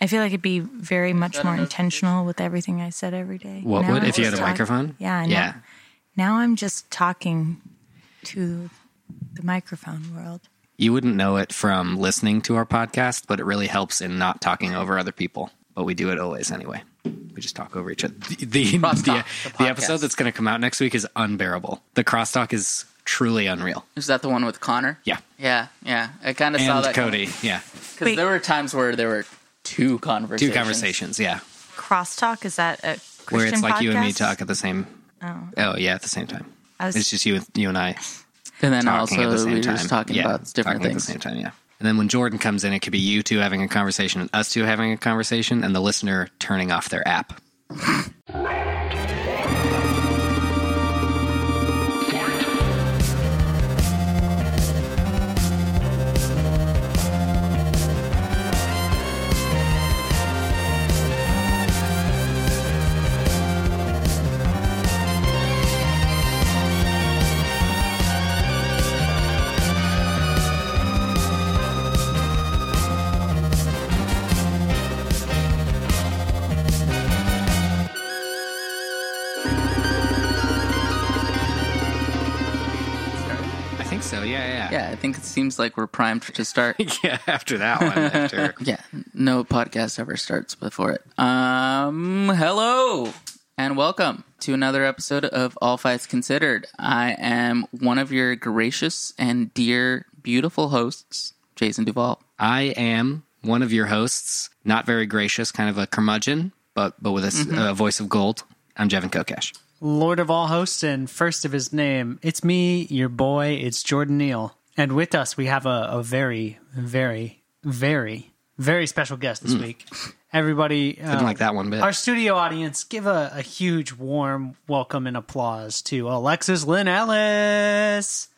I feel like it'd be very much that more enough? intentional with everything I said every day. What Now would I'm if you had just a talk- microphone? Yeah, now, Yeah. Now I'm just talking to the microphone world. You wouldn't know it from listening to our podcast, but it really helps in not talking over other people. But we do it always anyway. We just talk over each other. The the, the, Crosstalk, the, the episode podcast. that's going to come out next week is unbearable. The crosstalk is truly unreal. Is that the one with Connor? Yeah, Yeah, yeah. I kind of saw and that Cody. Yeah, Wait. because there were times where there were two conversations. two conversations. Yeah, Crosstalk is that a Christian where it's like you and me podcast? talk at the same. Oh, yeah, at the same time. I was- it's just you and you and I And then talking also at the same we were time. just talking Yeah, about different talking things. at the same time. Yeah. And then when Jordan comes in, it could be you two having a conversation, and us two having a conversation, and the listener turning off their app. I think so. Yeah, yeah, Yeah, I think it seems like we're primed to start. yeah. Yeah. After that one, after yeah, no podcast ever starts before it. Um, hello and welcome to another episode of All Fights Considered. I am one of your gracious and dear, beautiful hosts, Jason Duval. I am one of your hosts, not very gracious, kind of a curmudgeon, but but with a, Mm-hmm. s- a voice of gold. I'm Jevin Kokesh. Lord of all hosts and first of his name. It's me, your boy. It's Jordan Neal. And with us, we have a, a very, very, very, very special guest this week. Everybody, I um, Hmm. didn't like that one bit. our studio audience, give a, a huge, warm welcome and applause to Alexis Lynn Ellis.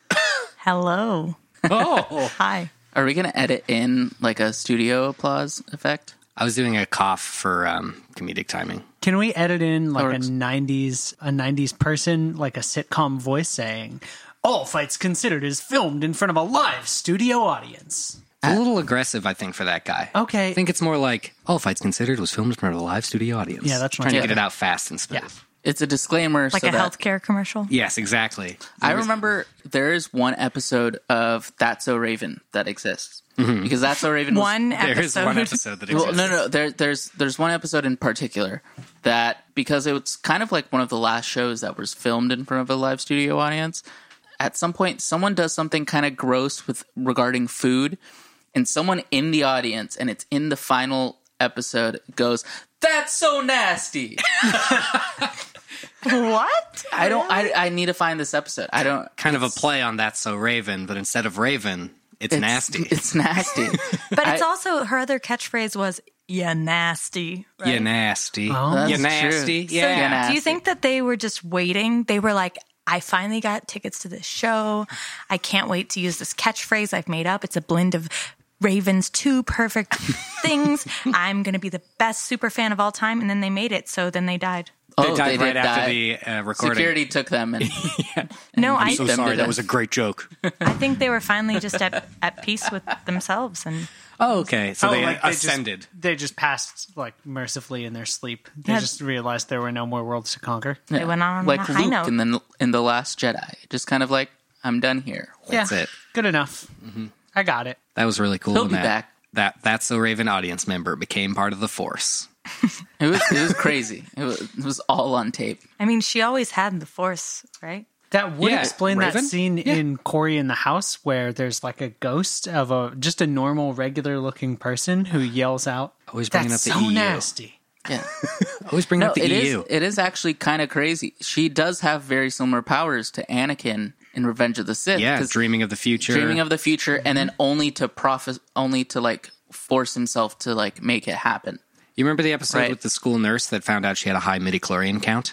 Hello. Oh. Hi. Are we going to edit in like a studio applause effect? I was doing a cough for um, comedic timing. Can we edit in like a works. '90s a '90s person, like a sitcom voice saying, "All fights considered is filmed in front of a live studio audience." It's a little aggressive, I think, for that guy. Okay. I think it's more like all fights considered was filmed in front of a live studio audience. Yeah, that's trying to much get it better. out fast and smooth. Yeah. It's a disclaimer. Like so a that- healthcare commercial? Yes, exactly. I remember there is one episode of That's So Raven that exists because That's So Raven was- One episode. there is one episode that Well, exists. no, no, there, there's there's one episode in particular that because it was kind of like one of the last shows that was filmed in front of a live studio audience. At some point, someone does something kind of gross with regarding food, and someone in the audience, and it's in the final episode, goes, "That's so nasty." What? I don't. I, I need to find this episode. I don't. Kind of a play on That's So Raven, but instead of Raven, it's, It's nasty. It's nasty. But it's I- also her other catchphrase was "Yeah, nasty." you nasty. That's you true. nasty. So, Yeah. yeah, na- Do Nasty. you think that they were just waiting? They were like, "I finally got tickets to this show. I can't wait to use this catchphrase I've made up. It's a blend of Raven's two perfect things. I'm going to be the best super fan of all time." And then they made it, so then they died. They Oh, died they right did after die. the uh, recording. Security took them and No, I, So them sorry, to that death. was a great joke. I think they were finally just at, at peace with themselves and Oh, okay. So Oh, they like, they just- ascended. They just passed like mercifully in their sleep. They Yeah. just realized there were no more worlds to conquer. they went on like a high Luke note. in the in the Last Jedi, just kind of like I'm done here. That's it. Mm-hmm. Good enough. I got it. That was really cool. He'll when be that, back. That That's So Raven audience member became part of the force. It was it was crazy. It was, it was all on tape. I mean, she always had the force, right? That would Yeah, explain Raven? that scene in Corey in the house where there's like a ghost of a just a normal, regular looking person who yells out, Always Oh, bringing "That's up so the E." EU. nasty." Yeah, Always bring no, up the E it is. EU. It is actually kind of crazy. She does have very similar powers to Anakin in Revenge of the Sith. yeah, Mm-hmm. 'cause dreaming of the future. dreaming of the future, and then only to profit, only to like force himself to like make it happen. You remember the episode Right. with the school nurse that found out she had a high midichlorian count?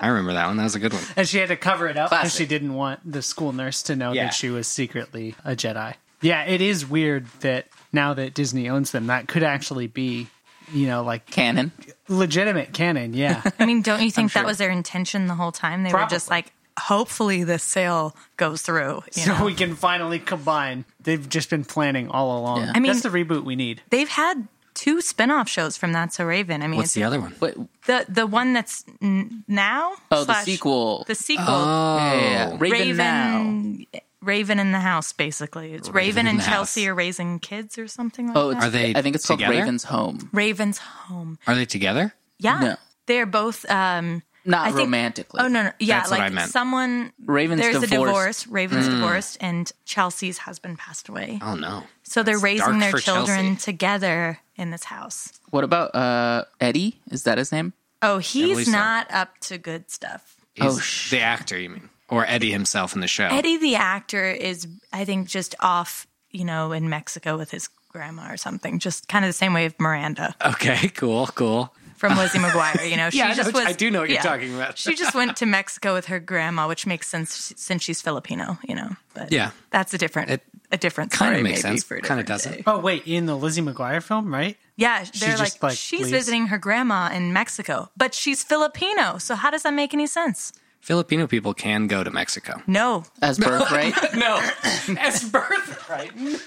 I remember that one. That was a good one. And she had to cover it up because Classic. she didn't want the school nurse to know Yeah. that she was secretly a Jedi. Yeah, it is weird that now that Disney owns them, that could actually be, you know, like Canon. legitimate canon. Yeah. I mean, don't you think that was their intention the whole time? They were just Probably. like, hopefully this sale goes through. you so know? we can finally combine. They've just been planning all along. Yeah. I mean- that's the reboot we need. They've had two spin-off shows from That's So Raven. I mean, What's it's the other one? Wait, the the one that's n- now. oh, the slash- sequel. The sequel. Yeah, yeah, yeah. Oh. Raven, now. Raven in the house, basically. It's Raven, Raven in and the house. Chelsea are raising kids or something like Oh, that. it's, Are they I think it's together? called Raven's Home. Raven's home. Oh. Are they together? Yeah, No. they're both. Um, Not I think- romantically. oh no, no, yeah, That's what like I meant. someone. Raven's there's divorced. Mm. a divorce. Raven's divorced, and Chelsea's husband passed away. Oh no. so they're That's raising dark their for children Chelsea. together in this house. What about uh, Eddie? Is that his name? Oh, believe he's so. not up to good stuff. He's Oh, sh- the actor, you mean, or Eddie himself in the show? Eddie the actor is, I think, just off, you know, in Mexico with his grandma or something. Just kind of the same way of Miranda Okay, cool, cool. from Lizzie McGuire. You know, she Yeah, I just know- was. I do know what you're talking about. she just went to Mexico with her grandma, which makes sense since she's Filipino. You know, but Yeah. that's a different It a different kinda story makes maybe sense, for a kinda different doesn't. day. Oh wait, in the Lizzie McGuire film, right? Yeah, they're like, just, like, she's leaves. visiting her grandma in Mexico, but she's Filipino. So how does that make any sense? Filipino people can go to Mexico. No, As birthright? No, as birthright. No,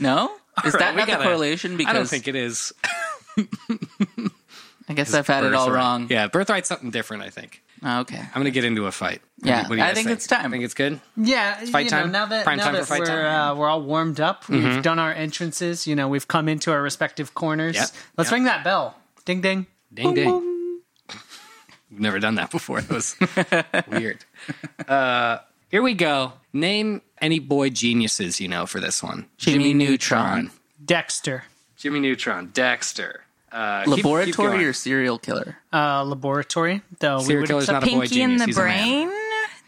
no? Is All right, that we not gotta- the correlation? Because I don't think it is. I guess I've had it all Birthright. wrong. Yeah, birthright's something different. I think Oh, okay. I'm going to get into a fight. What Yeah, do you- what do you I guys think it's time. Think it's good. Yeah, fight you time? Know, now that, Prime now time for that fight we're time? Uh, we're all warmed up, we've done our entrances. You know, we've come into our respective corners. Yep. Let's Yep. ring that bell. Ding ding. Ding ding. We've never done that before. It was weird. Uh, here we go. Name any boy geniuses you know for this one. Jimmy Neutron. Dexter, Jimmy Neutron, Dexter. Uh, keep- keep Laboratory going. or serial killer? uh, laboratory. Though we Serial would killer's accept- not a boy Pinky and genius, the he's a man. Brain.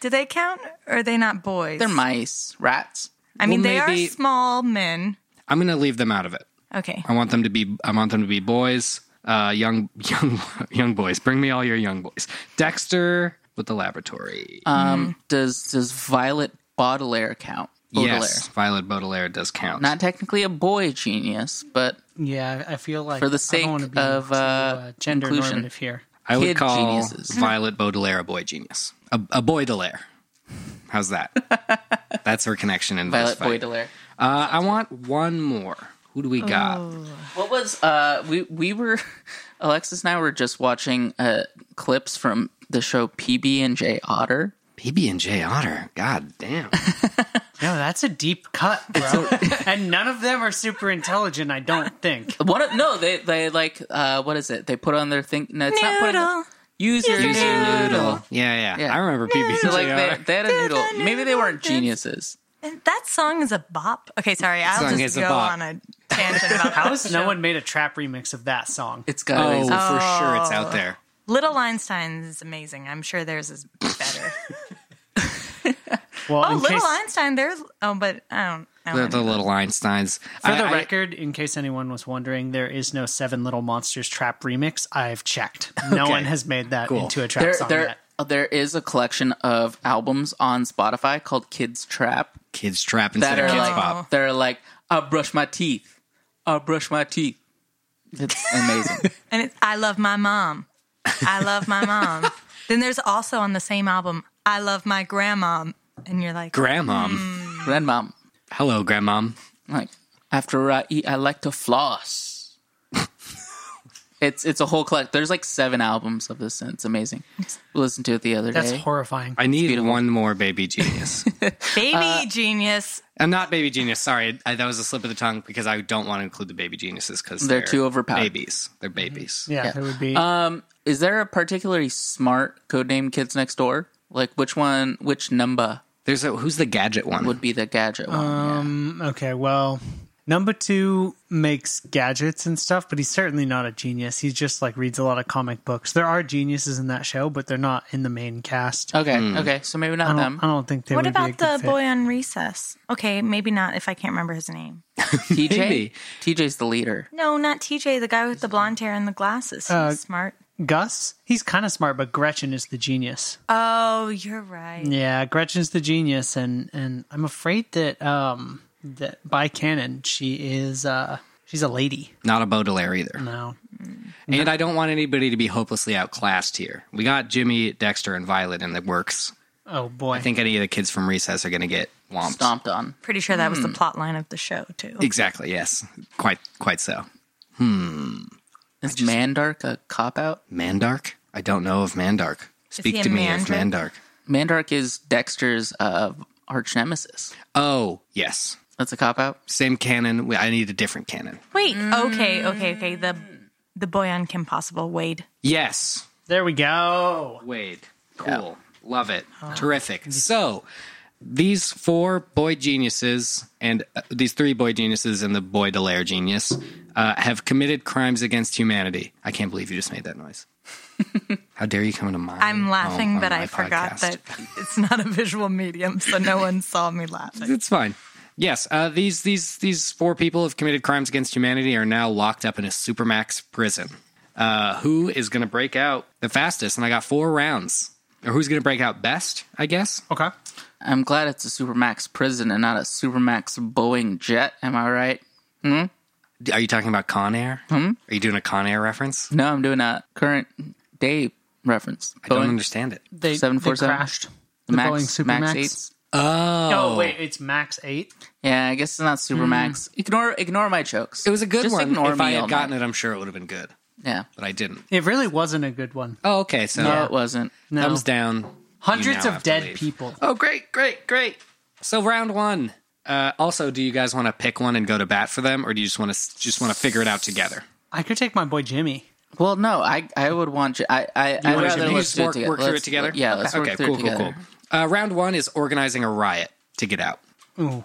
Do they count? Or are they not boys? They're mice, rats. I mean, Well, they maybe- are small men. I'm going to leave them out of it. Okay. I want them to be. I want them to be boys. Uh, young, young, young boys. Bring me all your young boys. Dexter with the laboratory. Uh, Um, Does does Violet Baudelaire count? Baudelaire. Yes, Violet Baudelaire does count. Not technically a boy genius, but yeah, I feel like For the I sake don't wanna be of, too, uh, gender inclusion. normative here. I would kid call geniuses. Violet Baudelaire a boy genius. A, a boy Delaire. How's that? That's her connection in Violet this fight. Baudelaire. Uh, I want one more. Who do we got? What was uh we we were Alexis and I were just watching uh clips from the show PB and J Otter. PB and J Otter. God damn. No, that's a deep cut, bro. and none of them are super intelligent. I don't think. One of, no, they they like uh what is it? They put on their thing. No, it's not putting Noodle. use your Use your noodle. Noodle. Yeah, yeah, Yeah. I remember PB and So J like they, Otter. they had a noodle. noodle. Maybe they weren't geniuses. And that song is a bop. Okay, sorry. I'll song just is a go bop. on a tangent about How is no one made a trap remix of that song? It's got Oh, always for sure it's Oh. out there. Little Einstein is amazing. I'm sure theirs is better. Well, oh, in Little case, Einstein, there's. Oh, but I don't. I The, don't the little Einsteins. For the record, in case anyone was wondering, there is no Seven Little Monsters trap remix. I've checked. No Okay. one has made that Cool. into a trap there. song There yet. Oh, there is a collection of albums on Spotify called Kids Trap kids trap that instead of are kids like pop. they're like I brush my teeth, I brush my teeth. It's amazing. And it's I Love My Mom. I Love My Mom. then there's also on the same album, I Love My Grandma. And you're like, Grandmom. Mm. Grandmom, Hello, Grandmom. like after I eat, I like to floss. it's it's a whole collect. There's like seven albums of this, and it's amazing. Listen to it the other That's day. horrifying. I need one more baby genius. baby Uh, genius. I'm not baby genius. Sorry, I, that was a slip of the tongue because I don't want to include the baby geniuses because They're too overpowered. Babies, they're babies. yeah, it would be. Um, Is there a particularly smart codename Kids Next Door? Like which one, which number There's a who's the gadget one? would be the gadget one? Uh, Yeah. okay, well, number two makes gadgets and stuff, but he's certainly not a genius. He just like reads a lot of comic books. There are geniuses in that show, but they're not in the main cast. Okay, okay, so maybe I not don't, them. I don't think they What would about be a the good fit. boy on recess? Okay, maybe not if I can't remember his name. TJ, Maybe. TJ's the leader. No, not TJ, the guy with the blonde hair and the glasses. He's Uh, smart. Gus? He's kind of smart, but Gretchen is the genius. Oh, you're right. Yeah, Gretchen's the genius, and and I'm afraid that um that by canon she is uh she's a lady Not a Baudelaire either. now. And I don't want anybody to be hopelessly outclassed here. We got Jimmy, Dexter, and Violet in the works. Oh boy. I think any of the kids from recess are going to get whomped. Stomped on. Pretty sure that was Hmm. the plot line of the show too. Exactly. Yes. Quite. Quite so. Is Mandark a cop out? Mandark. I don't know of Mandark. he Speak a to me of Mandarin? Mandark. Mandark is Dexter's uh, arch nemesis. Oh yes. That's a cop out. Same canon. We- I need a different canon. Wait, okay, okay, okay. The the boy on Kim Possible, Wade. Yes. there we go. Wade. Cool. Love it. Terrific. So, these four boy geniuses and uh, these three boy geniuses and the boy Delaire genius uh, have committed crimes against humanity. I can't believe you just made that noise. How dare you come into my? I'm laughing, home Mm. Oh, on but my I forgot podcast. that it's not a visual medium, so no one saw me laughing. It's fine. Yes, uh, these these these four people have committed crimes against humanity are now locked up in a supermax prison. Uh, who is going to break out the fastest? And I got four rounds. Or who's going to break out best? I guess. Okay. I'm glad it's a Supermax prison and not a Supermax Boeing jet. Am I right? Are you talking about Con Air? Hmm? Are you doing a Con Air reference? No, I'm doing a current day reference. I don't understand it. They, Seven four they seven. crashed. The The Max, Boeing Supermax. Max eights. Oh, Oh. wait, it's Max eight. Yeah, I guess it's not Supermax. Ignore ignore my jokes. Hmm. it was a good Just one. Ignore if me I all had gotten night. it, I'm sure it would have been good, Yeah. but I didn't. It really wasn't a good one. Oh, okay. So No, it wasn't. No. thumbs down. Hundreds now of have to dead leave. people. Oh, great, great, great. So round one. Uh, also, do you guys want to pick one and go to bat for them, or do you just want to just want to figure it out together? I could take my boy Jimmy. Well, no, I I would want you. I I I'd Or rather should we let's just do work, it together. work through Let's- it together. Yeah, let's okay, work through cool, it together. cool, cool. Uh, round one is organizing a riot to get out. Ooh.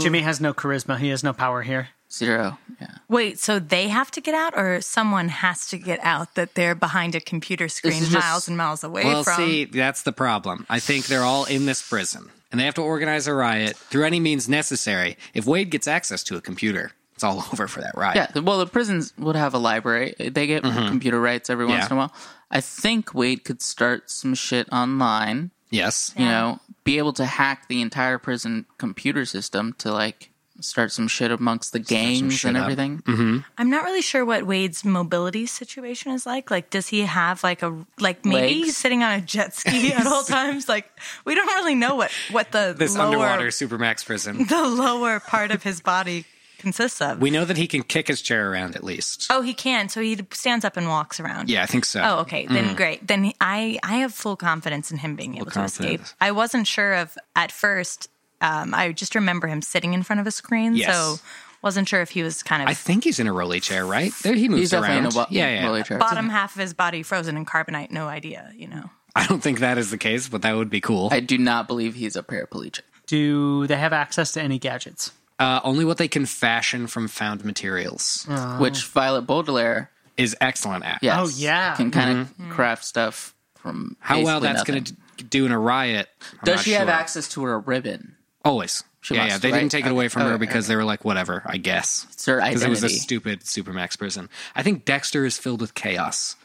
Jimmy has no charisma. He has no power here. Zero. Yeah. Wait, so they have to get out, or someone has to get out that they're behind a computer screen is just- miles and miles away Well, from? see, that's the problem. I think they're all in this prison, and they have to organize a riot through any means necessary. If Wade gets access to a computer, it's all over for that riot. Yeah, the- well, the prisons would have a library. They get computer rights every once Mm-hmm. Yeah. in a while. I think Wade could start some shit online. Yes. You know, be able to hack the entire prison computer system to like start some shit amongst the gangs shit and up. Mm-hmm. everything. I'm not really sure what Wade's mobility situation is like. Like, does he have like a like maybe Legs? he's sitting on a jet ski at all times? Like, we don't really know what what the This lower, underwater supermax prison. the lower part of his body consists of. we know that he can kick his chair around at least. oh, he can. So he stands up and walks around. Yeah, Mm. I think so. Oh, okay. Then great. Then I I have full confidence in him being able to escape. confidence. I wasn't sure of at first. Um, I just remember him sitting in front of a screen, Yes. so wasn't sure if he was kind of I think he's in a rolly chair, right? There, he moves He's definitely around. in a wa- yeah, yeah. Willy chair. bottom half of his body frozen in carbonite. No idea, you know. I don't think that is the case, but that would be cool. I do not believe he's a paraplegic. Do they have access to any gadgets? Uh, only what they can fashion from found materials Which Violet Baudelaire, is excellent at. yes, Oh, yeah. Mm. can kind of craft stuff from Mm-hmm. How well basically that's nothing. going to do in a riot? I'm Does not she have sure. access to her ribbon? Always. She yeah, must, yeah. They right? didn't take it away Okay. from Oh, her because they were like, whatever, I guess. It's her Because it was a identity. stupid Supermax prison. I think Dexter is filled with chaos.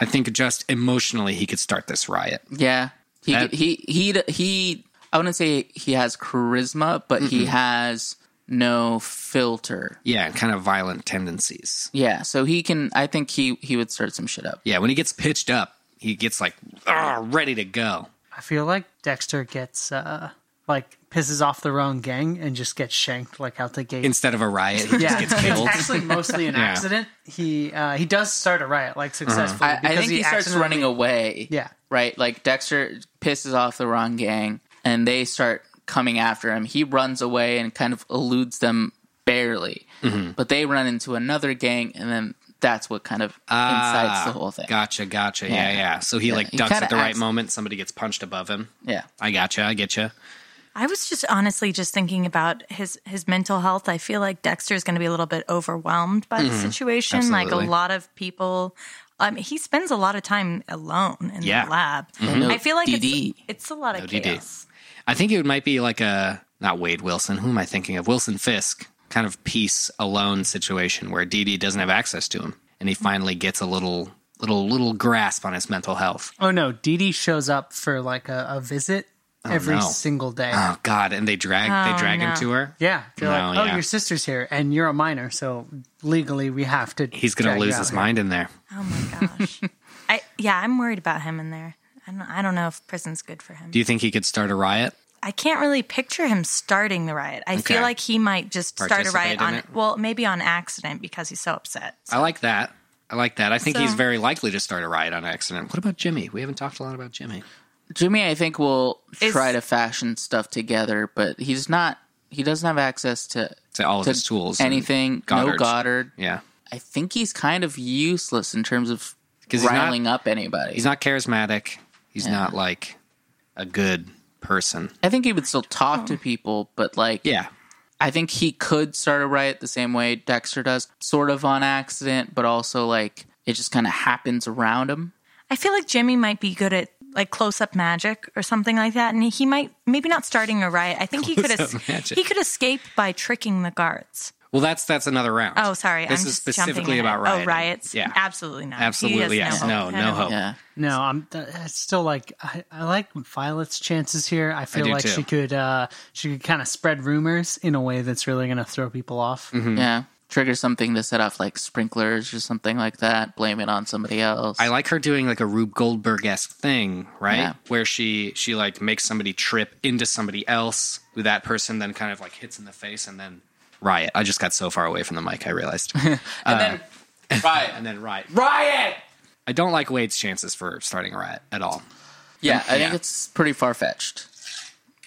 I think just emotionally he could start this riot. Yeah, he That- he he he. I wouldn't say he has charisma, but he has no filter. Yeah, and kind of violent tendencies. Yeah, so he can. I think he he would start some shit up. Yeah, when he gets pitched up, he gets like "Argh," ready to go. I feel like Dexter gets uh like pisses off the wrong gang and just gets shanked like out the gate. Instead of a riot, he yeah, just gets killed. it's actually mostly an accident. He uh, he does start a riot like Uh-huh. successfully I, I think he, starts accidentally- running away. Yeah. right. Like Dexter pisses off the wrong gang, and they start coming after him. He runs away and kind of eludes them barely, Mm-hmm. but they run into another gang, and then that's what kind of Ah, incites the whole thing. Gotcha, gotcha. Yeah, yeah. Yeah. So he like he ducks at kinda the right acts- moment. Somebody gets punched above him. Yeah. I gotcha. I getcha. I was just honestly just thinking about his his mental health. I feel like Dexter is going to be a little bit overwhelmed by the situation. Like Mm-hmm. absolutely. a lot of people, um, he spends a lot of time alone in Yeah. Mm-hmm. the lab. No I feel like DD. it's, it's a lot of DD. chaos. I think it might be like a not Wade Wilson. Who am I thinking of? Wilson Fisk kind of peace alone situation where Dee Dee doesn't have access to him, and he finally gets a little little little grasp on his mental health. Oh no, Dee Dee shows up for like a, a visit every Oh, no. single day. Oh God! And they drag they drag him Oh, no. to her. Yeah, they're No, like, oh, yeah. your sister's here, and you're a minor, so legally we have to. He's gonna drag you lose out his here." mind in there. Oh my gosh. I yeah, I'm worried about him in there. I don't, I don't know if prison's good for him. Do you think he could start a riot? I can't really picture him starting the riot. I Okay. feel like he might just start a Participate riot in on, it? well, maybe on accident because he's so upset. I like that. I like that. I think So- he's very likely to start a riot on accident. What about Jimmy? We haven't talked a lot about Jimmy. Jimmy, I think, will Is- try to fashion stuff together, but he's not. He doesn't have access to To all of his tools and Anything. No Goddard's. Goddard. Yeah. I think he's kind of useless in terms of 'Cause he's not- riling up anybody. He's not charismatic. He's not like a good person. I think he would still talk to people, but like, Yeah. I think he could start a riot the same way Dexter does, sort of on accident, but also like it just kind of happens around him. I feel like Jimmy might be good at like close up magic or something like that, and he might maybe not starting a riot. I think he could Close-up es- magic. he could escape by tricking the guards. Well, that's that's another round. Oh, sorry, This I'm is just specifically jumping about ahead. rioting. Oh, riots? Yeah. absolutely not. He Absolutely, has yes. No, hope. no hope. Yeah. No, I'm th- it's still like I, I like Violet's chances here. I feel do like too. she could uh she could kind of spread rumors in a way that's really going to throw people off. Mm-hmm. Yeah. Trigger something to set off like sprinklers or something like that. Blame it on somebody else. I like her doing like a Rube Goldberg esque thing, right? Yeah. Where she she like makes somebody trip into somebody else, who that person then kind of like hits in the face and then riot. I just got so far away from the mic, I realized. and and then riot. and then riot. riot. I don't like Wade's chances for starting a riot at all. Yeah, I Yeah. think it's pretty far fetched.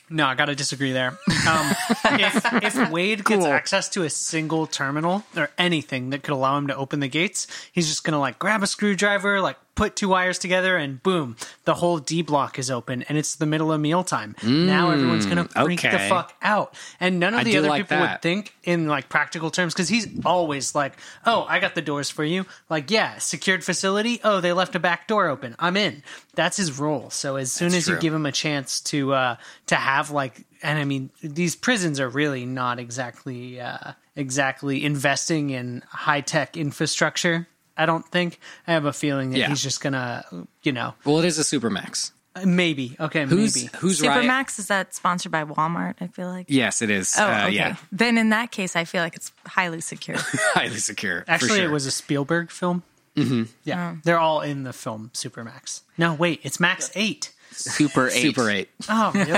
No, I got to disagree there. Um, if, if Wade gets access to a single terminal or anything that could allow him to open the gates, he's just going to like grab a screwdriver, like put two wires together, and boom, the whole D block is open and it's the middle of mealtime. now everyone's going to freak the Mm, okay. fuck out. And none of I the do other like people would that. think in like practical terms because he's always like, oh, I got the doors for you. Like, yeah, secured facility. Oh, they left a back door open. I'm in. That's his role. So as soon That's as true. you give him a chance to uh, to have like, and I mean, these prisons are really not exactly uh, exactly investing in high tech infrastructure. I don't think. I have a feeling that Yeah. he's just gonna, you know, Well, it is a supermax. maybe. Okay, Who's maybe. who's riot? Supermax is that sponsored by Walmart? I feel like. Yes, it is. Oh, uh, okay. Yeah, Then in that case, I feel like it's highly secure. highly secure. for Actually, sure. it was a Spielberg film. Mm-hmm. Yeah, they're all in the film Supermax. No, wait, it's Max Eight. Super eight. Super Eight. Oh, really?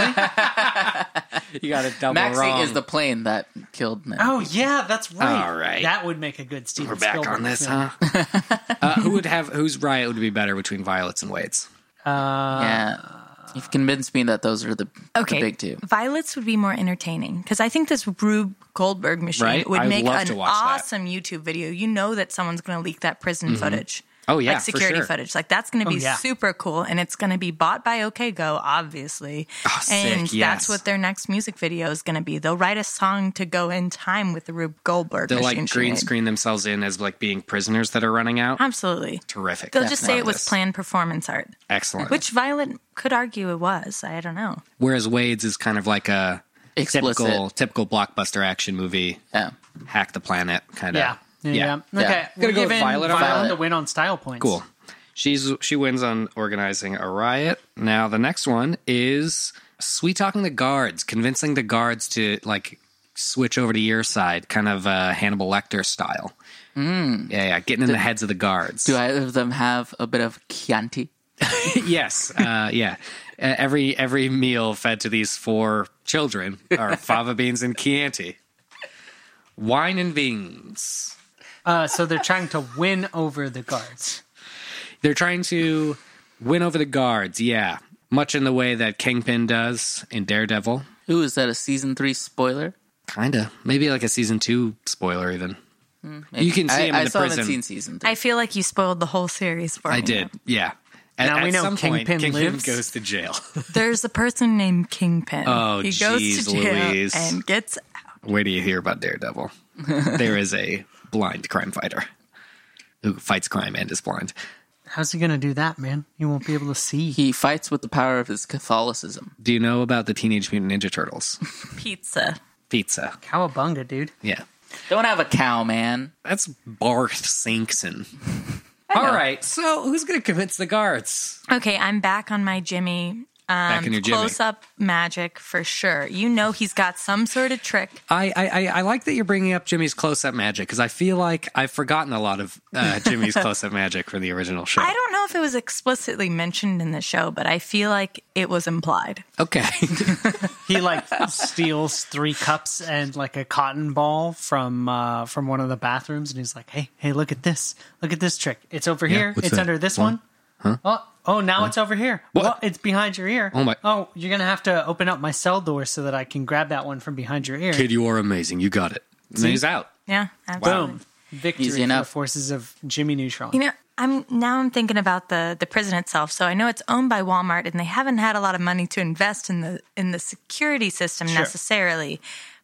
You got it double Maxie is the plane that killed Nick. oh, yeah, that's right. All right. that would make a good Steven We're back Spielberg on this, film. huh? uh, who would have whose riot would be better between Violets and Wade's? Yeah. You've convinced me that those are the, Okay. the big two. Violets would be more entertaining because I think this Rube Goldberg machine Right? would I'd make love to an watch that. awesome YouTube video. You know that someone's going to leak that prison footage. Oh, yeah, like for security sure. footage. Like that's going to be yeah. super cool, and it's going to be bought by OKGo, obviously. Oh, sick, and yes. that's what their next music video is going to be. They'll write a song to go in time with the Rube Goldberg They'll machine. like she green made. screen themselves in as like being prisoners that are running out. Absolutely. Terrific. Um, They'll just say it was Fabulous. planned performance art, Excellent. which Violet could argue it was. I don't know. Whereas Wade's is kind of like a Explicit. typical typical blockbuster action movie, Yeah. hack the planet kind of. Yeah. Yeah. yeah. Yeah. Okay. Gonna We're go with giving Violet Violet, on Violet. the win on style points. Cool. She's she wins on organizing a riot. Now the next one is sweet talking the guards, convincing the guards to like switch over to your side, kind of uh, Hannibal Lecter style. Mm. Yeah, yeah, getting in the heads of the guards. Do either of them have a bit of Chianti? yes, uh, yeah. Uh, every every meal fed to these four children are fava beans and Chianti, wine and beans. Uh, so they're trying to win over the guards. They're trying to win over the guards, yeah. Much in the way that Kingpin does in Daredevil. Ooh, is that a season three spoiler? Kinda. Maybe like a season two spoiler even. You can see I, him in I the still prison. haven't seen season three. I feel like you spoiled the whole series for me. I did, yeah. At, Now we at know some point, Kingpin lives. goes to jail. There's a person named Kingpin. Oh, he goes jeez, to jail Louise. and gets. Where do you hear about Daredevil? there is a blind crime fighter who fights crime and is blind. How's he gonna do that, man? You won't be able to see. he fights with the power of his Catholicism. Do you know about the Teenage Mutant Ninja Turtles? Pizza. Pizza. Cowabunga, dude. Yeah. Don't have a cow, man. That's Barth Sinkson. All right. So who's going to convince the guards? Okay, I'm back on my Jimmy back in your jimmy. Close up magic for sure. You know he's got some sort of trick. I, I I- I like that you're bringing up Jimmy's close up magic because I feel like I've forgotten a lot of uh, Jimmy's close up magic from the original show. I don't know if it was explicitly mentioned in the show, but I feel like it was implied. Okay, He like steals three cups and like a cotton ball from uh, from one of the bathrooms, and he's like, "Hey, hey, look at this! Look at this trick! It's over here. what's It's that? under this What? one. Oh, oh, now it's over here. What? Well, it's behind your ear. Oh, my- Oh, you're gonna have to open up my cell door so that I can grab that one from behind your ear. kid, you are amazing. You got it. And then he's out. Yeah, absolutely. Boom! Victory Easy for the enough. forces of Jimmy Neutron. You know, I'm now I'm thinking about the the prison itself. So I know it's owned by Walmart, and they haven't had a lot of money to invest in the in the security system necessarily,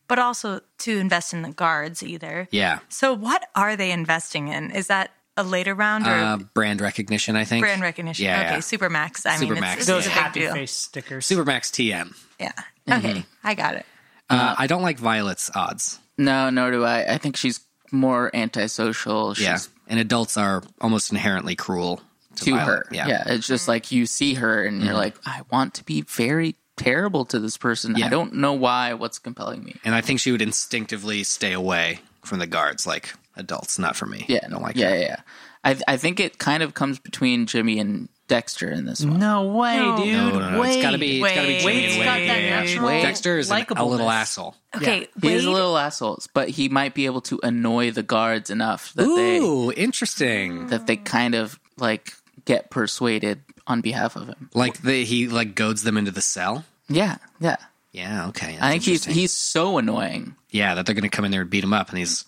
but also to invest in the guards either. Yeah, So what are they investing in? Is that a later round or Um, uh, brand recognition. I think brand recognition? Yeah, okay, yeah. Supermax. I mean, Supermax, it's, Those those a big happy deal. face stickers. Supermax TM. Yeah. Mm-hmm. Okay, I got it. Uh, I don't like Violet's odds. No, nor do I. I think she's more antisocial. She's Yeah, and adults are almost inherently cruel to, to Violet. her. Yeah. It's just like you see her and Mm-hmm. you're like, I want to be very terrible to this person. I don't know why. What's compelling me? and I think she would instinctively stay away from the guards, like adults, not for me. Yeah. I don't like yeah, her. yeah, yeah. I, I think it kind of comes between Jimmy and Dexter in Mm-hmm. this one. No way, No. dude. No, Oh, no, no. Wade. It's gotta be. It's gotta Wade. be Jimmy and Wade's Wade. got that Yeah, yeah, yeah. natural Wade. Dexter is an- a little likableness. asshole. Okay, He Wade, is a little assholes, but he might be able to annoy the guards enough that they Ooh, interesting. that they kind of like get persuaded on behalf of him. Like the he like goads them into the cell. Yeah, yeah. Yeah, okay. that's I think he's interesting. he's so annoying. yeah that they're gonna come in there and beat him up, and he's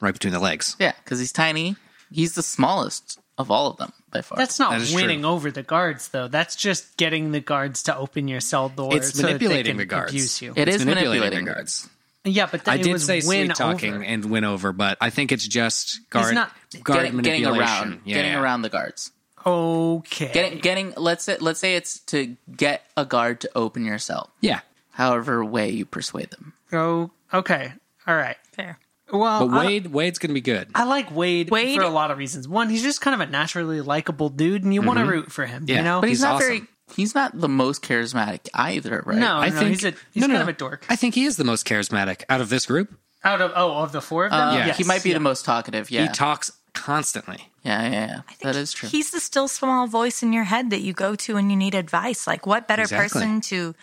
right between the legs. Yeah, because he's tiny. He's the smallest of all of them by far. That's not That is winning true. over the guards, though. That's just getting the guards to open your cell door. It's so that they manipulating can the guards. Abuse you. it It's is manipulating, manipulating, the guards. yeah, but that, I it did was say win sweet talking over. and win over, but I think it's just guard not- guard Getting, getting manipulation. around, yeah, getting yeah. around the guards. Okay. Getting, getting. Let's say, let's say it's to get a guard to open your cell. Yeah, However way you persuade them. oh, okay. All right. fair. Well, but I, Wade Wade's gonna be good. I like Wade, Wade- for a lot of reasons. One, he's just kind of a naturally likable dude, and you want to root for him. Mm-hmm. Yeah, You know, But he's, He's not awesome. very. He's not the most charismatic either, right? no, I no, think he's a he's no, no, kind no. of a dork. I think he is the most charismatic out of this group. Out of oh, of the four of them, Uh, Yes. he might be Yeah. the most talkative. Yeah, He talks constantly. yeah, yeah. yeah. That is true. He's the still small voice in your head that you go to when you need advice. Like what better Exactly. person to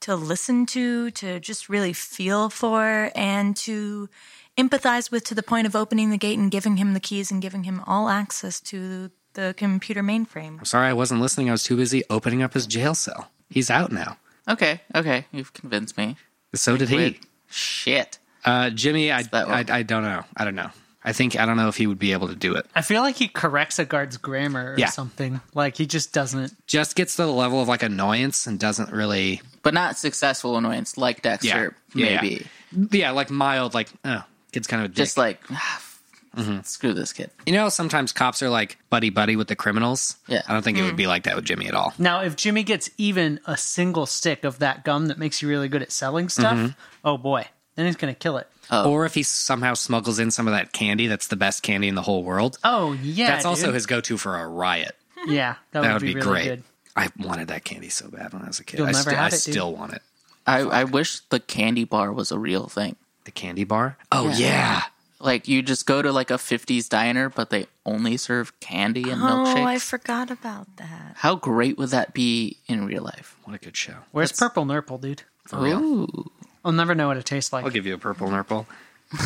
to listen to, to just really feel for and to empathize with to the point of opening the gate and giving him the keys and giving him all access to the computer mainframe. Sorry, I wasn't listening. I was too busy opening up his jail cell. He's out now. Okay, okay. You've convinced me. So did Wait, he. shit. Uh, Jimmy, I, that I one. I don't know. I don't know. I think I don't know if he would be able to do it. I feel like he corrects a guard's grammar or Yeah. something. Like he just doesn't. Just gets to the level of like annoyance and doesn't really. But not successful annoyance like Dexter, yeah, maybe. yeah. Yeah, like mild, like oh, kid's kind of a dick. Just like, ah, f- Mm-hmm. screw this kid. you know, sometimes cops are like buddy buddy with the criminals. Yeah. I don't think it Mm-hmm. would be like that with Jimmy at all. Now, if Jimmy gets even a single stick of that gum that makes you really good at selling stuff, Mm-hmm. oh boy, then he's gonna kill it. Oh. Or if he somehow smuggles in some of that candy, that's the best candy in the whole world. Oh yeah, that's also dude. his go to for a riot. Yeah, that, That would would be, really great. good. I wanted that candy so bad when I was a kid. You'll I, never sti- have I it, dude. still want it. I, I wish the candy bar was a real thing. The candy bar? Oh, yeah. Like you just go to like a '50s diner, but they only serve candy and Oh, I milkshakes. forgot about that. How great would that be in real life? What a good show. Where's purple nurple, dude? Ooh, I'll never know what it tastes like. I'll give you a purple nurple.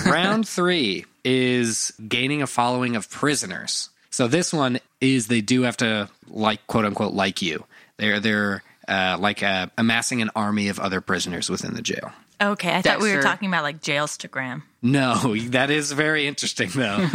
Round three is gaining a following of prisoners. So this one is they do have to like quote unquote like you. They're they're uh, like uh, amassing an army of other prisoners within the jail. Okay, I thought we were Dexter. talking about like jailstagram. No, that is very interesting though.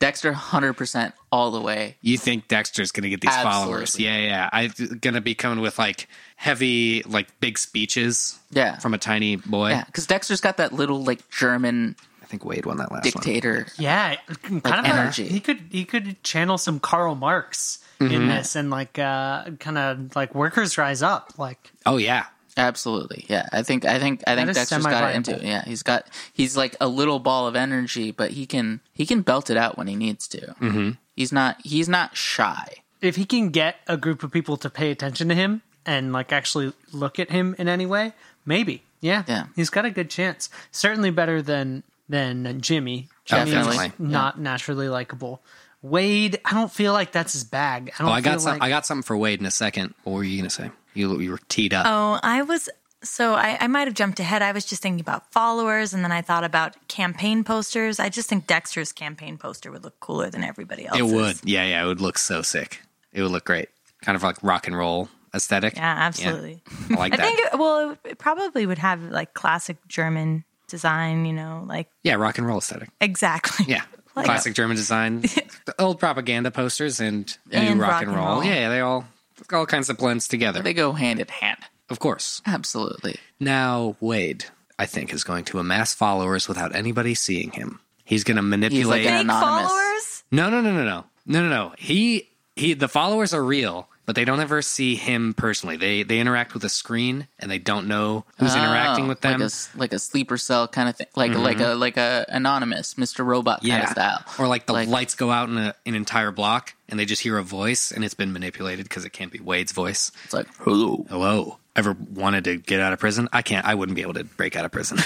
Dexter, hundred percent all the way. you think Dexter's going to get these Absolutely. followers? Yeah, yeah. I'm going to be coming with like heavy, like big speeches. Yeah. from a tiny boy. Yeah, because Dexter's got that little like German I think Wade won that last one. dictator. Yeah, kind of energy. energy. he could he could channel some Karl Marx Mm-hmm. in this and like uh kind of like workers rise up. Like Oh yeah, Absolutely, yeah. I think I think I think is Dexter's got it semi-viable. into. It. Yeah, he's got he's like a little ball of energy, but he can he can belt it out when he needs to. Mm-hmm. He's not he's not shy. if he can get a group of people to pay attention to him and like actually look at him in any way, maybe. Yeah. Yeah. He's got a good chance. Certainly better than than Jimmy. Jimmy's Definitely. not naturally likable. Wade, I don't feel like that's his bag. I don't Oh, I got feel some. like I got something for Wade in a second. What were you gonna say? You you were teed up. Oh, I was so I, I might have jumped ahead. I was just thinking about followers, and then I thought about campaign posters. I just think Dexter's campaign poster would look cooler than everybody it else's. would. Yeah, yeah. It would look so sick. It would look great. Kind of like rock and roll aesthetic. Yeah, absolutely. I like I that. think it, well, it probably would have like classic German design. You know, like yeah, rock and roll aesthetic. exactly. Yeah. Like- Classic German design, the old propaganda posters, and And new rock, and roll. Yeah, yeah, they all all kinds of blends together. They go hand in hand. of course. Absolutely. Now Wade, I think, is going to amass followers without anybody seeing him. He's going to manipulate. an Fake anonymous. followers. no, no, no, no, no, no, no, no. He he. The followers are real, but they don't ever see him personally. They they interact with a screen, and they don't know who's interacting Oh, with them. like a, s- like a sleeper cell kind of thing, like mm-hmm. like a like a anonymous Mr. Robot kind of style, Or like the Like- lights go out in a, an entire block and they just hear a voice and it's been manipulated because it can't be Wade's voice. It's like hello, Hello. Ever wanted to get out of prison? I can't. I wouldn't be able to break out of prison.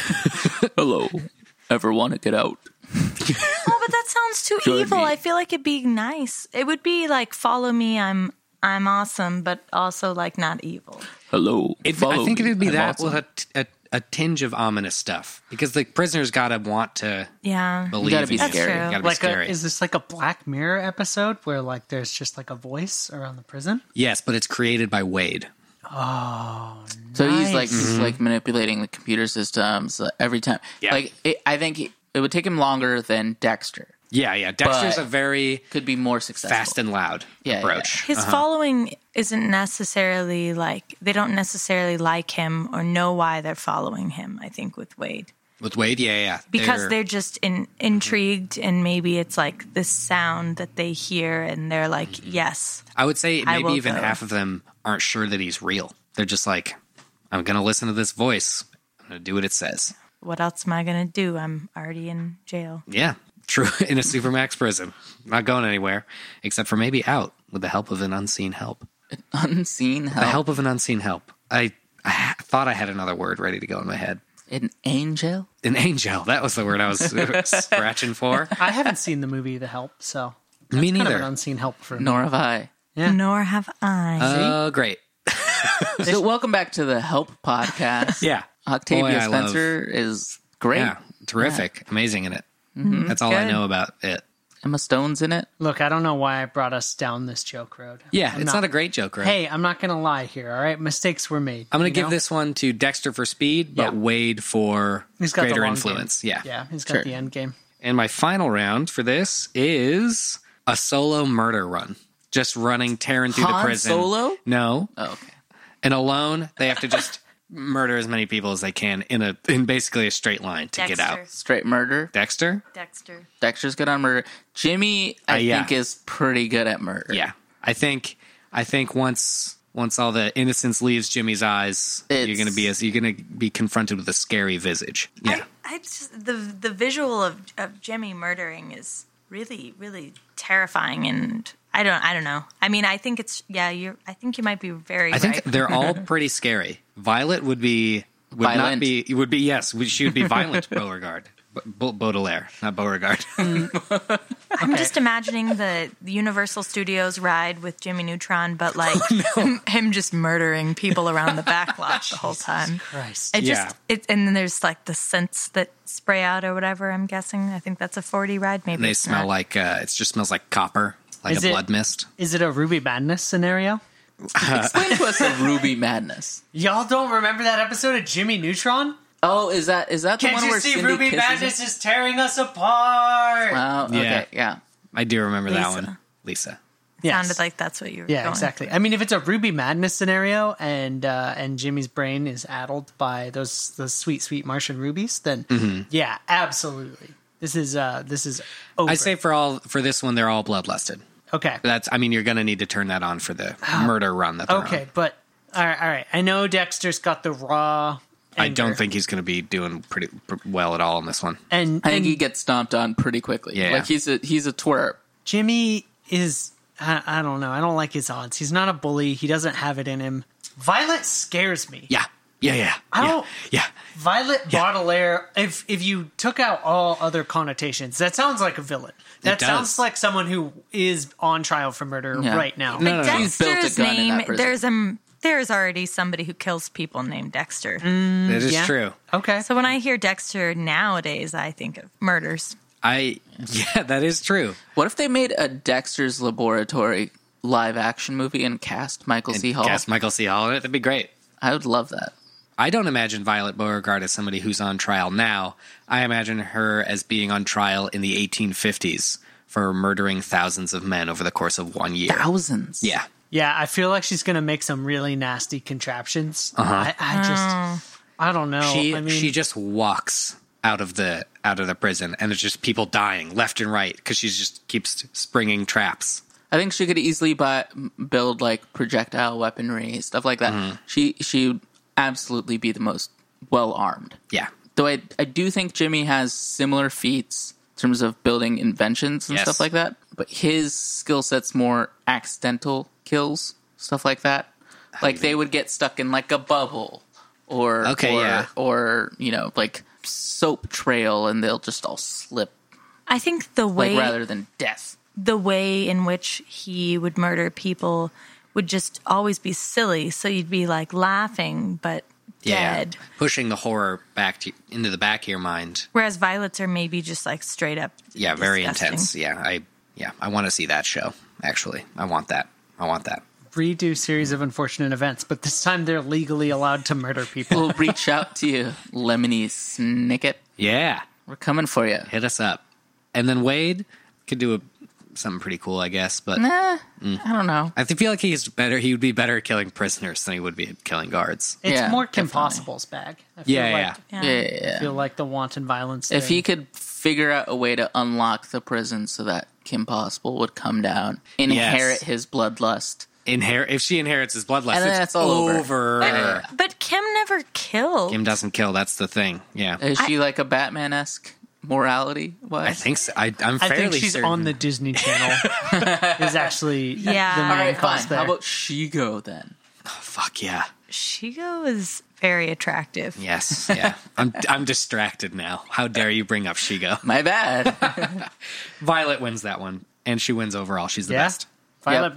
hello. Ever want to get out? Oh, but that sounds too Join evil. me. I feel like it'd be nice. It would be like follow me. I'm I'm awesome, but also like not evil. Hello. It, follow I think me. it would be I'm that awesome. with a, t- a, a tinge of ominous stuff because the prisoner's got to want to Yeah. believe. gotta be in you. scary. That's true. Gotta be like a, scary. is this like a Black Mirror episode where like there's just like a voice around the prison? yes, but it's created by Wade. So he's like he's like manipulating the computer systems uh, every time. Mm-hmm. Yeah. Like it, I think it, it would take him longer than Dexter. Yeah, yeah. Dexter's But- a very Could be more successful. fast and loud Yeah, yeah. approach. His following isn't necessarily like they don't necessarily like him or know why they're following him. I think with Wade With Wade, yeah, yeah. because they're, just in, Mm-hmm. intrigued and maybe it's like this sound that they hear and they're like, Mm-hmm. yes, I would say I maybe will even go. half of them aren't sure that he's real. They're just like, I'm going to listen to this voice. I'm going to do what it says. what else am I gonna do? I'm already in jail. Yeah, true. In a supermax prison. Not going anywhere, except for maybe out with the help of an unseen help. unseen The Oh. help. help of an unseen help. I, I thought I had another word ready to go in my head. An angel. An angel. That was the word I was scratching for. I haven't seen the movie The Help, so Me kind of an neither. unseen help for Nor have I. Yeah. Nor have I. Oh, great. So welcome back to the Help podcast. Yeah. Boy, Octavia I love- Spencer is great. Yeah. Terrific. Amazing in it. Mm-hmm. That's all I Good. know about it. Emma Stone's in it. Look, I don't know why I brought us down this joke road. Yeah, I'm it's not, a great joke, right? Hey, I'm not going to lie here, all right? Mistakes were made. I'm going you to give know? this one to Dexter for speed, but Yeah. Wade for He's got the greater long influence. game. Yeah. Yeah, he's got Sure. the end game. And my final round for this is a solo murder run. Just running, tearing through the Han prison. Solo? No. Oh, okay. And alone, they have to just murder as many people as they can in a in basically a straight line to get out. Dexter. Straight murder. Dexter? Dexter. Dexter's good on murder. Jimmy, I Uh, yeah. think, is pretty good at murder. Yeah. I think I think once once all the innocence leaves Jimmy's eyes, you're It's- gonna be as you're gonna be confronted with a scary visage. Yeah. I, I just the the visual of of Jimmy murdering is really really terrifying, and I don't I don't know. I mean, I think it's yeah. You're I think you might be very. I think right. they're all pretty scary. Violet would be would not Violent. be would be yes, would- she would be violent Beauregard. B- B- Baudelaire, not Beauregard. I'm just imagining the the Universal Studios ride with Jimmy Neutron, but like him, him just murdering people around the back lot the whole time. Christ. It Yeah. just it, and then there's like the scents that spray out or whatever. I'm guessing. I think that's a 40 ride. Maybe they it's smell not. like uh, it just smells like copper, like Is a it- blood mist. Is it a Ruby Madness scenario? Explain to us the Ruby Madness. Y'all don't remember that episode of Jimmy Neutron? Oh, is that is that the Can't one you where see Cindy Ruby kisses Madness him? is tearing us apart? Oh, okay, Yeah. yeah. I do remember that Lisa. one, Lisa. Yes. Sounded like that's what you were. Yeah, going exactly. for. I mean, if it's a Ruby Madness scenario and uh, and Jimmy's brain is addled by those those sweet sweet Martian rubies, then yeah, absolutely. This is uh this is over. Mm-hmm. I say for all for this one, they're all bloodlusted. okay, That's I mean, you're gonna need to turn that on for the murder run that they're on. Ah. okay, but all right, all right. I know Dexter's got the raw. I don't anger, think he's gonna be doing pretty pr- well at all in this one. and, I think and he gets stomped on pretty quickly. Yeah. like he's a he's a twerp. Jimmy is. I, I don't know. I don't like his odds. He's not a bully. He doesn't have it in him. Violet scares me. Yeah. Yeah, yeah. I yeah, don't- yeah. Violet Baudelaire, if if you took out all other connotations, that sounds like a villain. That does. sounds like someone who is on trial for murder Yeah. right now. No, no, no. He's built a Dexter's gun in that name. prison. There's um. There's already somebody who kills people named Dexter. That is Yeah. true. Okay. So when I hear Dexter nowadays, I think of murders. I yeah, that is true. What if they made a Dexter's Laboratory live action movie and cast Michael C. Hall? Cast Michael C. Hall in it. That'd be great. I would love that. I don't imagine Violet Beauregard as somebody who's on trial now. I imagine her as being on trial in the 1850s for murdering thousands of men over the course of one year. Thousands. Yeah. Yeah, I feel like she's gonna make some really nasty contraptions. I, I Oh. just, I don't know. Uh-huh. She I mean, she just walks out of the out of the prison and it's just people dying left and right cuz she just keeps springing traps. I think she could easily buy, build like projectile weaponry stuff like that. She she would absolutely be the most well armed. Yeah. Though I I do think Jimmy has similar feats in terms of building inventions and Yes. stuff like that, but his skill set's more accidental kills stuff like that. Like they would get stuck in like a bubble or Okay, or, yeah. or you know like soap trail and they'll just all slip I think the like way rather than death. the way in which he would murder people would just always be silly. So you'd be like laughing, but dead. Pushing the horror back to, into the back of your mind. Whereas violets are maybe just like straight up. Yeah, very disgusting. intense. Yeah, I yeah, I want to see that show actually. I want that. I want that. redo series of unfortunate events, but this time they're legally allowed to murder people. We'll reach out to you, Lemony Snicket. Yeah. We're coming for you. hit us up. And then Wade could do a, something pretty cool, I guess. But Nah, I don't know. I th- feel like he's better. He would be better at killing prisoners than he would be at killing guards. it's Yeah, more Kim definitely. Possible's bag. I feel Yeah, like, Yeah. Yeah, yeah, yeah. I feel like the wanton violence. If thing. he could figure out a way to unlock the prison so that Kim Possible would come down, inherit Yes. his bloodlust. Inherit if she inherits his bloodlust, And then it's it's all over. But Kim never killed. Kim doesn't kill. That's the thing. Yeah, Is she like a Batman esque morality? What? I think so. I, I'm I fairly think she's certain. on the Disney Channel. is actually Yeah. the All main All right, fine. cause there. How about Shigo then? Fuck yeah. Shigo is very attractive. Yes. Yeah. I'm I'm distracted now. How dare you bring up Shigo? My bad. Violet wins that one, and she wins overall. She's the Yeah? best. Violet Yep.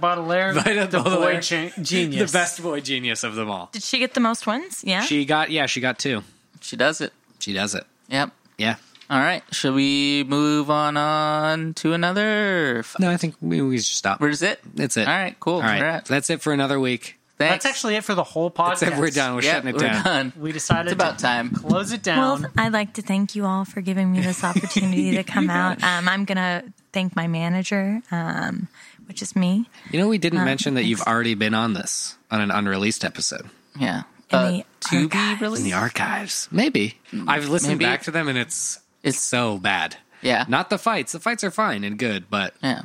Baudelaire, Violet the boy Baudelaire. gen- genius, The best boy genius of them all. Did she get the most wins? Yeah. She got yeah. She got two. she does it. She does it. Yep. Yeah. All right. Shall we move on on to another? F- No, I think we, we should stop. Where's it? That's it. All right. Cool. All right. Congrats. That's it for another week. Thanks. That's actually it for the whole podcast. That's it. We're done. We're Yep, shutting it we're down. done. We decided It's about to time. close it down. Well, I'd like to thank you all for giving me this opportunity to come out. Um, I'm gonna thank my manager, um, which is me, You know, we didn't mention that you've already been on this on an unreleased episode Yeah. In Uh, the to be archives. released. in the archives. Maybe I've listened Maybe. back to them, and it's it's It's- so bad. Yeah. Not the fights. The fights are fine and good, but Yeah.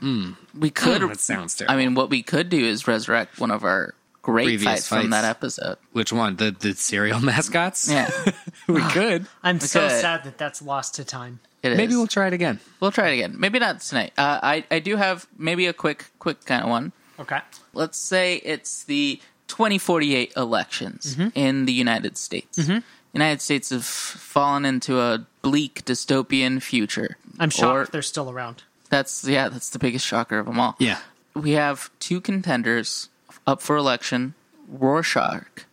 We could. Mm, that sounds terrible. I mean, what we could do is resurrect one of our great Previous fights, fights. from that episode. which one? The the cereal mascots? Yeah, we could. I'm so Okay. sad that that's lost to time. it is. Maybe we'll try it again. we'll try it again. Maybe not tonight. Uh, I I do have maybe a quick quick kind of one. Okay. Let's say it's the 2048 elections Mm-hmm. in the United States. United States have fallen into a bleak dystopian future. I'm shocked Or- they're still around. that's yeah, that's the biggest shocker of them all. Yeah. we have two contenders up for election Rorschach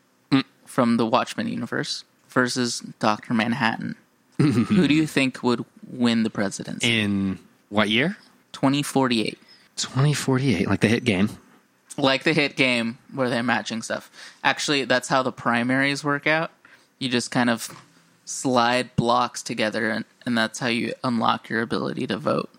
from the Watchmen universe versus Dr. Manhattan. Who do you think would win the presidency? In what year? 2048. 2048, like the hit game. Like the hit game where they're matching stuff. Actually, that's how the primaries work out. You just kind of slide blocks together, and, and that's how you unlock your ability to vote.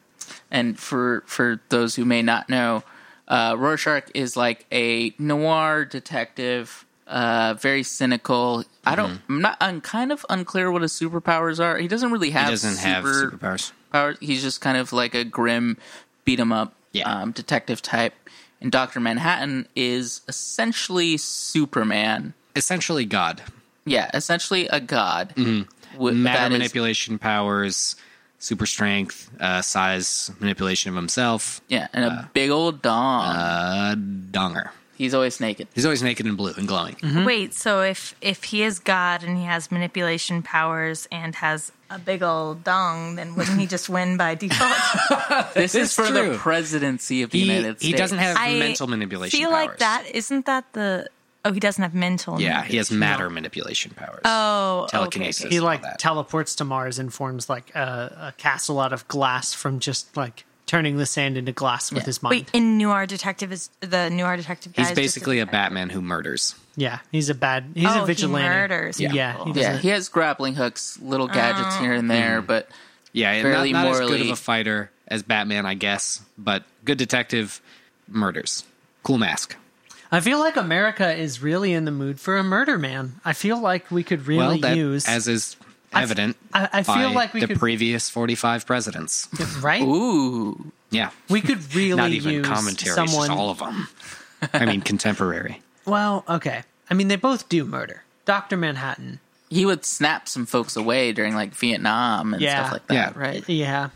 And for for those who may not know, uh, Rorschach is like a noir detective, uh, very cynical. I don't. Mm-hmm. I'm not. I'm kind of unclear what his superpowers are. He doesn't really have. It doesn't have super- superpowers. Power- He's just kind of like a grim, beat 'em up Yeah. um, detective type. And Doctor Manhattan is essentially Superman. Essentially, God. Yeah, essentially a god. Mm-hmm. Wi- matter that is- manipulation powers, super strength, uh, size manipulation of himself, yeah, and a big old dong. uh, donger. He's always naked. He's always naked and blue and glowing. Wait, so if if he is God and he has manipulation powers and has a big old dong, then wouldn't he just win by default? This is for true. the presidency of the He, United States. he doesn't have mental manipulation feel powers. like that isn't that the oh he doesn't have mental. Yeah, he manipulation. has matter manipulation powers. Oh, okay, telekinesis. okay. He All like that. teleports to Mars and forms like a, a castle out of glass from just like turning the sand into glass with his mind. Wait, in Noir Detective is the Noir Detective. guy is He's just basically a Batman who murders. Yeah, he's a bad. He's Oh, a he vigilante. murders Yeah, people. he yeah, doesn't- he has grappling hooks, little gadgets here and Mm-hmm. there, but Yeah, and Fairly not, not as good morally- of a fighter as Batman, I guess, but good detective murders. Cool mask. I feel like America is really in the mood for a murder man. I feel like we could really well, that, use as is evident I- I feel by like we the could- previous 45 presidents. right. ooh, Yeah. We could really not even use commentaries, someone. just all of them. I mean, contemporary. well, okay. I mean, they both do murder. Doctor Manhattan. he would snap some folks away during like Vietnam and Yeah. stuff like that, Yeah. right? Yeah,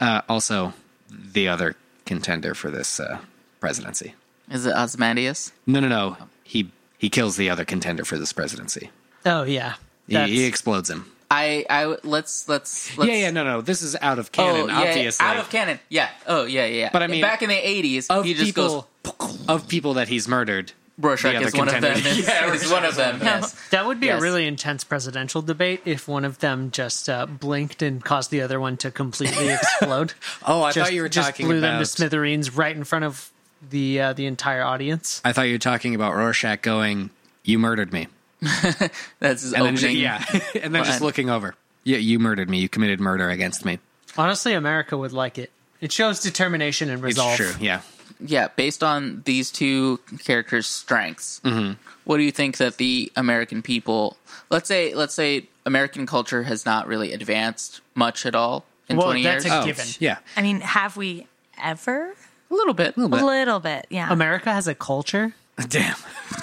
Uh, also, the other contender for this uh, presidency. Is it Osmandius? No, no, no. He he kills the other contender for this presidency. Oh yeah. He, That's- he explodes him. I, I let's let's, let's yeah, yeah, no, no. This is out of canon, Oh, yeah, obviously. out of canon, yeah. Oh yeah, yeah. But I mean- back in the eighties, of he just people goes. of people that he's murdered. the Rorschach other is one of them. contender. yeah, is one of them. Yes. that would be a Yes. really intense presidential debate if one of them just uh, blinked and caused the other one to completely explode. Oh, I just, thought you were just talking blew about. them to smithereens right in front of the uh, the entire audience. I thought you were talking about Rorschach going, "You murdered me," That's his and then opening. yeah, and then just line. looking over. Yeah, you murdered me. You committed murder against me. Honestly, America would like it. It shows determination and It's resolve. true. Yeah. yeah, based on these two characters' strengths, Mm-hmm. what do you think that the American people, let's say, let's say American culture has not really advanced much at all in Well, twenty that's years? a Oh, given. yeah. I mean, have we ever? a little bit. A little bit, yeah. America has a culture. Damn.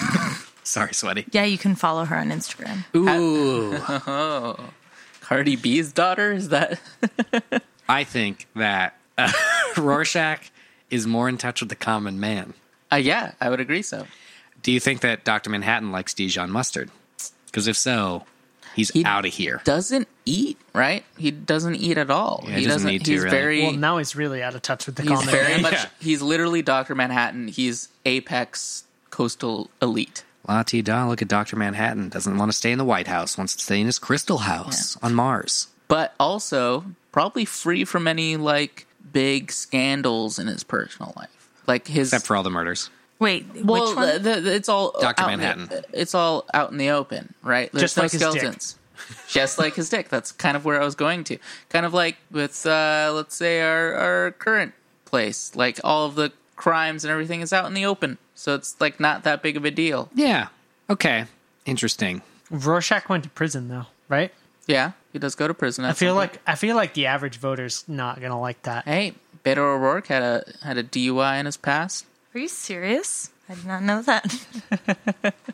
Sorry, sweaty. yeah, you can follow her on Instagram. Ooh. Cardi B's daughter is that? I think that uh, Rorschach is more in touch with the common man. Uh, yeah, I would agree. So Do you think that Dr. Manhattan likes Dijon mustard? Because if so, he's out of here. doesn't eat right. He doesn't eat at all. he he doesn't doesn't. need to, he's really. very. Well, now he's really out of touch with the he's common very man. much. Yeah. He's literally Doctor Manhattan. He's apex coastal elite. La ti da, look at Dr. Manhattan. Doesn't want to stay in the White House, wants to stay in his crystal house on Mars. but also probably free from any like big scandals in his personal life. Like his Except for all the murders. Wait, well, which one? the- the- it's all Dr. out in the- Manhattan. it's all out in the open, right? There's Just no like his dick. skeletons. Just like his dick. That's kind of where I was going to. Kind of like with uh, let's say our our current place. Like all of the crimes and everything is out in the open, so it's like not that big of a deal. Yeah. Okay. Interesting. Rorschach went to prison though, right? Yeah, he does go to prison. I feel like I feel like the average voter's not gonna like that. hey, Beto O'Rourke had a had a DUI in his past. Are you serious? I did not know Uh, that.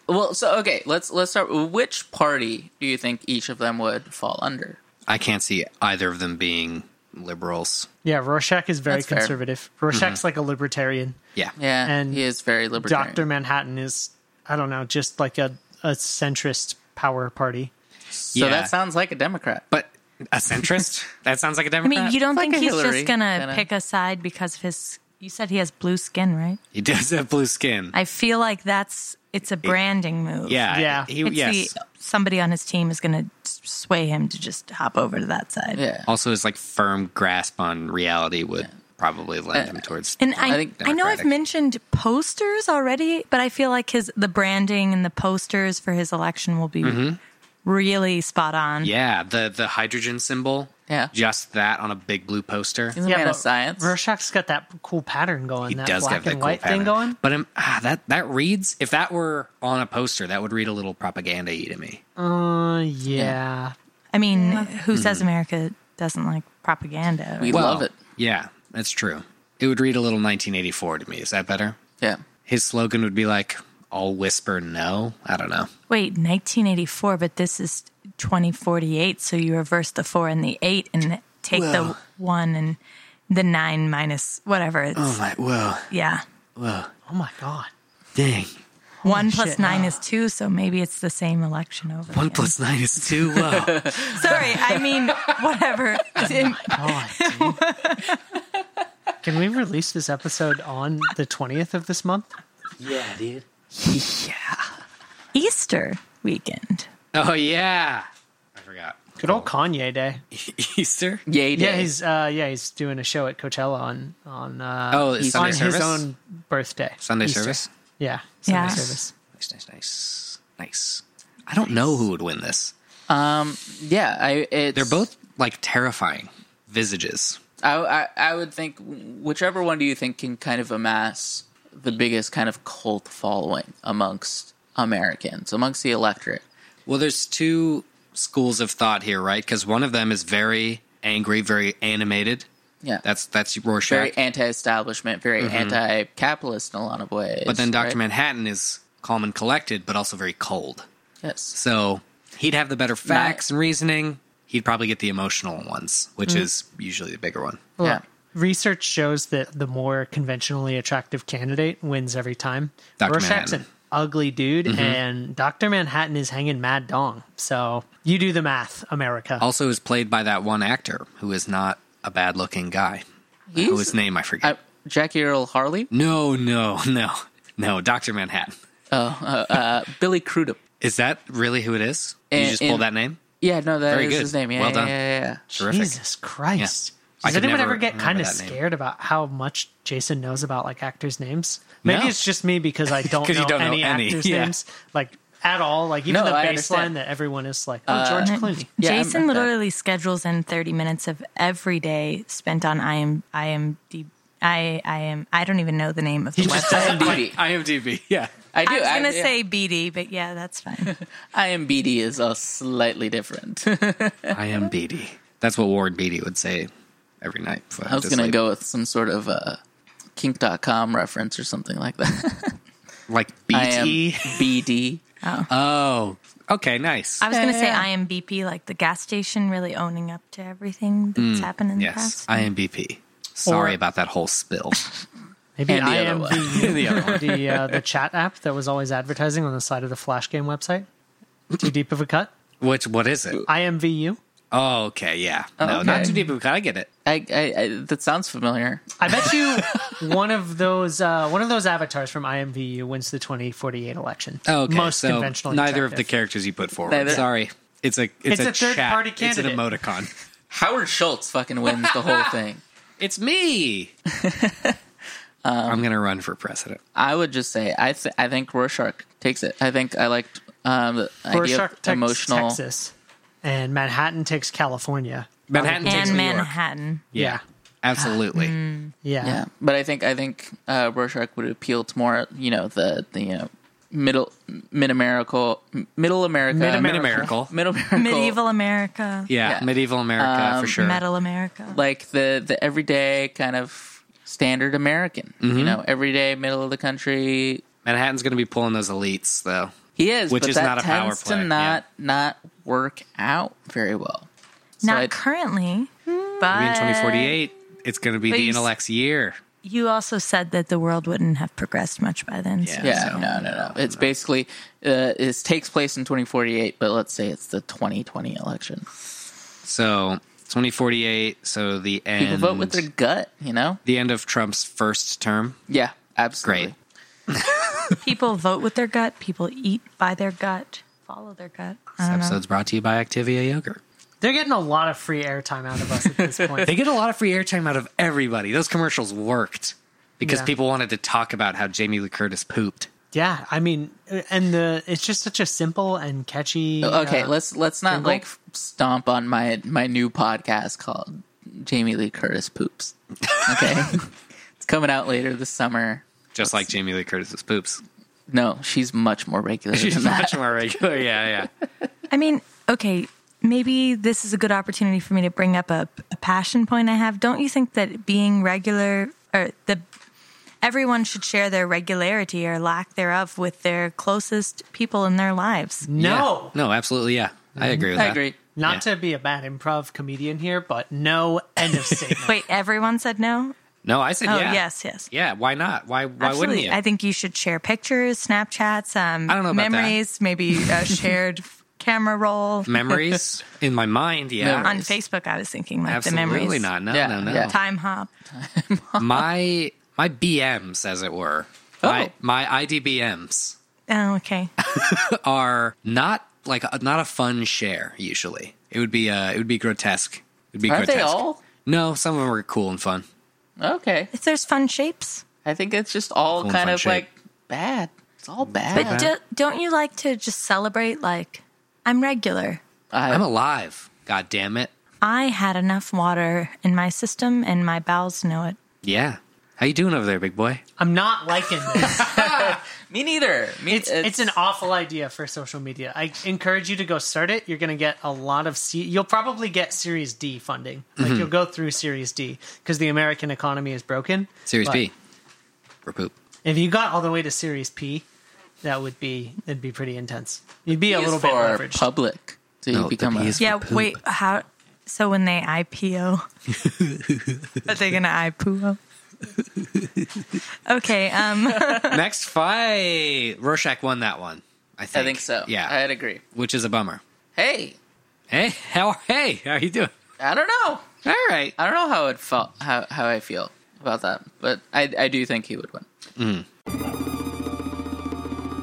Well, so okay, let's let's start. Which party do you think each of them would fall under? I can't see either of them being liberals. Yeah, Rorschach is very That's fair. conservative. Rorschach's Mm-hmm. like a libertarian. Yeah. Yeah, And he is very libertarian. Doctor Manhattan is I don't know, just like a, a centrist power party. so Yeah. that sounds like a Democrat. But a centrist? that sounds like a I Democrat. mean, you don't Like think a he's Hillary, just gonna kinda. pick a side because of his? You said he has blue skin, right? He does have blue skin. I feel like that's it's a branding move. yeah. Yeah. He, it's yes. the, somebody on his team is gonna s- sway him to just hop over to that side. Yeah, also, his like firm grasp on reality would probably lend Uh, him towards. And I, I, I think know I've Democratic. mentioned posters already, but I feel like his the branding and the posters for his election will be really spot on. yeah. The the hydrogen symbol. Yeah. Just that on a big blue poster. he's a man of science. Rorschach's got that cool pattern going. He that does black have that and cool white pattern. thing going. But um, ah, that that reads. If that were on a poster, that would read a little propaganda y to me. Uh, yeah. I mean, who says America doesn't like propaganda? we right? love it. Yeah, that's true. It would read a little 1984 to me. Is that better? Yeah, His slogan would be like, "I'll whisper no." I don't know. Wait, 1984, but this is 2048, so you reverse the 4 and the 8 and take the 1 and the 9 minus whatever it's I'm like, whoa, yeah. whoa. Oh my god. Dang. One plus shit. nine is two, so maybe it's the same election over. One again. plus nine is two. Wow. Sorry, I mean whatever. God, dude. Can we release this episode on the 20th of this month? yeah, dude. Easter weekend. Oh yeah. I forgot. Good old Kanye Day. Easter. Yay Yeah, day. he's uh, yeah he's doing a show at Coachella on on uh, Oh, it's on Sunday his service. own birthday. Sunday Easter. service. Yeah, Sunday Yeah. service. Nice, nice, nice, nice. I don't know who would win this. um, yeah, I. It's, They're both like terrifying visages. I, I I would think whichever one do you think can kind of amass the biggest kind of cult following amongst Americans, amongst the electorate. Well, there's two schools of thought here, right? Because one of them is very angry, very animated. Yeah, That's that's Rorschach. very anti-establishment, very anti-capitalist in a lot of ways. Mm-hmm. but then Doctor right? Manhattan is calm and collected, but also very cold. yes, So he'd have the better facts and reasoning. He'd probably get the emotional ones, which is usually the bigger one. yeah, Research shows that the more conventionally attractive candidate wins every time. Dr. Rorschach's Manhattan. Mm-hmm. an ugly dude, and Doctor Manhattan is hanging mad dong. So you do the math, America. Also, is played by that one actor who is not a bad-looking guy. He's- Whose name I forget. I, Uh, Jackie Earl Harley, no, no, no, no. Doctor Manhattan. Mm. Billy Crudup. Is that really who it is? Did And- you just pull and- that name? Yeah, no, that is Very good. his name. Yeah, Well yeah, done. yeah, yeah, Terrific. Jesus Christ. Yeah. I Does could anyone never ever get remember kind of that name. scared about how much Jason knows about like actors' names? Maybe No. it's just me because I don't, 'Cause know, you don't know any any. actors' Yeah. names like at all. Like even No, the I baseline understand. that everyone is like, oh Uh, George Clooney. Yeah, I'm uh, Jason with that. literally schedules in 30 minutes of every day spent on I am I am D- I I am I don't even know the name of the website. yeah. IMDb. IMDb. Yeah. I do. I was gonna yeah. say BD, but yeah, that's fine. IMBD is a slightly different. I am Beatty. That's what Ward Beatty would say every night. I was going to go with some sort of uh, kink.com reference or something like that. like I am BT. BD. Oh, okay, nice. I was gonna say Yeah. I am BP, like the gas station really owning up to everything that's happened in the Mm, yes, past. I am BP. Sorry Or- about that whole spill. Maybe And the I other am one. the, the, uh, the chat app that was always advertising on the side of the Flash game website. Too deep of a cut. Which what is it? IMVU. Oh, okay, yeah. No, okay. not too deep. of a cut. I get it. I, I, I, that sounds familiar. I bet you one of those uh, one of those avatars from IMVU wins the 2048 election. Oh, okay. most so conventional. neither of the characters you put forward. Neither- Sorry, it's a it's, It's a third-party chat. It's an candidate. emoticon. Howard Schultz fucking wins the whole thing. it's me. Um, I'm gonna run for president. I would just say I th- I think Rorschach takes it. I think I liked um, the idea Rorschach of takes emotional. Texas, and Manhattan takes California. Manhattan takes and New York. Manhattan. Yeah, absolutely. Mm-hmm. Yeah. Yeah, but I think I think uh, Rorschach would appeal to more you know the the you know middle mid America middle America Mid America. middle America Medieval America. Yeah, Yeah. Um, medieval America for sure. Metal America. like the the everyday kind of standard American. Mm-hmm. You know, everyday middle of the country. Manhattan's going to be pulling those elites though. He is, Which but is that not a power tends play, to yeah. not not work out very well. So Not I- currently, Hmm. Maybe in but 2048, it's going to be the you s- intellect's year. you also said that the world wouldn't have progressed much by then. so- Yeah. yeah, so- no, no, no. It's basically uh, it takes place in 2048, but let's say it's the 2020 election. So 2048. So the People end. vote with their gut, you know. the end of Trump's first term. Yeah, absolutely. Great. People vote with their gut. People eat by their gut. Follow their gut. Uh, I This don't know. episode's brought to you by Activia yogurt. They're getting a lot of free airtime out of us at this point. They get a lot of free airtime out of everybody. Those commercials worked because Yeah. people wanted to talk about how Jamie Lee Curtis pooped. yeah, I mean, and the it's just such a simple and catchy. Okay, uh, let's let's not Jingle? like f- stomp on my my new podcast called Jamie Lee Curtis poops. Okay, it's coming out later this summer. Just like Jamie Lee Curtis's poops. No, she's much more regular She's than that. much more regular. Yeah, yeah. I mean, okay, maybe this is a good opportunity for me to bring up a, a passion point I have. Don't you think that being regular or the everyone should share their regularity or lack thereof with their closest people in their lives? no, Yeah. No, absolutely. Yeah. Mm-hmm. I agree with I that. agree. not Yeah. to be a bad improv comedian here, but no end of statement. Wait, everyone said no. No, I said Oh, yeah. yes, yes. Yeah, why not? Why why wouldn't Absolutely. you? I think you should share pictures, Snapchats, um, I don't know about that. memories, maybe a shared camera roll. Memories in my mind, yeah. On Facebook, I was thinking like the Absolutely memories. not. No, Yeah, no, no. yeah. Time hop. My my BMs, as it were. My my IDBMs Oh, okay. are not like a, not a fun share usually. It would be uh it would be grotesque. It'd be Aren't they grotesque. all? No, some of them are cool and fun. Okay. If there's fun shapes. I think it's just all Cool and kind fun of shape. like bad. It's all bad. But do, don't you like to just celebrate like I'm regular? I- I'm alive. God damn it. I had enough water in my system and my bowels know it. Yeah. How you doing over there, big boy? I'm not liking this. me neither. Me, It's, it's an awful idea for social media. I encourage you to go start it. You're going to get a lot of C. You'll probably get Series D funding. Like Mm-hmm. you'll go through Series D because the American economy is broken. Series But B. For poop. If you got all the way to Series P, that would be it'd be pretty intense. You'd be a P little is bit for leveraged. public. So No, you the become a, P is- Yeah, poop. wait, how so when they IPO Are they gonna IPO? okay, um Next fight. Rorschach won that one. I think. I think so. Yeah. I'd agree. which is a bummer. Hey, Hey, how hey, how are you doing? I don't know. All right. I don't know how it felt. How how I feel about that, but I I do think he would win.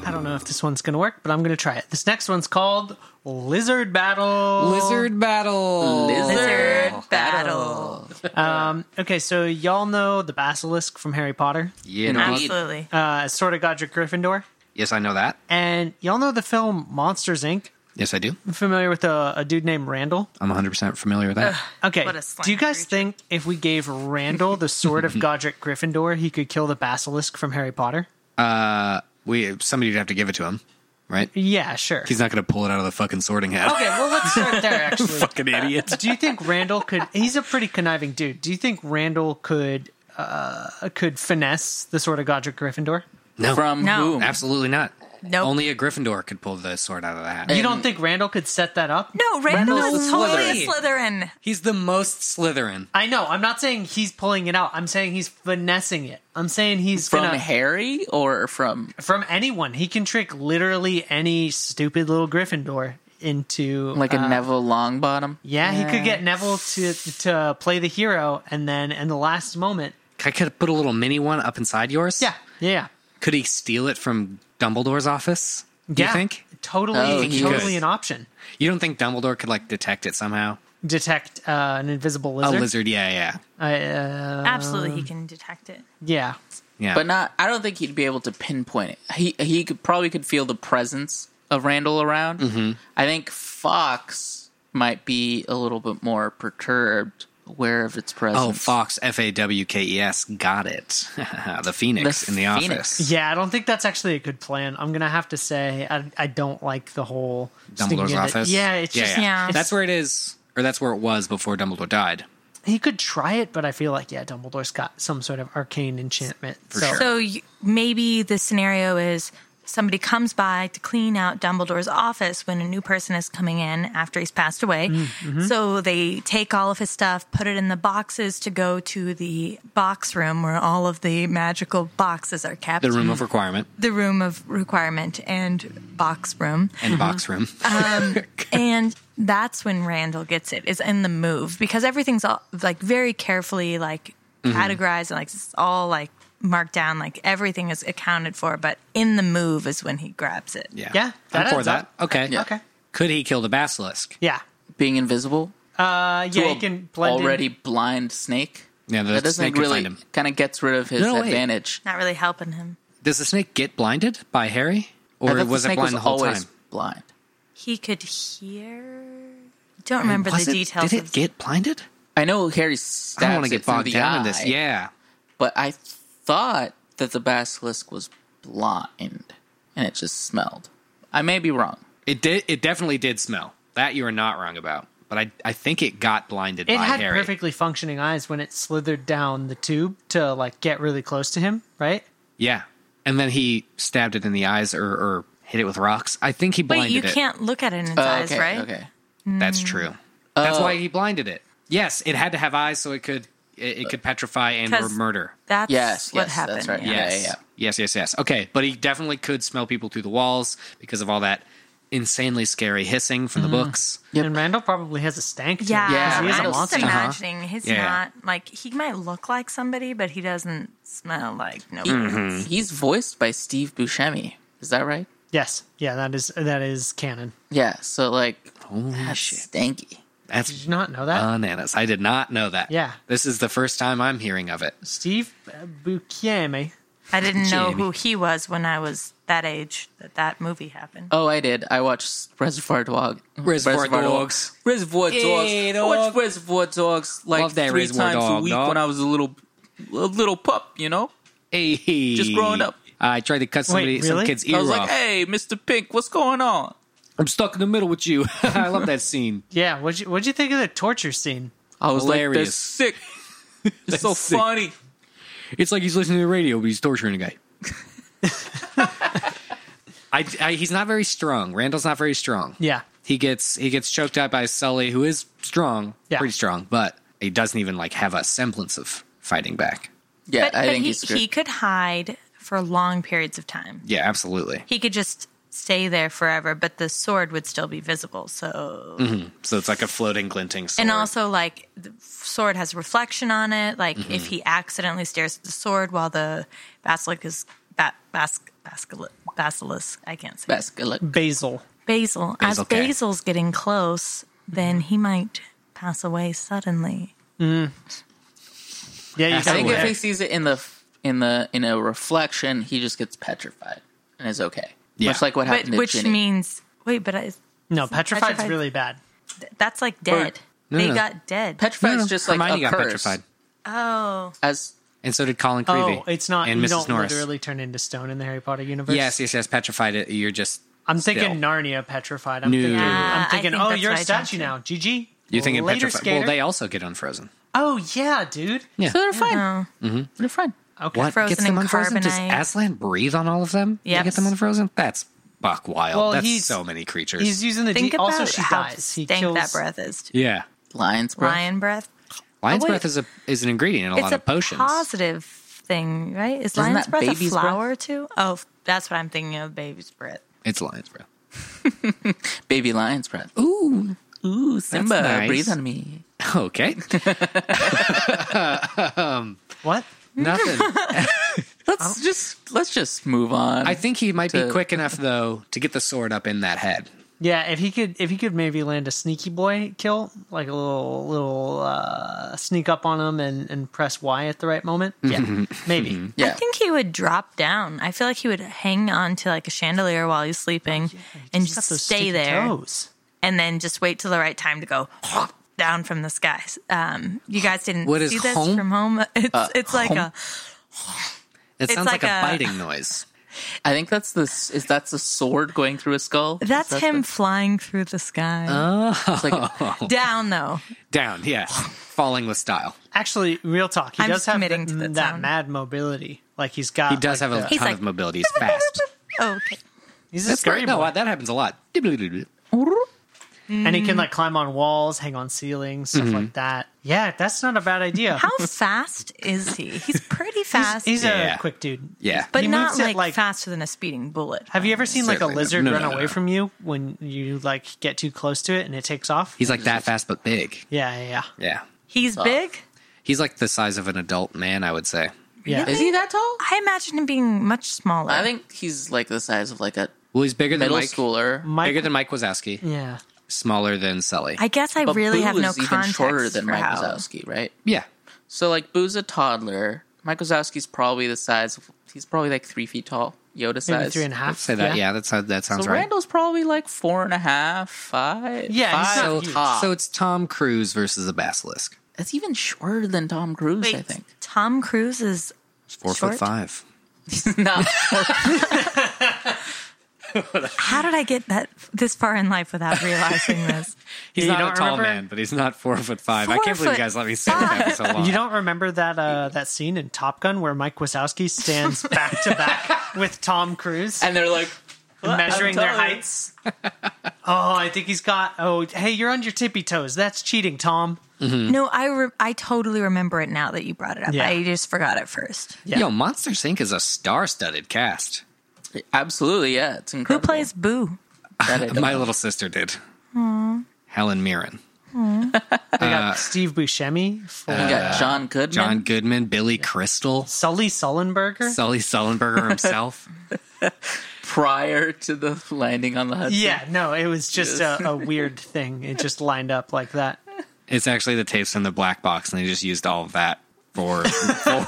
I don't know if this one's going to work, but I'm going to try it. This next one's called Lizard Battle. Lizard battle. Oh, lizard battle. Um, okay, so y'all know the basilisk from Harry Potter, You know, Indeed. Absolutely. uh, sort of Godric Gryffindor, yes, I know that. and y'all know the film Monsters Inc. Yes, I do. Familiar with a, a dude named Randall? I'm 100% familiar with that. Okay, What a slang do you guys creature. think if we gave Randall the sword of Godric Gryffindor, he could kill the basilisk from Harry Potter? we somebody would have to give it to him, right? Yeah, sure. He's not going to pull it out of the fucking sorting hat. Okay, well let's start there. Actually, fucking idiot. do you think Randall could? He's a pretty conniving dude. Do you think Randall could uh, could finesse the sword of Godric Gryffindor? No, From No. whom? absolutely not. Nope. Only a Gryffindor could pull the sword out of the hat. You don't think Randall could set that up? No, Randall is Randall's totally a Slytherin. Slytherin. He's the most Slytherin. I know. I'm not saying he's pulling it out. I'm saying he's finessing it. I'm saying he's From gonna Harry or from from anyone. He can trick literally any stupid little Gryffindor into like a uh, Neville Longbottom? Yeah, he could get Neville to to play the hero, and then in the last moment, I could put a little mini one up inside yours. yeah, yeah, Could he steal it from Dumbledore's office? Do yeah, you think? totally, Oh, he totally could. an option. You don't think Dumbledore could like detect it somehow? Detect uh, an invisible A lizard. lizard, yeah, yeah, I, uh, Absolutely he can detect it. yeah, yeah. but not. I don't think he'd be able to pinpoint it. He he could probably could feel the presence of Randall around. Mm-hmm. I think Fox might be a little bit more perturbed, aware of its presence. Oh, Fox, F A W K E S, got it. the Phoenix The in the Phoenix. office. yeah. I don't think that's actually a good plan. I'm gonna have to say I, I don't like the whole sticking Dumbledore's it- office. Yeah, it's just yeah. That's where it is, or that's where it was before Dumbledore died. he could try it, but I feel like yeah, Dumbledore's got some sort of arcane enchantment. so sure. So you, maybe the scenario is somebody comes by to clean out Dumbledore's office when a new person is coming in after he's passed away. Mm, mm-hmm. So they take all of his stuff, put it in the boxes to go to the box room where all of the magical boxes are kept. The room of requirement The room of requirement and box room. and box room. and that's when Randall gets it is in the move because everything's all like very carefully like categorized and like it's all like marked down like everything is accounted for but in the move is when he grabs it yeah. Yeah, that I'm for adds that. up. Okay. Yeah. okay, Could he kill the basilisk? yeah, being invisible. uh, yeah, to he a can blend in. already blind snake. Yeah, the that doesn't snake could really find him. kind of gets rid of his No, wait. advantage. not really helping him Does the snake get blinded by Harry? I Or thought the was it snake blind the whole always time? Blind. he could hear don't remember Was the it- details Did it of- get blinded? I know Harry I don't stabs want to it get through bogged the down eye, in this. Yeah. but I thought that the basilisk was blind, and it just smelled. I may be wrong. It did. It definitely did smell. That you are not wrong about. But I, I think it got blinded It by had Harry. perfectly functioning eyes when it slithered down the tube to like get really close to him, right? Yeah. And then he stabbed it in the eyes or, or hit it with rocks. I think he wait blinded you it. can't look at it in its Oh, eyes okay, right okay. That's true. That's why he blinded it. Yes, it had to have eyes so it could It, it could petrify and or 'Cause- murder. That's Yes, what yes, happened. that's right. yeah. Yeah, Yes. yeah, yeah. Yes, yes, yes. Okay, but he definitely could smell people through the walls because of all that insanely scary hissing from Mm-hmm. the books. And Randall probably has a stank. to Yeah, him, 'cause Yeah, he is a I'm just monster. Uh-huh. imagining he's Yeah. not like he might look like somebody, but he doesn't smell like nobody. Mm-hmm. He's voiced by Steve Buscemi. Is that right? Yes, yeah, that is that is canon. Yeah. So like, Holy that's shit. stanky. Did That's you not know that? Uh, bananas. I did not know that. Yeah. This is the first time I'm hearing of it. Steve Buscemi. I didn't know Jamie. who he was when I was that age that that movie happened. Oh, I did. I watched Reservoir Dog. Reservoir Dogs. Reservoir Dogs. Yeah, I watched dog. Reservoir Dogs like Love that three Reservoir times a Dog, week dog. when I was a little, a little pup. You know, Hey. Just growing up. I tried to cut somebody, some really? kid's ear I was off. like, "Hey, Mister Pink, what's going on?" I'm stuck in the middle with you. I love that scene. Yeah, what'd you what'd you think of the torture scene? I was like, "They're Hilarious. sick. It's so sick. funny." It's like he's listening to the radio, but he's torturing a guy. I, I, he's not very strong. Randall's not very strong. Yeah. he gets he gets choked out by Sully, who is strong, Yeah. pretty strong, but he doesn't even like have a semblance of fighting back. Yeah, but I but think he, he's good. he could hide for long periods of time. Yeah, absolutely. He could just stay there forever, but the sword would still be visible. So, So it's like a floating, glinting sword. and also like the sword has reflection on it. Like if he accidentally stares at the sword while the basilisk is ba- bas- basilisk, basilisk. I can't say Best. Like, Basil. basil. As Basil, okay. Basil's getting close, then he might pass away suddenly. Yeah, you I got think it. if he sees it in the in the in a reflection, he just gets petrified and is okay. Yeah. Much like what But happened to which Ginny. means wait, but I, No, petrified's Petrified- really bad. that's like dead. No, they no. got dead. petrified is just like Hermione a got curse. petrified, oh, As and so did Colin Creevy. Oh, it's not And you Mrs. don't Norris. literally turn into stone in the Harry Potter universe. Yes, yes, yes. Petrified. It. You're just. I'm Still. thinking Narnia petrified. I'm No. thinking, Yeah, I'm Uh, I thinking think oh, that's you're a what I jumped statue to. now. GG. You're thinking Later, petrified. skater. Well, they also get unfrozen. Oh yeah, dude. Yeah. so they're fine. no. They're fine. Okay. What Frozen gets them and unfrozen? Does carbonite. Aslan breathe on all of them? Yeah. Yep. Get them unfrozen. That's buck wild. Well, That's he's- so many creatures. He's using the Think G- about also she how dies. He stank kills that breath is. too. yeah. Lion's breath. Lion breath. Lion's Oh, wait. breath is a is an ingredient in a It's lot a of potions. positive thing, right? Is Isn't lion's that breath a baby's breath? flower too? Oh, f- that's what I'm thinking of. Baby's breath. It's lion's breath. Baby lion's breath. Ooh. Ooh, Simba, nice. breathe on me. Okay. what? Nothing. Let's just let's just move on. I think he might To- be quick enough though to get the sword up in that head. Yeah, if he could, if he could maybe land a sneaky boy kill, like a little little uh, sneak up on him and and press Y at the right moment. Yeah, Mm-hmm. maybe. I yeah. think he would drop down. I feel like he would hang on to like a chandelier while he's sleeping Oh, and He's got just those stay sticky there toes. and then just wait till the right time to go down from the skies. Um, you guys didn't What is see this home? Uh, from home. It's it's like home? a It sounds like, like a, a- biting noise. I think that's the s- is that's a sword going through a skull. Is that's that him the- flying through the sky. it's like, down though. Down, yeah. Falling with style. Actually, real talk. He I'm does just have committing the- to the that sound. mad mobility. Like he's got. He does like, have a The, ton like- of mobility. He's fast. Oh, okay. he's a That's scary great. No, boy, that happens a lot. and he can Mm-hmm. like climb on walls, hang on ceilings, stuff like that. Yeah, that's not a bad idea. How fast is he? He's pretty he's, fast, he's Yeah. a quick dude. Yeah. but he not moves it like, like- faster than a speeding bullet. Have you ever seen like a Certainly not. lizard No, run no, away no. from you when you like get too close to it and it takes off? He's like that fast but big. Yeah, yeah, yeah. Yeah. Oh. He's big. He's like the size of an adult man, I would say. Yeah. is he that tall? I imagine him being much smaller. I think he's like the size of like a Well, he's bigger than middle Mike. schooler. Mike- Bigger than Mike Wazowski. Yeah. Smaller than Sully. I guess I But really Boo have no is even context shorter than for Mike how. Wazowski, right? yeah. So like Boo's a toddler. Mike Wazowski's probably the size of he's probably like three feet tall, Yoda Maybe size. three and a half. I'd say that. Yeah, that's how, that sounds So right. Randall's probably like four and a half, five. Yeah, he's five not huge. top. So it's Tom Cruise versus a basilisk. that's even shorter than Tom Cruise, Wait, I think. Tom Cruise is It's four Short? foot five. no, How did I get that this far in life without realizing this? He's You not don't a tall remember? man, but he's not four foot five. I Four can't believe you foot guys let me say that for so long. You don't remember that uh, that scene in Top Gun where Mike Wazowski stands back to back with Tom Cruise and they're like measuring I'm their telling you. heights? Oh, I think he's got. Oh, hey, you're on your tippy toes. That's cheating, Tom. Hmm. No, I re- I totally remember it now that you brought it up. Yeah. I just forgot at first. Yeah. Yo, Monster Inc. is a star-studded cast. Absolutely, yeah. It's Who incredible. plays Boo? That I don't My know. little sister did. Helen Mirren, They got Steve Buscemi, for We got John Goodman. John Goodman, Billy Crystal, Sully Sullenberger. Sully Sullenberger himself. prior to the landing on the Hudson. yeah, no, it was just a, a weird thing. It just lined up like that. It's actually the tapes from the black box, and they just used all of that for for,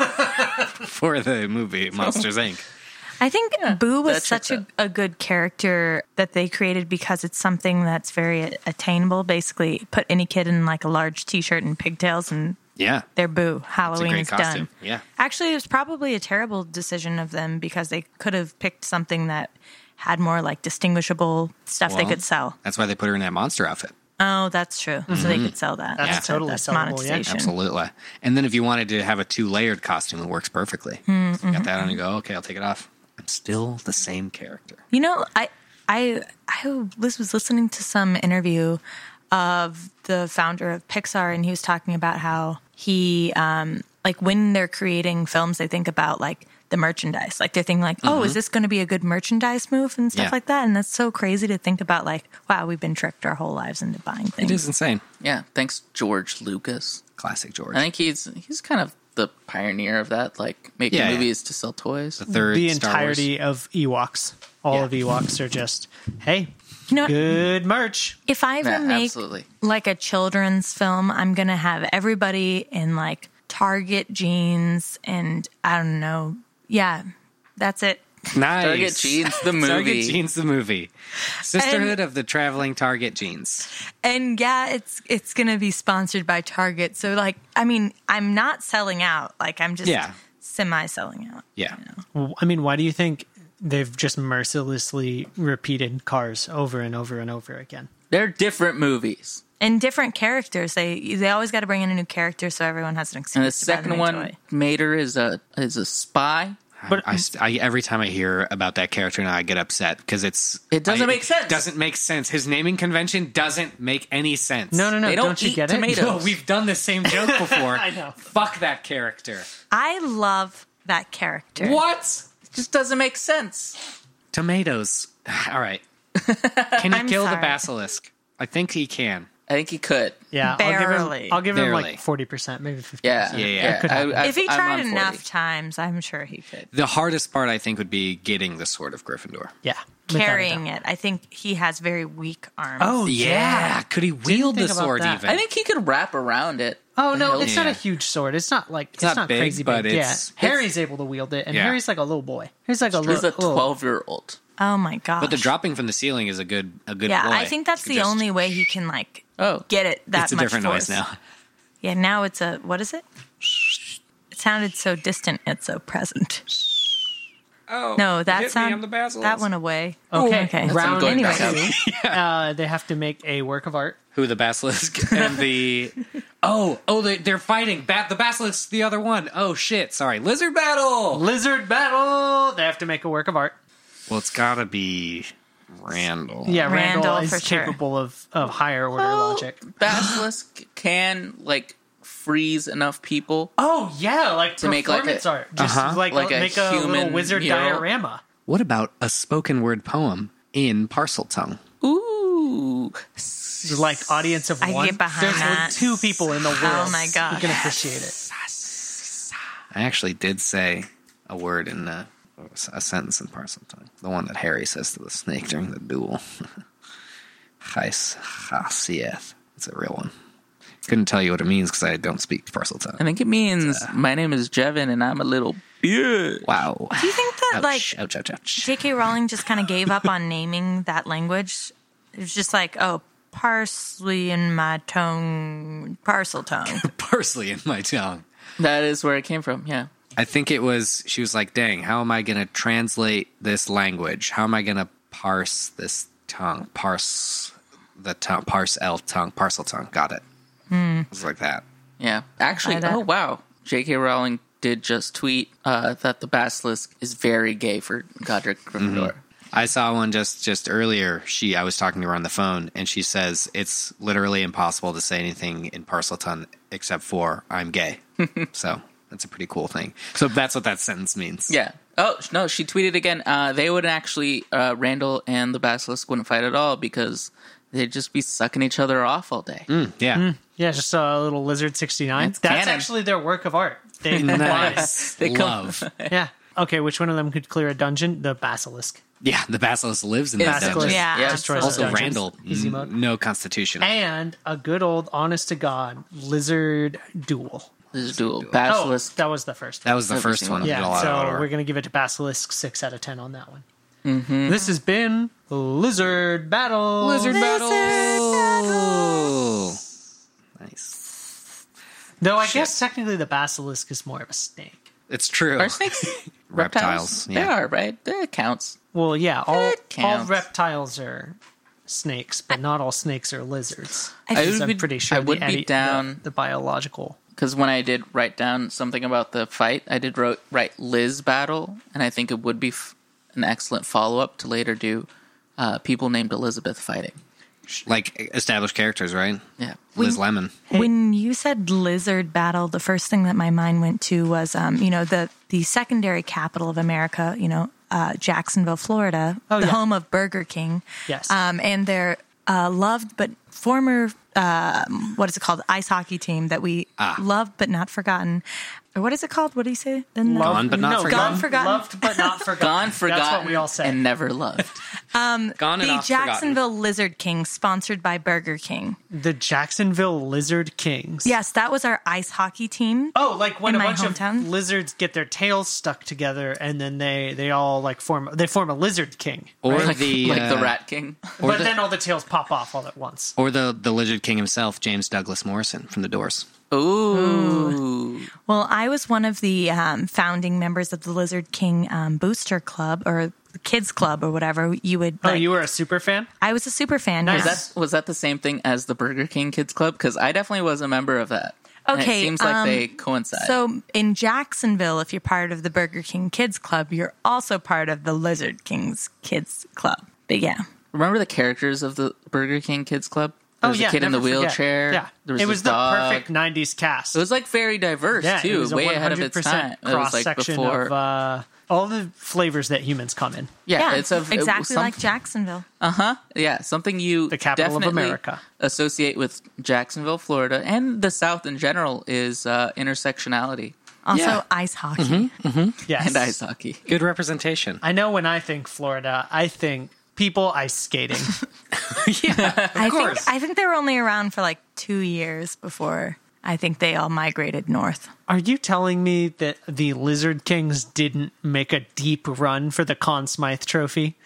for the movie Monsters Inc. I think Boo was that checks such a, a good character that they created because it's something that's very attainable. Basically, put any kid in like a large T-shirt and pigtails, and Yeah, they're Boo. Halloween great is costume. done. Yeah. actually, it was probably a terrible decision of them because they could have picked something that had more like distinguishable stuff they Well, could sell. That's why they put her in that monster outfit. Oh, that's true. So they could sell that. That's totally that's sellable, yeah. monetization. Mm-hmm. Absolutely. And then if you wanted to have a two layered costume, it works perfectly. So you got that on, you go, okay, I'll take it off. I'm still the same character. You know, I I I was was listening to some interview of the founder of Pixar, and he was talking about how he um, like when they're creating films, they think about like the merchandise. Like they're thinking like, oh, is this going to be a good merchandise move and stuff Mm-hmm. Yeah. like that? And that's so crazy to think about. Like, wow, we've been tricked our whole lives into buying It things. is insane. Yeah, thanks George Lucas. Classic George. I think he's he's kind of the pioneer of that, like making Yeah, yeah. movies to sell toys. Third The Star Wars. entirety of Ewoks, all Yeah. of Ewoks are just hey, You know, good merch. if I ever Yeah, make absolutely. like a children's film, I'm gonna have everybody in like Target jeans and I don't know. Yeah, that's it. Nice. Target Jeans, the Target movie. Jeans, the movie. Sisterhood of the Traveling Target Jeans. And yeah, it's it's gonna be sponsored by Target. So like, I mean, I'm not selling out. Like, I'm just Yeah. semi selling out. Yeah. I mean, why do you think they've just mercilessly repeated Cars over and over and over again? They're different movies. And different characters. They they always got to bring in a new character so everyone has an excuse. And the to buy them a second one, toy. Mater is a is a spy. But- I, st- I, every time I hear about that character now, I get upset because it's It doesn't I- make sense. Doesn't make sense. His naming convention doesn't make any sense. No, no, no! They don't, don't you eat get tomatoes. it? No, we've done the same joke before. I know. Fuck that character. I love that character. What? It just doesn't make sense. Tomatoes. All right. Can he I'm kill the sorry. basilisk? I think he can. I think he could. Yeah, I'll give him. Barely. I'll give him Barely. like forty percent, maybe fifty. Yeah, Yeah, yeah. yeah. Could I, I, If he I'm tried on 40. enough times, I'm sure he could. The hardest part, I think, would be getting the sword of Gryffindor. yeah, without a Carrying doubt. it, I think he has very weak arms. Oh yeah. could he wield think the about sword that. even? I think he could wrap around it. Oh The no, hilt. it's not a Yeah. huge sword. It's not like it's, not not big, crazy but big. it's- yeah, Harry's able to wield it, and Yeah. Harry's like a little boy. He's like a He's little. oh, a twelve year old. Oh my god! but the dropping from the ceiling is a good a good. Yeah, ploy. I think that's You the just- only way he can like Oh. get it that It's a much different force. noise now. Yeah, now it's a what is it? It sounded so distant and so present. Oh No, um, that sound basilisk. that went away. Oh, Okay, okay. round going anyway. back up. uh, they have to make a work of art. Who the basilisk and the oh oh they, they're fighting bat the basilisk the other one. Oh shit! Sorry, lizard battle. Lizard battle. They have to make a work of art. Well, it's gotta be Randall. Yeah, Randall, Randall, is for sure. capable of of higher order logic. Basilisk can like freeze enough people. Oh yeah, like to make, like, performance a- art. Just Uh-huh. like, Like a make a, little human wizard mural. diorama. What about a spoken word poem in parcel tongue? Ooh, Like audience of I one. get behind There's that. two people in the world. Oh my you gosh. can appreciate it. I actually did say a word in uh, a sentence in parcel tongue. The one that Harry says to the snake during the duel. Chais chasieth. It's a real one. Couldn't tell you what it means because I don't speak parcel I tongue. think it means my name is Jevin and I'm a little bitch. Wow. Do you think that Ouch, like ouch, ouch, ouch. J.K. Rowling just kind of gave up on naming that language? It was just like, oh, parsley in my tongue, parcel tongue. Parsley in my tongue. That is where it came from. Yeah. I think it was, she was like, dang, how am I going to translate this language? How am I going to parse this tongue? Parse the tongue, parse L tongue, parcel tongue. Got it. Hmm. It was like that. Yeah. Actually, Buy that. oh wow. J.K. Mm-hmm. Rowling did just tweet uh, that the basilisk is very gay for Godric Gryffindor. I saw one just just earlier. She I was talking to her on the phone and she says it's literally impossible to say anything in Parselton except for I'm gay. so that's a pretty cool thing. So that's what that sentence means. Yeah. Oh sh- no, she tweeted again. Uh, they would actually uh, Randall and the Basilisk wouldn't fight at all because they'd just be sucking each other off all day. Hmm. Yeah. Yeah, just a little lizard sixty nine. It's That's canon. actually their work of art. They Nice. They come- Love. yeah. Okay, which one of them could clear a dungeon? The basilisk. yeah, the basilisk lives in that Basilisk. dungeon. Yeah. Yeah. Destroys Also, dungeons. Randall, Easy n- mode. no constitution. And a good old honest to god lizard duel. This is dual Oh, basilisk. that was the first one. That was the Never first seen one. one. we did a Yeah, lot of so order. we're gonna give it to Basilisk six out of ten on that one. This has been Lizard Battle. Lizard battle. Nice. Though I guess technically the Basilisk is more of a snake. It's true. Are snakes reptiles? Reptiles. They Yeah. are right. That counts. Well, yeah, all It all counts. reptiles are snakes, but not all snakes are lizards. I Because would I'm be- pretty sure I would the, be edi- down- the, the biological. because when I did write down something about the fight, I did wrote, write Liz battle, and I think it would be f- an excellent follow up to later do uh, people named Elizabeth fighting. Like established characters, right? Yeah, Liz Lemon. When you said lizard battle, the first thing that my mind went to was, um, you know, the the secondary capital of America, you know, uh, Jacksonville, Florida, Oh, the yeah. home of Burger King. Yes. um, and their uh, loved but former um, what is it called ice hockey team that we Ah. loved but not forgotten. Or what is it called? What do you say? Then the- Gone but not no, forgotten. Gone, forgotten. Loved but not forgotten. gone forgotten, That's what we all say. and never loved. Gone the Jacksonville Lizard King, sponsored by Burger King. the Jacksonville Lizard Kings. Yes, that was our ice hockey team. Oh, like when In a my bunch of hometown? lizards get their tails stuck together, and then they they all like form they form a lizard king. Or like the like the uh, Rat King. or but the- then all the tails pop off all at once. Or the the Lizard King himself, James Douglas Morrison from The Doors. Ooh, Well, I was one of the um, founding members of the Lizard King um, Booster Club or Kids Club or whatever you would. Oh, like- you were a super fan? I was a super fan. Nice. yeah. was that was that the same thing as the Burger King Kids Club? Because I definitely was a member of that. And Okay, it seems like um, they coincide. So in Jacksonville, if you're part of the Burger King Kids Club, you're also part of the Lizard King's Kids Club. But yeah, Remember the characters of the Burger King Kids Club? There was a kid in the Oh, never forget. wheelchair. Yeah, there was it this was the dog. perfect '90s cast. It was like very diverse yeah, too, it was a way ahead of its 100% time. It was like cross-section before, of uh, all the flavors that humans come in. yeah, yeah, it's a, it was exactly some- like Jacksonville. yeah, something you The capital of definitely America. associate with Jacksonville, Florida, and the South in general is uh, intersectionality Also, yeah. ice hockey. Yes, and ice hockey. Good representation. I know when I think Florida, I think people ice skating. I think course. I think they were only around for like two years before I think they all migrated north. Are you telling me that the Lizard Kings didn't make a deep run for the Conn Smythe Trophy?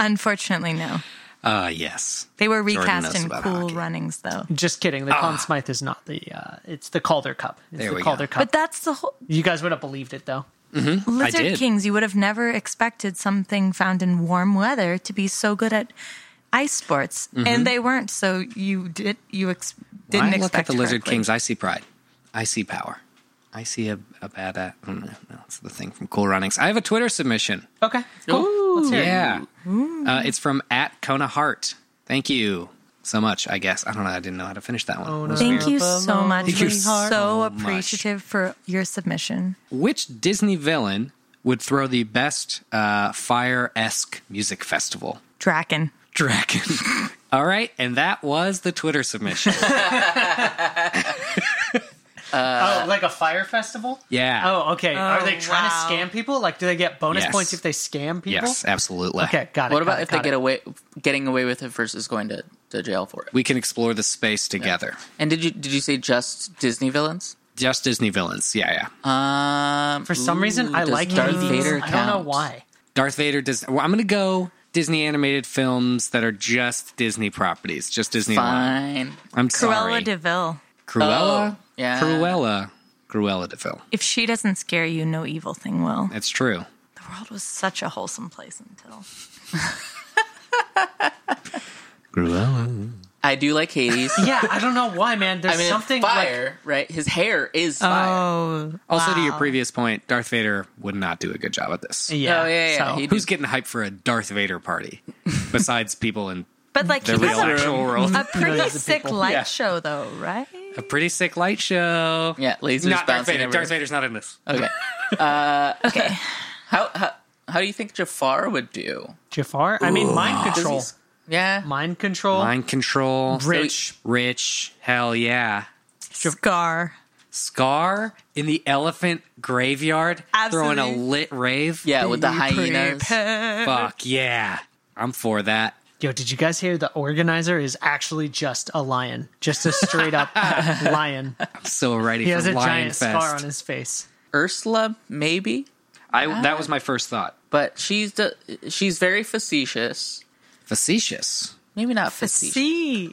Unfortunately, no. Uh yes. They were Jordan recast knows in about cool hockey. runnings, though. Just kidding. The Conn Smythe is not the. Uh, it's the Calder Cup. It's There the we go. Calder Cup. But that's the whole you guys would have believed it though. Lizard did. Kings. You would have never expected something found in warm weather to be so good at ice sports, and they weren't. So you did you ex- didn't When Mm-hmm. I expect look at the Lizard correctly. Kings, I see pride. I see power. I see a, a bad at mm, no, it's the thing from Cool Runnings. I have a Twitter submission. Okay. Uh, Cool. Let's hear it. Yeah. Uh, it's from at Kona Hart. Thank you so much, I guess. I don't know. I didn't know how to finish that one. Oh, It was Thank weird. you so much. Thank you We're so so much. appreciative for your submission. Which Disney villain would throw the best uh, fire esque music festival? Draken. Dragon. All right. And that was the Twitter submission. oh, like a fire festival? Yeah. Oh, okay. Are they trying wow. to scam people? Like, do they get bonus Yes. points if they scam people? Yes, absolutely. Okay, got it. What about if they get away, getting away with it versus going to, to jail for it? We can explore the space together. And did you did you say just Disney villains? Just Disney villains. Yeah, yeah. Um, For some reason, ooh, I does like Darth Darth Vader. I don't know count? why. Darth Vader does. Well, I'm going to go Disney animated films that are just Disney properties, just Disney. Fine. I'm Cruella sorry. Deville. Cruella. Uh, Oh, yeah. Cruella. Uh, Cruella Deville. If she doesn't scare you, no evil thing will. That's true. The world was such a wholesome place until. Cruella. I do like Hades. Yeah, I don't know why, man. There's I mean, something Uh, fire, right? His hair is fire. Oh, Also, to your wow. previous point, Darth Vader would not do a good job at this. Like, yeah, Oh, yeah, yeah, so- he- Who's getting hyped for a Darth Vader party besides people in but like the he real has actual world? a, a pretty Millions of sick people. light Yeah. show, though, right? A pretty sick light show. Yeah, lasers Not Darth bouncing Vader. everywhere. Oh. Darth Vader's not in this. Okay. Uh, Okay, How, how how do you think Jafar would do? Jafar. I mean, mind control. Yeah. Mind control. Mind control. Rich. Rich. Hell yeah. Scar. Scar in the elephant graveyard Absolutely. throwing a lit rave. Yeah, with the hyenas. Prepare. Fuck yeah. I'm for that. Yo, did you guys hear the organizer is actually just a lion, just a straight up lion. I'm so ready He for has a Lion giant scar on Fest. his face. Ursula, maybe, I, that was my first thought. but she's the, she's very facetious. Facetious. Maybe not facetious. See.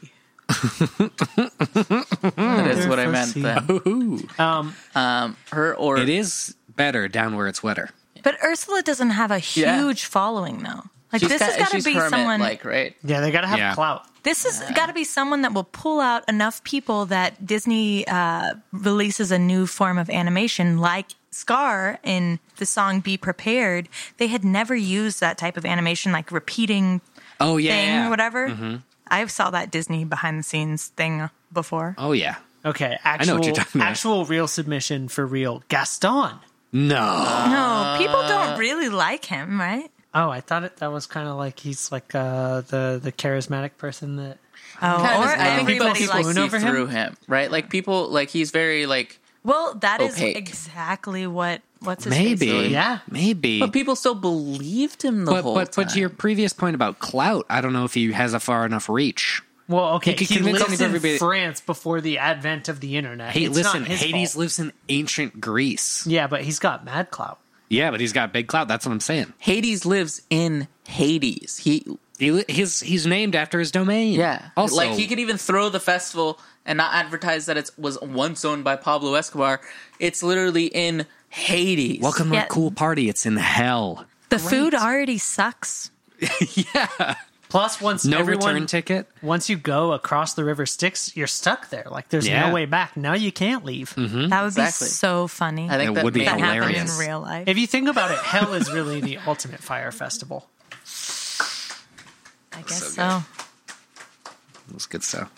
That is what I meant. Then Ooh. Um, her or It is better down where it's wetter. But Ursula doesn't have a Yeah. huge following, though. Like She's this got- has got she's to be hermit, someone. like right. yeah, they gotta have Yeah. clout. This has got to be someone that will pull out enough people that Disney uh, releases a new form of animation, like Scar in the song "Be Prepared." They had never used that type of animation, like repeating Oh thing yeah. or whatever. Mm-hmm. I saw that Disney behind the scenes thing before. Oh yeah. Okay, know actual what you're talking about. actual real submission for real. Gaston. No. Uh, no, people don't really like him, right? Oh, I thought it, that was kind of like he's like uh, the the charismatic person that. Oh, Kind or of is now. everybody people, likes people see over him? through him, right? Like people, like he's very like, Well, that is Opaque. exactly what what's his Maybe. Face? Yeah. Maybe. but people still believed him the but whole but, time. but to your previous point about clout, I don't know if he has a far enough reach. Well, okay, could he, convince lives in everybody- France before the advent of the internet. Hey, It's listen, not his Hades fault. lives in ancient Greece. Yeah, but he's got mad clout. Yeah, but he's got big clout. That's what I'm saying. Hades lives in Hades. He He, li- his he's named after his domain. yeah, Also, like he could even throw the festival and not advertise that it was once owned by Pablo Escobar. It's literally in Hades. welcome to Yeah. a cool party. It's in hell. The food already sucks. Plus, once No everyone, return ticket. once you go across the river Styx, you're stuck there. Like there's Yeah. Mm-hmm. no way back. Now you can't leave. That would Hmm? Exactly. be so funny. I think It that would be may- that happened in hilarious. real life. If you think about it, hell is really the ultimate fire festival. I guess so. That's good stuff.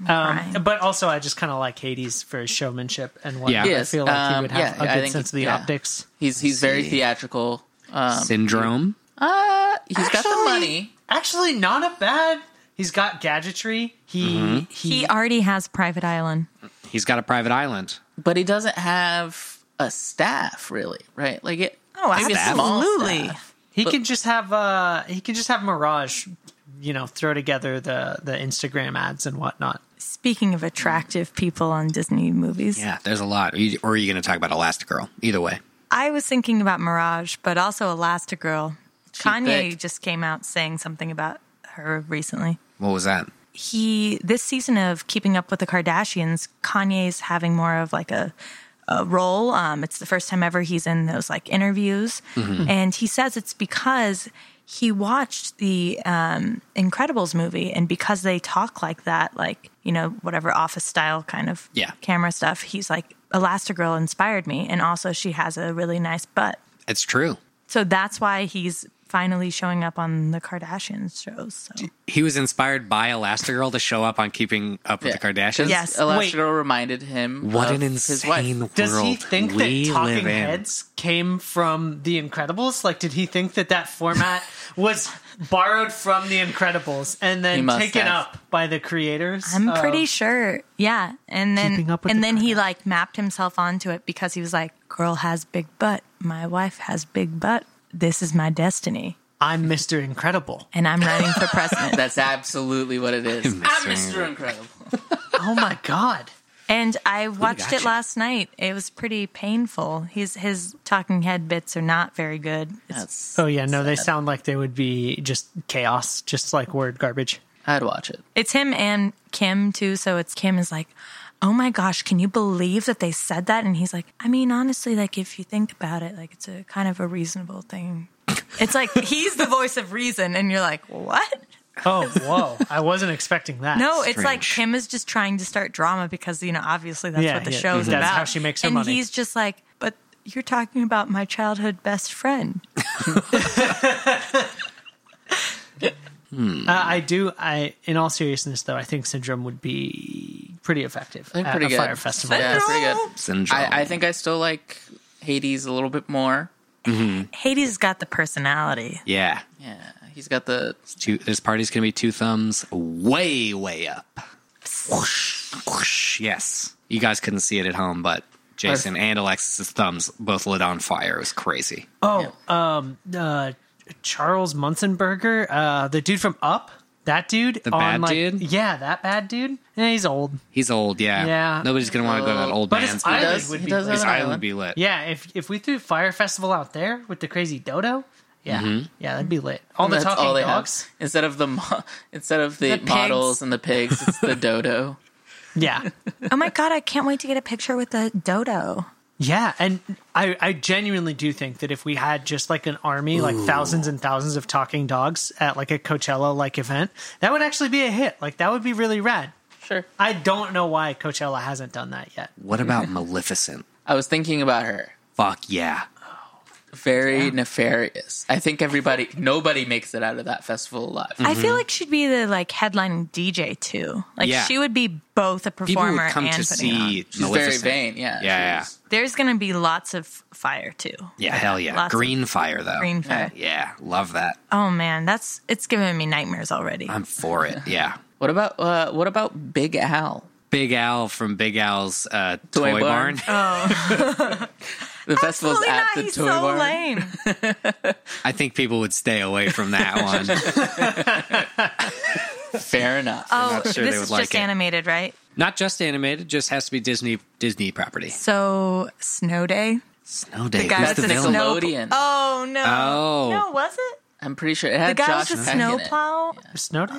Right. Um, but also, I just kind of like Hades for his showmanship and what Yeah. I Yes, feel like he um, would have yeah, I a good think sense of the yeah. optics. He's he's very theatrical. Um, Syndrome. uh, he's got the Actually- money. Actually, not a bad. He's got gadgetry. He Mm-hmm. he. He already has Private Island. He's got a private island. but he doesn't have a staff really, right? Like it. Oh, maybe a small absolutely. staff. He can just have uh he can just have Mirage, you know, throw together the the Instagram ads and whatnot. Speaking of attractive people on Disney movies, Yeah, there's a lot. Are you- or are you going to talk about Elastigirl? Either way. I was thinking about Mirage, but also Elastigirl. Kanye picked. just came out saying something about her recently. What was that? he this season of Keeping Up with the Kardashians, Kanye's having more of like a a role. Um, it's the first time ever he's in those like interviews, and he says it's because he watched the um, Incredibles movie, and because they talk like that, like you know whatever office style kind of Yeah. camera stuff, he's like Elastigirl inspired me, and also she has a really nice butt, It's true. so that's why he's finally showing up on the Kardashians shows. So. He was inspired by Elastigirl to show up on Keeping Up with Yeah. the Kardashians. Yes. Elastigirl reminded him. What of an his wife. insane world Does he think we that talking live in. heads came from The Incredibles? Like, did he think that that format was borrowed from The Incredibles and then must taken have. up by the creators? Uh, I'm of- pretty sure. Yeah. And then Keeping up with and the then he like mapped himself onto it because he was like, Girl has big butt. My wife has big butt. This is my destiny. I'm Mr. Incredible. And I'm running for president. That's absolutely what it is. I'm Mr. Mr. Incredible. Oh my god. And I watched it gotcha. last night. It was pretty painful. His his talking head bits are not very good. It's, That's, Oh yeah, no, they sound like they would be just chaos, just like word garbage. I'd watch it. it's him and Kim too, so it's Kim is like Oh my gosh, can you believe that they said that? And he's like, I mean, honestly, like if you think about it, like it's a kind of a reasonable thing. It's like he's the voice of reason, and you're like, what? Oh, whoa. I wasn't expecting that. No, it's like strange. Kim is just trying to start drama because you know obviously that's Yeah, what the yeah, show's that's about. how she makes her and money. he's just like, but you're talking about my childhood best friend. Uh, I do. I, in all seriousness, though, I think Syndrome would be pretty effective think at pretty a good. fire festival. Yeah, it's pretty good. Syndrome. I, I think I still like Hades a little bit more. Hades got the personality. Yeah. Yeah, he's got the Two, this party's going to be two thumbs way, way up. Whoosh, whoosh. Yes. You guys couldn't see it at home, but Jason and Alexis's thumbs both lit on fire. It was crazy. Oh, um, uh, Charles Munzenberger, uh, the dude from Up. That dude, The on bad like, dude? yeah, that bad dude. Yeah, he's old. He's old, yeah. Yeah. Nobody's going to want to go to that old But man's. his island does- would he be does lit. have His an island would island. be lit. Yeah, if if we threw Fire Festival out there with the crazy dodo, yeah, yeah, that'd be lit. All the Mm-hmm. that's talking all they dogs. have. Instead of the mo- instead of the, The pigs. models and the pigs, it's the dodo. Yeah, Oh my god, I can't wait to get a picture with the dodo. yeah, and I I genuinely do think that if we had just like an army, like thousands and thousands of talking dogs at like a Coachella like event, that would actually be a hit. Like that would be really rad. Sure. I don't know why Coachella hasn't done that yet. What about Maleficent? I was thinking about her. Fuck yeah. Very nefarious. I think everybody, nobody makes it out of that festival alive. I feel like she'd be the like headlining DJ too. Like Mm-hmm. Yeah. she would be both a People performer would come and to putting on. see She's very Maleficent. vain. Yeah. Yeah, she's- There's going to be lots of fire too. Yeah, hell yeah. Lots of green fire, though. Green fire. Yeah, love that. Oh man, that's it's giving me nightmares already. I'm for it. Yeah. What about uh, what about Big Al? Big Al from Big Al's uh, Toy toy, barn. barn. The festival's Absolutely at not. the He's toy so barn. lame. I think people would stay away from that one. Fair enough. Oh, sure they this would is like just it. animated, right? Not just animated, just has to be Disney Disney property. So Snow Day. Snow Day. guy Who's that's the a villain? snow- Nickelodeon. Oh no. Oh. No, was it? I'm pretty sure it had The guy Josh was a Peck in it. snowplow. Snow Day?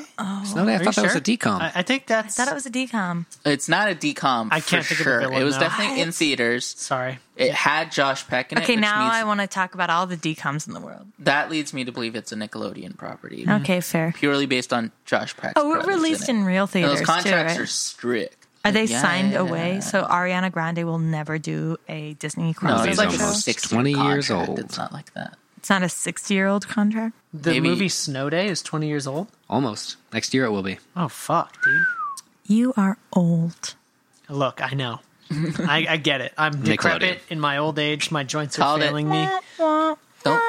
Snow Day. I Are thought that you was a sure? decom. I, I think that's. Thought it was a decom. It's not a decom. I can't for think of the sure. villain It was now. definitely in theaters. Sorry. It had Josh Peck in it. Okay, which now means- I want to talk about all the decoms in the world. that leads me to believe it's a Nickelodeon property, Mm-hmm. Okay, fair. purely based on Josh Peck's. Oh, it presence released in, in it. real And theaters those too, contracts right? are strict. Are they Yeah. signed away? So Ariana Grande will never do a Disney No, crossover. it's He's like show? a almost six 20 years old. It's not like that. It's not a sixty-year-old contract. The Maybe- movie Snow Day is 20 years old. Almost. Next year it will be. Oh, fuck, dude. You are old. Look, I know. I, I get it. I'm decrepit in my old age. My joints are Called it. failing me. Don't-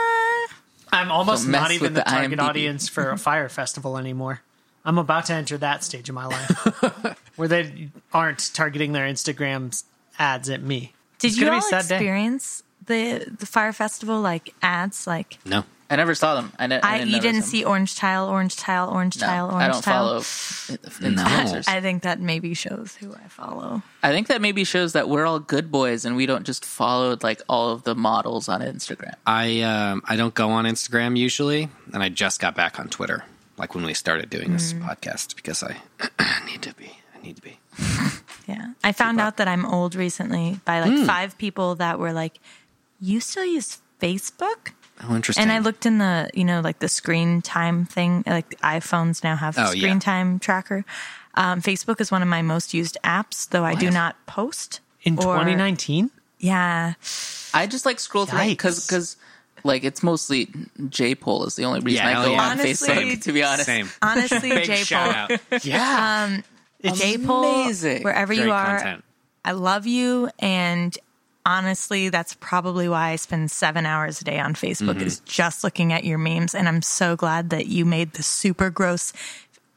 I'm almost Don't mess not even with the, the target IMDb. audience for a fire festival anymore. I'm about to enter that stage of my life where they aren't targeting their Instagram ads at me. Did It's you gonna be all a sad day. experience the the fire festival like ads? Like No. I never saw them. I, ne- I I, didn't you notice didn't them. see Orange Tile, Orange Tile, Orange No, Tile, Orange I don't Tile. follow. in- No. influencers. I think that maybe shows who I follow. I think that maybe shows that we're all good boys and we don't just follow like all of the models on Instagram. I um, I don't go on Instagram usually, and I just got back on Twitter, like when we started doing this Mm. podcast, because I need to be. I need to be. Yeah, I found out that I'm old recently by like Hmm. five people that were like, "You still use Facebook?" Oh, interesting. And I looked in the you know like the screen time thing. Like the iPhones now have Oh, screen yeah. time tracker. Um, Facebook is one of my most used apps, though I do not post In or- 2019? Yeah, I just like scroll through because Yikes. because like it's mostly J poll is the only reason Yeah, I hell go yeah. on Honestly, Facebook. To be honest, Same. honestly, Big J shout Paul. out. Yeah. J Pole, amazing. wherever Great you are, content. I love you. And honestly, that's probably why I spend seven hours a day on Facebook Mm-hmm. is just looking at your memes. And I'm so glad that you made the super gross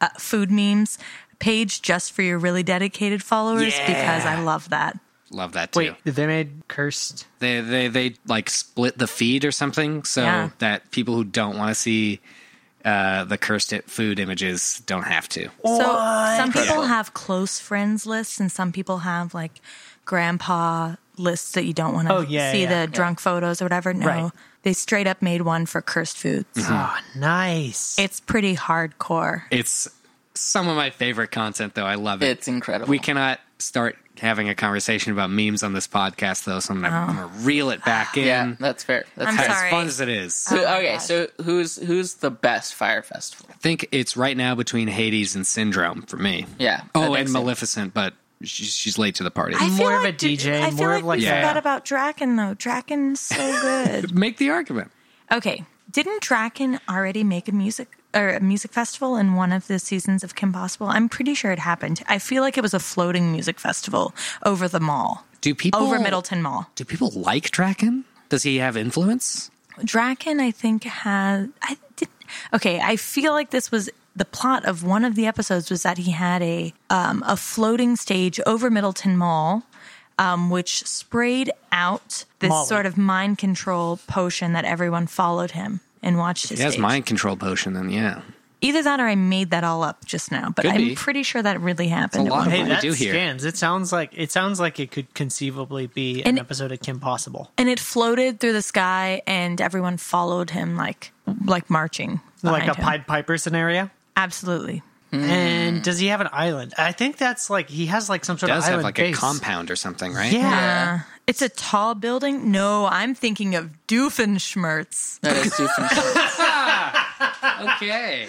uh, food memes page just for your really dedicated followers because I love that. Love that too. Wait, they made cursed. They they they like split the feed or something, so Yeah. that people who don't want to see uh, the cursed it food images don't have to. So some people have close friends lists, and some people have like grandpa lists that you don't want to Oh, yeah, see yeah, the yeah. drunk photos or whatever. No, Right. they straight up made one for cursed foods. Oh, nice. It's pretty hardcore. It's some of my favorite content, though. I love it. It's incredible. We cannot start having a conversation about memes on this podcast, though, so I'm gonna, I'm gonna reel it back in. Yeah, that's fair. That's Oh. I'm fair. sorry. As fun as it is, So, my okay, God. so who's who's the best fire festival? I think it's right now between Hades and Syndrome for me. Yeah. Oh, That and makes sense. Maleficent, but she's, she's late to the party. I feel More of like a d- DJ, I feel more like, of like we a- forgot about Draken though. Draken's so good. Make the argument. okay, didn't Draken already make a music or a music festival in one of the seasons of Kim Possible? I'm pretty sure it happened. I feel like it was a floating music festival over the mall, Do people over Middleton Mall. Do people like Draken? Does he have influence? Draken, I think, has. I did, okay, I feel like this was the plot of one of the episodes was that he had a um, a floating stage over Middleton Mall, um, which sprayed out this Molly. sort of mind control potion that everyone followed him and watched his He has stage. mind control potion, then yeah. Either that or I made that all up just now, but Could I'm be. pretty sure that really happened. It's a lot at of Hey, one point. it. that do here. scans. It sounds like it sounds like it could conceivably be an And- episode of Kim Possible. And it floated through the sky, and everyone followed him like like marching, Like behind a him. Pied Piper scenario. Absolutely. And does he have an island? I think that's like he has like some sort Does of have island like base. a compound or something, right? Yeah. Uh, it's a tall building. No, I'm thinking of Doofenshmirtz. That is Doofenshmirtz. Okay.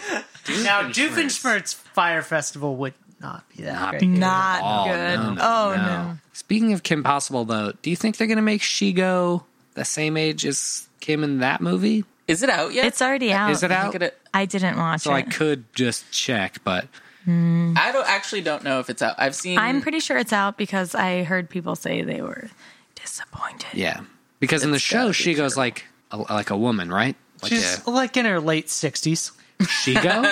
Now Doofenshmirtz Fire Festival would not be that great. Not Oh, good. no, no, oh no. Speaking of Kim Possible, though, do you think they're going to make Shigo the same age as Kim in that movie? Is it out yet? It's already out. Is it I out? think it- I didn't watch So I it. could just check, but I don't actually don't know if it's out. I've seen. I'm pretty sure it's out because I heard people say they were disappointed. yeah, because in the It's show gotta be Shigo's like a, like a woman, right? Like She's a like in her late sixties. Shigo.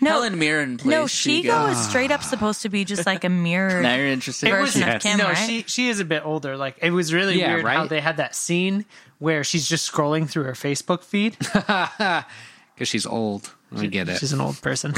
No, Helen Mirren plays no, Shigo. Shigo is straight up supposed to be just like a mirror. Now you're interested. It was- version of Yes. Kim, no, right? she she is a bit older. Like it was really Yeah, weird how right? they had that scene where she's just scrolling through her Facebook feed. because she's old. I get it. She's an old person.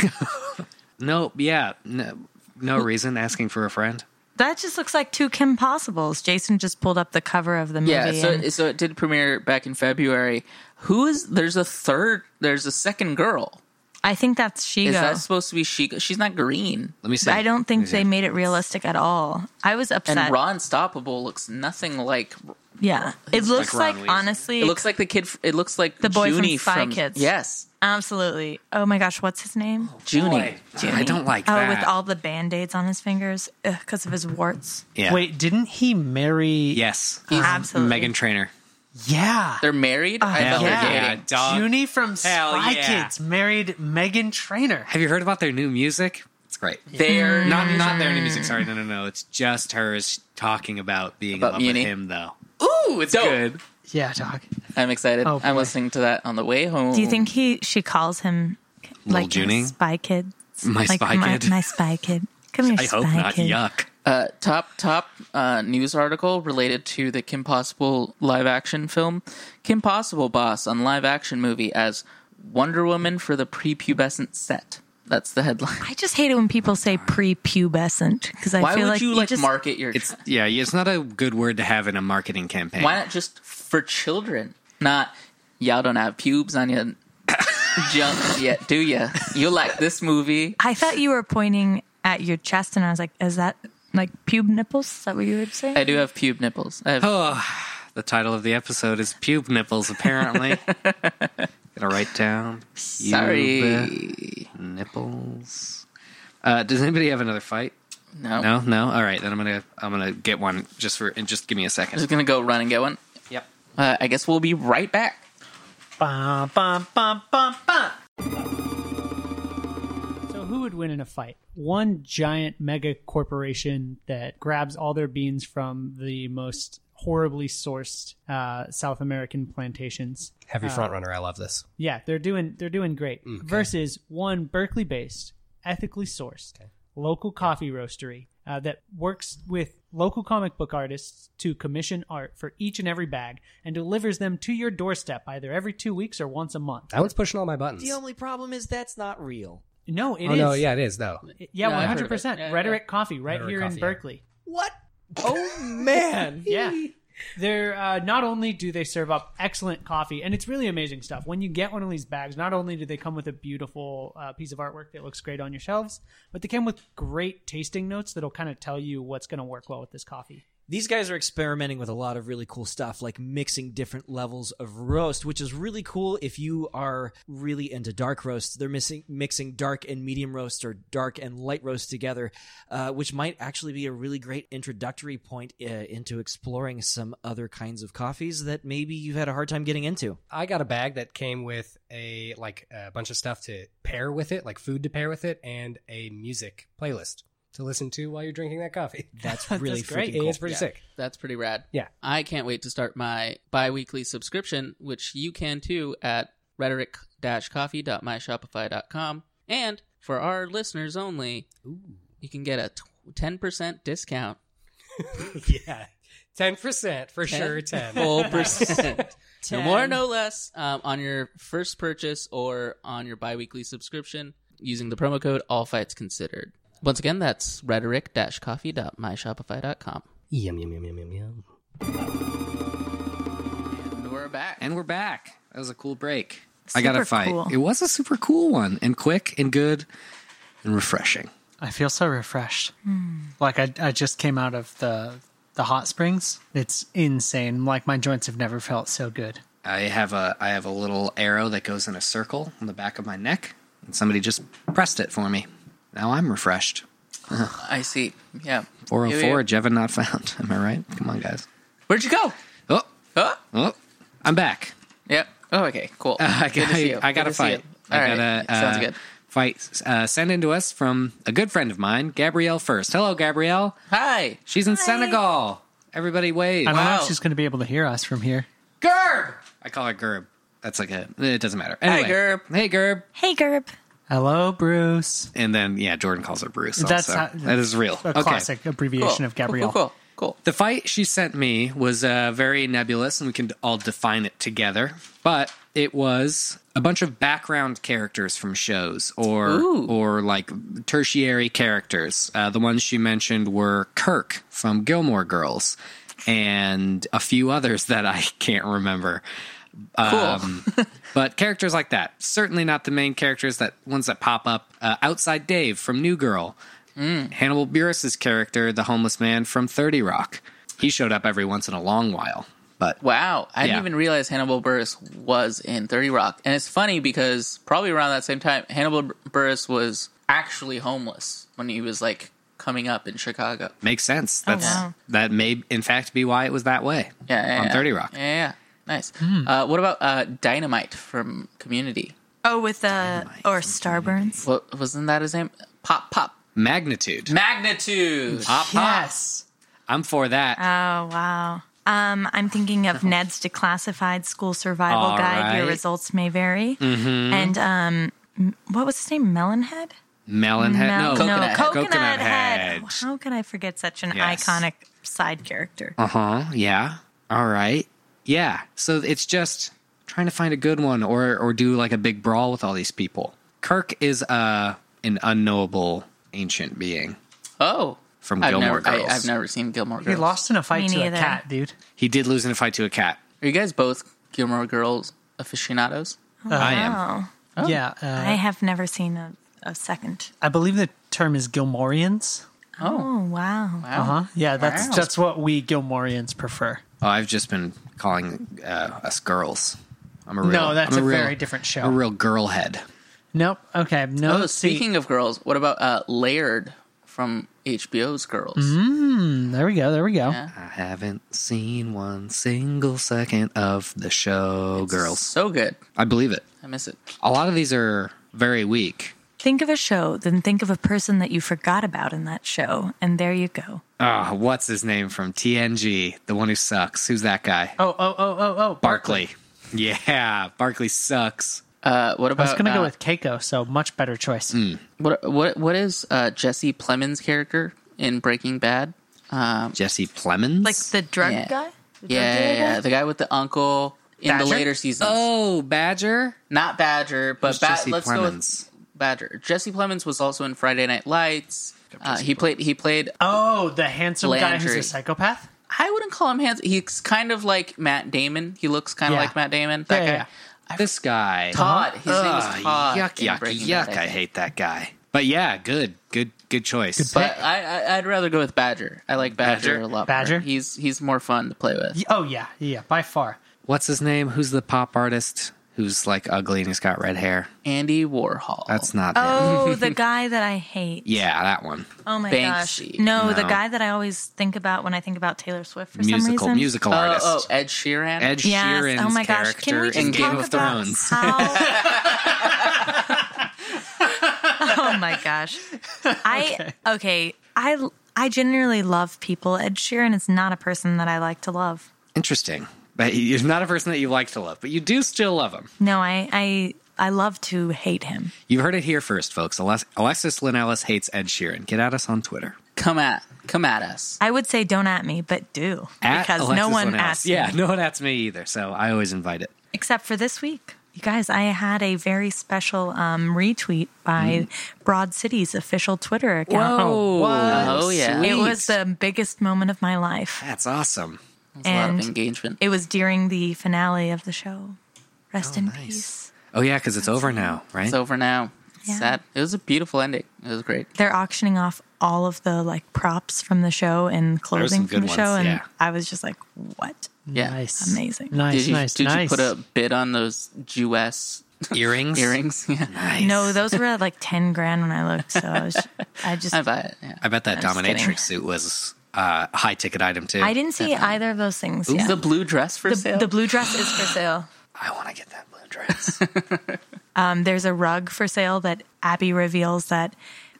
No, yeah, no, no reason asking for a friend. That just looks like two Kim Possibles. Jason just pulled up the cover of the movie. yeah, so and- so it did premiere back in February. Who is there's a third there's a second girl. I think that's Shigo. Is that supposed to be Shigo? She's not green. Let me see. I don't think Let me they see. made it realistic at all. I was upset. And Ron Stoppable looks nothing like yeah, it looks Ron like, Weasley. honestly, it looks like the kid f- it looks like The boy from Junie Spy Kids. Yes. Absolutely. Oh my gosh, what's his name? Junie. Boy, Oh, I don't like Oh, that. with all the band aids on his fingers because of his warts. yeah. Wait, didn't he marry? yes, Absolutely. Megan Trainer. Yeah. They're Oh, married? I thought yeah. they're dating. dog. Junie from Hell Spy yeah. Kids married Megan Trainer. Have you heard about their new music? It's great. They're Mm. not Not not their new music. Sorry, no, no, no. It's just hers talking about being About in love uni. with him, though. Ooh, it's good. Yeah, dog. I'm excited. Oh, I'm boy. listening to that on the way home. Do you think he she calls him Little like Junie? spy kid? My like, spy my, kid. My spy kid. Come here, I spy hope not. kid. Yuck. uh, top top uh, news article related to the Kim Possible live action film? Kim Possible boss on live action movie as Wonder Woman for the prepubescent set. That's the headline. I just hate it when people say prepubescent because I Why feel would like you like just, market your? It's yeah. It's not a good word to have in a marketing campaign. Why not just for children? Not y'all don't have pubes on your junk yet, do ya? You like this movie? I thought you were pointing at your chest, and I was like, "Is that like pube nipples? Is that what you would say?" I do have pube nipples. I have Oh. The title of the episode is "Pube Nipples." Apparently, gotta write down. pube sorry. nipples. Uh, does anybody have another fight? No. No, no. All right, then I'm gonna I'm gonna get one just for and just give me a I'm just second. gonna go run and get one. Yep. Uh, I guess we'll be right back. Bum, bum, bum, bum, bum. So, who would win in a fight? One giant mega corporation that grabs all their beans from the most horribly sourced uh, South American plantations. Heavy Oh. front runner. I love this. Yeah, they're doing they're doing great. Versus one Berkeley-based, ethically sourced local coffee roastery uh, that works with local comic book artists to commission art for each and every bag and delivers them to your doorstep either every two weeks or once a month. That one's pushing all my buttons. The only problem is that's not real. No, it is oh no, yeah, it is. No, It- Yeah, yeah, one I've heard hundred of it. percent. Yeah, Rhetoric Coffee, right Rhetoric here in Coffee, yeah. Berkeley. What? Oh man. Yeah. They're uh, not only do they serve up excellent coffee, and it's really amazing stuff. When you get one of these bags, not only do they come with a beautiful uh, piece of artwork that looks great on your shelves, but they come with great tasting notes that'll kind of tell you what's going to work well with this coffee. These guys are experimenting with a lot of really cool stuff, like mixing different levels of roast, which is really cool if you are really into dark roast. They're missing, mixing dark and medium roast or dark and light roast together, uh, which might actually be a really great introductory point uh, into exploring some other kinds of coffees that maybe you've had a hard time getting into. I got a bag that came with a like a bunch of stuff to pair with it, like food to pair with it, and a music playlist to listen to while you're drinking that coffee. That's really Great, freaking cool. it's pretty sick. That's pretty rad. Yeah. I can't wait to start my bi weekly subscription, which you can too at rhetoric coffee.myshopify.com. And for our listeners only, you can get a tw- 10% discount. yeah, ten percent for sure. Ten. Full percent. No more, no less um, on your first purchase or on your bi weekly subscription using the promo code All Fights Considered. Once again, that's rhetoric coffee.myshopify.com. yum yum yum yum yum yum. And we're back. And we're back. That was a cool break. I got to Super fight. cool. It was a super cool one and quick and good and refreshing. I feel so refreshed. Like I, I just came out of the the hot springs. It's insane. Like my joints have never felt so good. I have a I have a little arrow that goes in a circle on the back of my neck, and somebody just pressed it for me. Now I'm refreshed. I see. Yeah. Yeah, 404 yeah. Jevin not found. Am I right? Come on, guys. Where'd you go? Oh, Huh? oh, I'm back. Yep. Oh, okay. Cool. I Good got to see you. I Good got to to see fight. you. I All right. gotta, Sounds uh, good. Fight uh, sent in to us from a good friend of mine, Gabrielle. First, hello, Gabrielle. Hi. She's in Senegal. Everybody wave. I don't know Wow. if she's going to be able to hear us from here. Gerb. I call her Gerb. That's like a. It doesn't matter. Anyway, Gerb. Hey Gerb. Hey, Gerb. Hello, Bruce. And then yeah, Jordan calls her Bruce. That's also. how- that is real. A okay. classic Cool. abbreviation of Gabrielle. Cool. Cool. cool. The fight she sent me was uh, very nebulous, and we can all define it together. But it was a bunch of background characters from shows, or or like tertiary characters. Uh, the ones she mentioned were Kirk from Gilmore Girls, and a few others that I can't remember. Um, but characters like that, certainly not the main characters. That ones that pop up uh, outside Dave from New Girl, Hannibal Buress's character, the homeless man from Thirty Rock. He showed up every once in a long while, but Wow. I Yeah. didn't even realize Hannibal Burris was in 30 Rock. And it's funny because probably around that same time, Hannibal Bur- Burris was actually homeless when he was like coming up in Chicago. makes sense. That's wow. that may in fact be why it was that way. Oh, Yeah. yeah, on yeah. Thirty Rock. Yeah. yeah. Nice. Uh, what about uh, Dynamite from Community? Oh, with the or Starburns. What wasn't that his name? Pop Pop Magnitude. Magnitude. Pop Yes. I'm for that. Uh, Oh wow. Um, I'm thinking of Ned's Declassified School Survival All Guide. Your right. results may vary. And um, m- what was his name? Melonhead. Melon head. Mel- no, no, Coconut Head. Coconut, Coconut Head. Head. How could I forget such an Yes. iconic side character? Uh huh. Yeah. All right. Yeah. So it's just trying to find a good one, or or do like a big brawl with all these people. Kirk is uh an unknowable ancient being. Oh. From I've Gilmore never, Girls. I, have never seen Gilmore He Girls. lost in a fight Me to neither. a cat, dude. He did lose in a fight to a cat. Are you guys both Gilmore Girls aficionados? I am. Oh, Yeah. Uh, I have never seen a, a second. I believe the term is Gilmorians. Oh wow. Wow. Huh? Yeah, that's Wow. that's what we Gilmorians prefer. Oh, I've just been calling uh, us girls. I'm a real, No, that's I'm a real- very different show. I'm a real girl head. Nope. Okay. No. Oh, speaking of girls, what about uh, Laird from HBO's Girls? Mm, There we go. There we go. Yeah. I haven't seen one single second of the show, girls. So good. I believe it. I miss it. A lot of these are very weak. Think of a show, then think of a person that you forgot about in that show, and there you go. Ah, what's his name from TNG? The one who sucks. Who's that guy? Oh, oh, oh, oh, oh. Barkley. Yeah, Barkley sucks. Uh, what I about was going to uh, Mm. go with Keiko, so much better choice. what what what is uh, Jesse Plemons' character in Breaking Bad? Um, Jesse Plemons. Like the drug Yeah. guy? The drug yeah, yeah, dealer yeah, guy? the guy with the uncle in the Badger? later seasons. oh Badger. Not Badger, but Who's ba- Jesse let's go Plemons. with Badger. Jesse Plemons was also in Friday Night Lights. Uh, he played he played Oh, the handsome guy who's Landry. a psychopath? I wouldn't call him handsome. He's kind of like Matt Damon. He looks kind of Yeah. like Matt Damon. That Yeah, guy. yeah, yeah. This guy. Todd. His name Ugh, is Ah, Todd. Uh-huh. yuck, in yuck, Breaking yuck. Bad, I think. hate that guy. But yeah, good, good, good choice. But I, I, I'd rather go with Badger. I like Badger, Badger? a lot. more. Badger? He's he's more fun to play with. Oh yeah, yeah, by far. What's his name? Who's the pop artist who's like ugly and he's got red hair? Andy Warhol. That's not him. Oh, the guy that I hate. Yeah, that one. Oh my Banksy. gosh. No, the No. guy that I always think about when I think about Taylor Swift for some musical, reason. musical oh, artist. oh, Ed Sheeran. Ed Yes. Sheeran's oh my gosh. character Can we just in talk Game of about Thrones. How... oh my gosh. I okay. I I generally love people. Ed Sheeran is not a person that I like to love. Interesting. But he- he's not a person that you like to love, but you do still love him. No, I I I love to hate him. You heard it here first, folks. Alex- Alexis Lynn Ellis hates Ed Sheeran. Get at us on Twitter. Come at come at us. I would say don't at me, but do At because no Alexis one Lynn Ellis. asked Yeah, me no one asks me either, so I always invite it. except for this week. You guys, I had a very special um, retweet by Mm. Broad City's official Twitter account. oh yeah. It was the biggest moment of my life. That's awesome. a lot of and engagement. it was during the finale of the show. Rest in peace. Oh yeah, because it's over now, right? It's over now. It's Yeah. Sad. It was a beautiful ending. It was great. They're auctioning off all of the like props from the show and clothing some from the good show, ones, and yeah. I was just like, "What? Yeah. Nice, Amazing. Nice, Did you nice, did nice. you put a bid on those Jewess earrings, earrings? Yeah. Nice. No, those were at like ten grand when I looked, so I was, I just, I I, buy it. Yeah. I bet that I'm just kidding. dominatrix suit was uh, a high ticket item too. I, didn't see either of those things. Is yet. The blue dress for The, sale. the blue dress is for sale. want to get that blue dress. Um, there's a rug for sale that Abby reveals that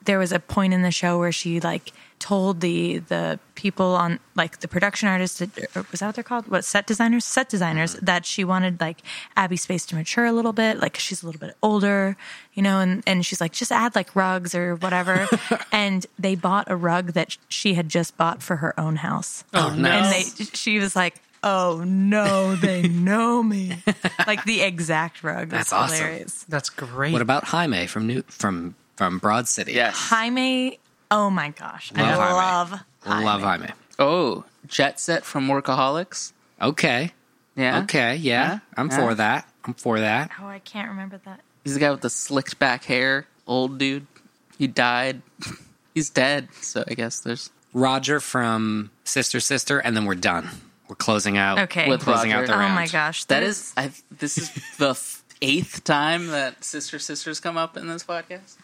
there was a point in the show where she like told the the people on like the production artists that, or was that what they're called what set designers set designers Uh-huh. that she wanted like Abby's face to mature a little bit like she's a little bit older you know and and she's like just add like rugs or whatever and they bought a rug that she had just bought for her own house oh no! and they she was like oh no they know me like the exact rug That's that's awesome. hilarious That's great. what about Jaime from New from from Broad City? yes. Jaime, oh my gosh, I Love Jaime. love Jaime. love Jaime. Oh, Jet Set from Workaholics. Okay, Yeah. okay, yeah, Yeah. I'm Yeah. for that. I'm for that. Oh, I can't remember that. He's the guy with the slicked back hair. Old dude. He died. He's dead. So I guess there's Roger from Sister Sister, and then we're done. We're closing out. Okay. With closing out Roger. the oh round. my gosh, that this- is I, this is the f- eighth time that sister sisters come up in this podcast.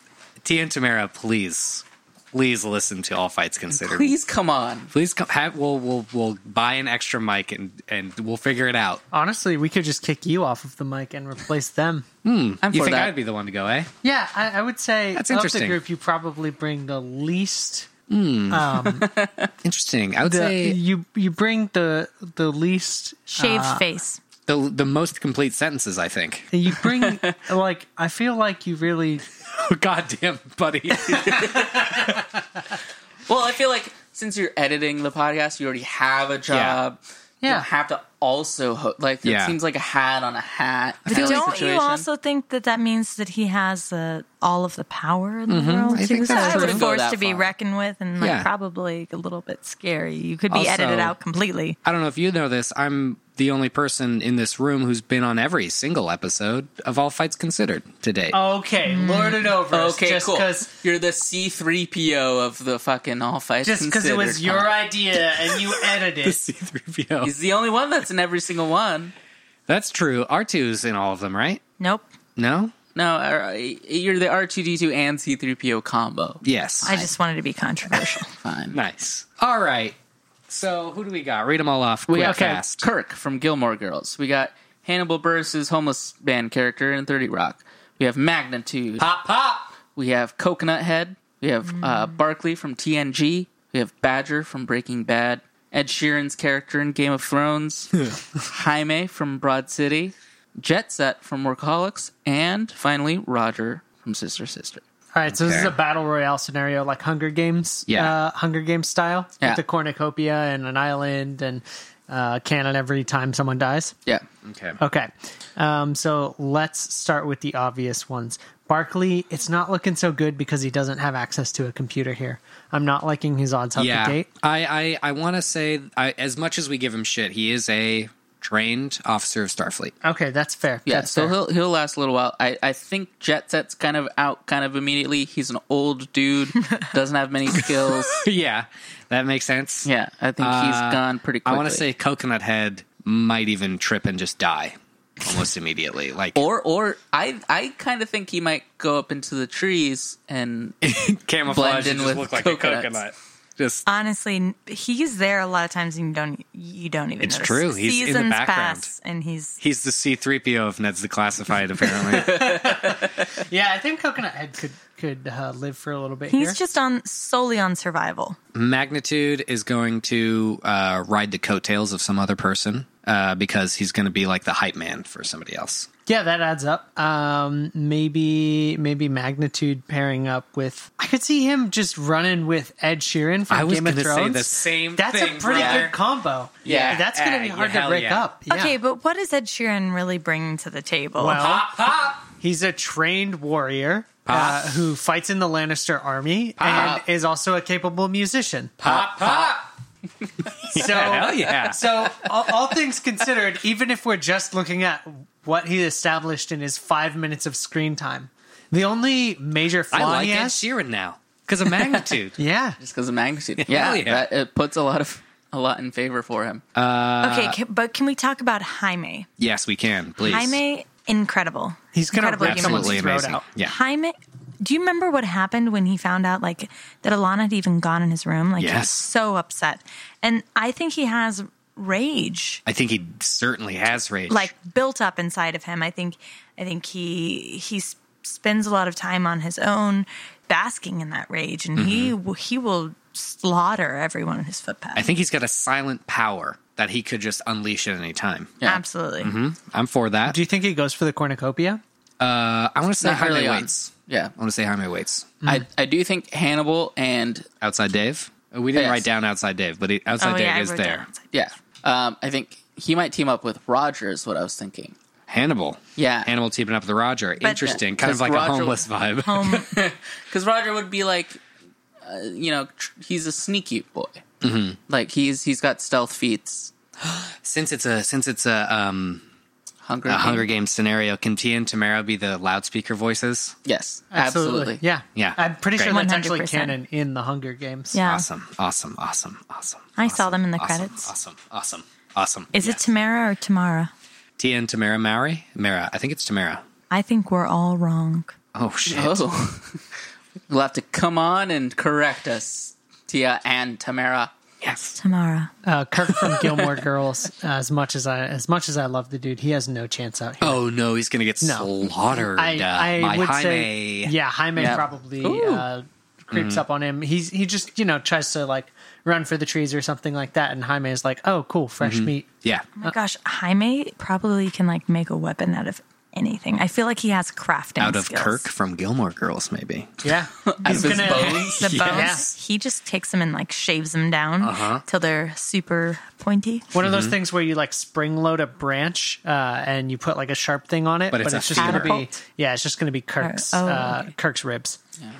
Tia and Tamara, please, please listen to All Fights Considered. Please come on. Please come. Have, we'll we'll we'll buy an extra mic and and we'll figure it out. Honestly, we could just kick you off of the mic and replace them. I'm You for think that. I'd be the one to go, eh? Yeah, I, I would say That's of interesting. the group, you probably bring the least. Interesting. I would The, say you you bring the the least. shaved uh, face. the the most complete sentences. I think. You bring like I feel like you really. Oh, Goddamn, buddy. Well, I feel like since you're editing the podcast, you already have a job. You Yeah. don't have to also ho- like Yeah. it seems like a hat on a hat. But kinda don't you situation. also think that that means that he has uh, all of the power in the world? Mm-hmm. I He think was such that's a true. Wouldn't go force that to be far. reckoned with, and like Yeah. probably a little bit scary. You could be Also- edited out completely. I don't know if you know this. I'm the only person in this room who's been on every single episode of All Fights Considered to date. Okay, lord it over. us Okay, just cool. Cause, You're the C3PO of the fucking all fights. just because it was Considered your podcast. idea and you edited. it. C3PO. He's the only one that's in every single one. That's true. R2's in all of them, right? Nope. No? No, uh, you're the R2D2 and C3PO combo. Yes. I just wanted to be controversial. Fine. nice. All right. So, who do we got? Read them all off quick, We got fast. Kirk from Gilmore Girls. We got Hannibal Burris' homeless band character in 30 Rock. We have Magnitude. Pop, pop. We have Coconut Head. We have uh, Mm. Barkley from TNG. We have Badger from Breaking Bad. Ed Sheeran's character in Game of Thrones. Jaime from Broad City. Jet Set from Workaholics. And finally, Roger from Sister Sister. All right, so this is Okay. a battle royale scenario, like Hunger Games, Yeah. uh, Hunger Games style, Yeah. with the cornucopia and an island and uh, cannon every time someone dies. Yeah. Okay. Okay, um, so let's start with the obvious ones. Barkley, it's not looking so good because he doesn't have access to a computer here. I'm not liking his odds out the yeah, gate. I I, I want to say I, as much as we give him shit, he is a trained officer of Starfleet. Okay, that's fair. Yeah, that's so fair. he'll he'll last a little while. I, I think Jet Set's kind of out kind of immediately. He's an old dude, doesn't have many skills. yeah, that makes sense. Yeah, I think he's gone pretty quickly. Uh, I want to say Coconut Head might even trip and just die almost immediately. Like or or I I kind of think he might go up into the trees and camouflage blend in and just with look like coconuts. a coconut. Just Honestly, n- he's there a lot of times and you don't e, you don't even It's notice. true. He's in the Seasons background. pass and he's he's the C three PO of Ned's the Classified. Apparently, yeah, I think Coconut Head could could uh, live for a little bit he's here. just on solely on survival. Magnitude is going to uh, ride the coattails of some other person uh, because he's going to be like the hype man for somebody else. yeah, that adds up. Um, maybe maybe magnitude pairing up with I could see him just running with Ed Sheeran from I was Game of gonna say Thrones. the same That's thing, a pretty brother. good combo. Yeah, that's gonna be uh, hard hell to break yeah. up. Yeah. Okay, but what does Ed Sheeran really bring to the table? Well, he's a trained warrior uh, who fights in the Lannister army and is also a capable musician. Pop pop. So, Hell Oh, yeah. so all, all things considered, even if we're just looking at what he established in his five minutes of screen time, the only major flaw I like he Ed has, Sheeran now because of Magnitude. yeah, just because of magnitude. Yeah, Hell yeah. that it puts a lot of a lot in favor for him. uh, okay, ca- but can we talk about Jaime? yes, we can. Please. Jaime, incredible. he's gonna Incredibly rip someone's Absolutely human. throat amazing. out. Yeah. Jaime, do you remember what happened when he found out like that Alana had even gone in his room? Like he Yes. was so upset, and I think he has rage I think he certainly has rage. like built up inside of him. I think I think he he s- spends a lot of time on his own, basking in that rage, and he Mm-hmm. w he will slaughter everyone in his footpath. I think he's got a silent power that he could just unleash at any time. yeah. Absolutely. I'm for that. Do you think he goes for the cornucopia? Uh, I want to say Not Jaime early on. waits. Yeah, Hmm. I want to say Jaime waits. I I do think Hannibal and Outside Dave. Uh, We didn't Yes. write down outside Dave, but he, outside Oh, Dave yeah, I is wrote there. down outside. yeah, um, I think he might team up with Roger. Is what I was thinking. Hannibal. Yeah. Hannibal teaming up with Roger. Interesting. Kind of Because like Roger- a homeless vibe. because Roger would be like, uh, you know, tr- he's a sneaky boy. Mm-hmm. Like he's he's got stealth feats. since it's a since it's a um Hunger, a Games. Hunger Games scenario, can Tia and Tamara be the loudspeaker voices? Yes, absolutely. Yeah. Yeah. I'm pretty Great. sure that's actually 100%. canon in the Hunger Games. Yeah. Awesome. Awesome. Awesome. Awesome. I saw awesome, them in the awesome, credits. Awesome. Awesome. Awesome. Is it Tamara or Tamara? Tia and Tamara Mowry? Mara. I think it's Tamara. I think we're all wrong. Oh shit. Oh, you'll have to come on and correct us, Tia and Tamara. Yes. Tamara. Uh, Kirk from Gilmore Girls. as much as I as much as I love the dude, he has no chance out here. Oh no, he's gonna get No. slaughtered I, uh, I by would Jaime. say, yeah, Jaime Yeah. probably Ooh. uh, creeps up on him. He's he just you know tries to like run for the trees or something like that, and Jaime is like, "Oh, cool, fresh meat." Yeah. Oh my gosh, Jaime probably can like make a weapon out of anything. I feel like he has crafting Out of skills. Kirk from Gilmore Girls, maybe. Yeah, he's his gonna bones? The bones, Yes. he just takes them and like shaves them down Uh-huh. till they're super pointy. one of those things where you like spring load a branch uh, and you put like a sharp thing on it, But but it's it's, a just gonna be Catapult. yeah, it's just gonna be Kirk's Oh, uh, okay. Kirk's ribs.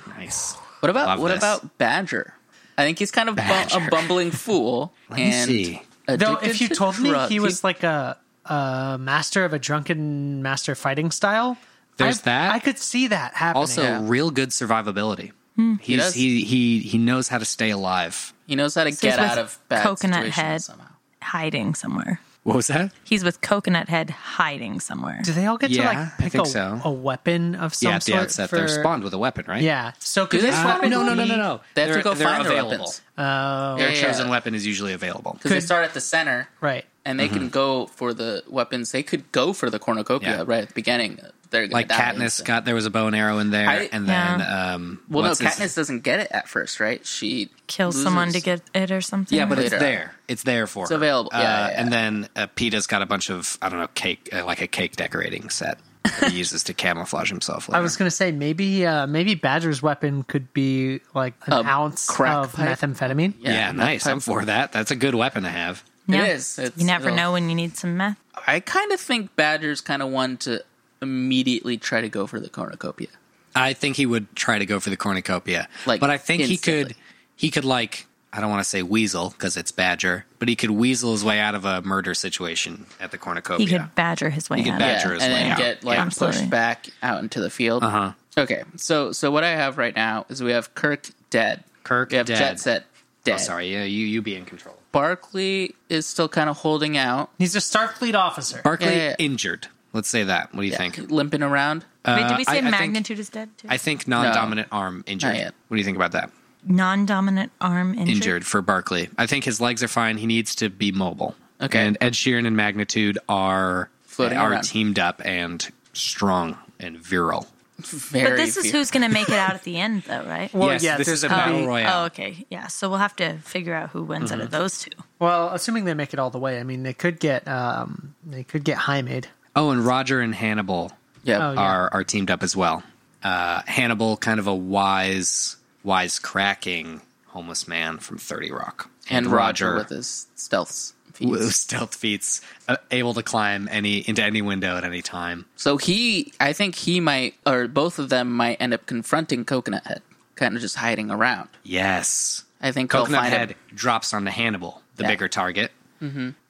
Nice. What about Love what this. about Badger? I think he's kind of bu- Badger. a bumbling fool. me and see. Though, addicted if you to told me drugs. he was like a, a master of a drunken master fighting style, There's I, that. I could see that happening. Also, Yeah. real good survivability. Hmm. He He's, does. he, he he knows how to stay alive. he knows how to he's get out with of bad Coconut situations Head. somehow. Hiding somewhere. What was that? He's with Coconut Head hiding somewhere. Do they all get Yeah, to I like pick think a, so. a weapon of some Yeah, at the sort outset, for they're spawned with a weapon, right? Yeah, so could they this spawn- weapon Uh, No, no, no, no, no. They have They're- to go they're find available. their weapons Their Yeah, yeah, chosen yeah. weapon is usually available. because they start at the center, right? and they can go for the weapons. They could go for the cornucopia Mm-hmm. Yeah. right at the beginning. They're gonna Like die Katniss instantly. got there was a bow and arrow in there, I- and Yeah. then um, uh, Well, what's no, his- Katniss doesn't get it at first, right? She Kill loses. someone to get it or something. Yeah, but it's later. there. It's there for. It's available. Yeah, yeah, yeah. And then uh, Peta's got a bunch of I don't know cake, uh, like a cake decorating set that he uses to camouflage himself. Later. I was gonna say maybe uh, maybe Badger's weapon could be like an A ounce crack of pipe? methamphetamine. Yeah, nice. that's I'm for that. That's a good weapon to have. Yeah. It is. It's- you never it'll- know when you need some meth. Oh, I kind of think Badger's kind of one to immediately try to go for the cornucopia. I think he would try to go for the cornucopia. Like, but I think he could instantly. he could like I don't want to say weasel because it's badger, but he could weasel his way out of a murder situation at the cornucopia. He could badger his way could out. badger. of it. Badger's and way then out. get like Yeah. Absolutely. pushed back out into the field. Uh-huh. Okay, so so what I have right now is we have Kirk dead. Kirk we have dead. Jet Set dead. Oh, sorry, yeah, you you be in control. Barkley is still kind of holding out, He's a Starfleet officer. Barkley Yeah, yeah. injured. Let's say that. What do you think? limping around. Wait, did we Uh, I- say I think- magnitude is dead too? I think non-dominant arm injured. Not yet. What do you think about that? Non-dominant arm injured. Injured for Barkley. I think his legs are fine. He needs to be mobile. Okay. And Ed Sheeran and Magnitude are Floating are around. teamed up and strong and virile. Very But this is few- who's going to make it out at the end, though, right? Well, yes, yeah, this there's is a gotta battle be- royale. Oh, okay. Yeah. So we'll have to figure out who wins out of those two. Well, assuming they make it all the way, I mean, they could get um, they could get Hymed. Oh, and Roger and Hannibal Yep. Oh, yeah. are are teamed up as well. Uh, Hannibal, kind of a wise, wise cracking homeless man from Thirty Rock, and Roger, with his stealths. feats. with stealth feats, uh, able to climb any into any window at any time. So he, I think he might, or both of them might end up confronting Coconut Head, kind of just hiding around. Yes, I think they'll Coconut find Head him. drops onto Hannibal, the Yeah. bigger target.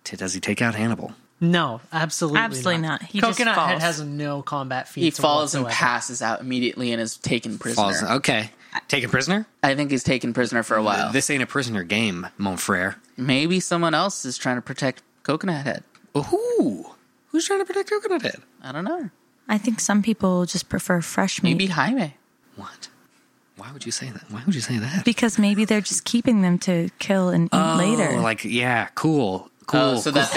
T- Does he take out Hannibal? No, absolutely, Absolutely not. not. He just Coconut Head falls. has no combat feats. He falls and whatsoever. passes out immediately and is taken prisoner. Falls. Okay, taken prisoner. I think he's taken prisoner for a while. This ain't a prisoner game, mon frere. Maybe someone else is trying to protect Coconut Head. Who? Who's trying to protect Coconut Head? I don't know. I think some people just prefer fresh meat Maybe Jaime. What? Why would you say that? Why would you say that? because maybe they're just keeping them to kill and eat later. Oh, like yeah, cool, cool. Oh, so that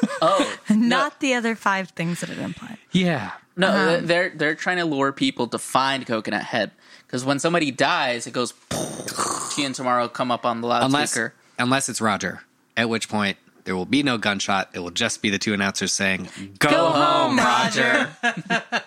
they. oh not the other five things that it implied. cool. yeah, no, they're they're trying to lure people to find Coconut Head because when somebody dies, it goes. She and Tomorrow come up on the unless loudspeaker. unless it's Roger, at which point there will be no gunshot. It will just be the two announcers saying, "Go, home, Roger."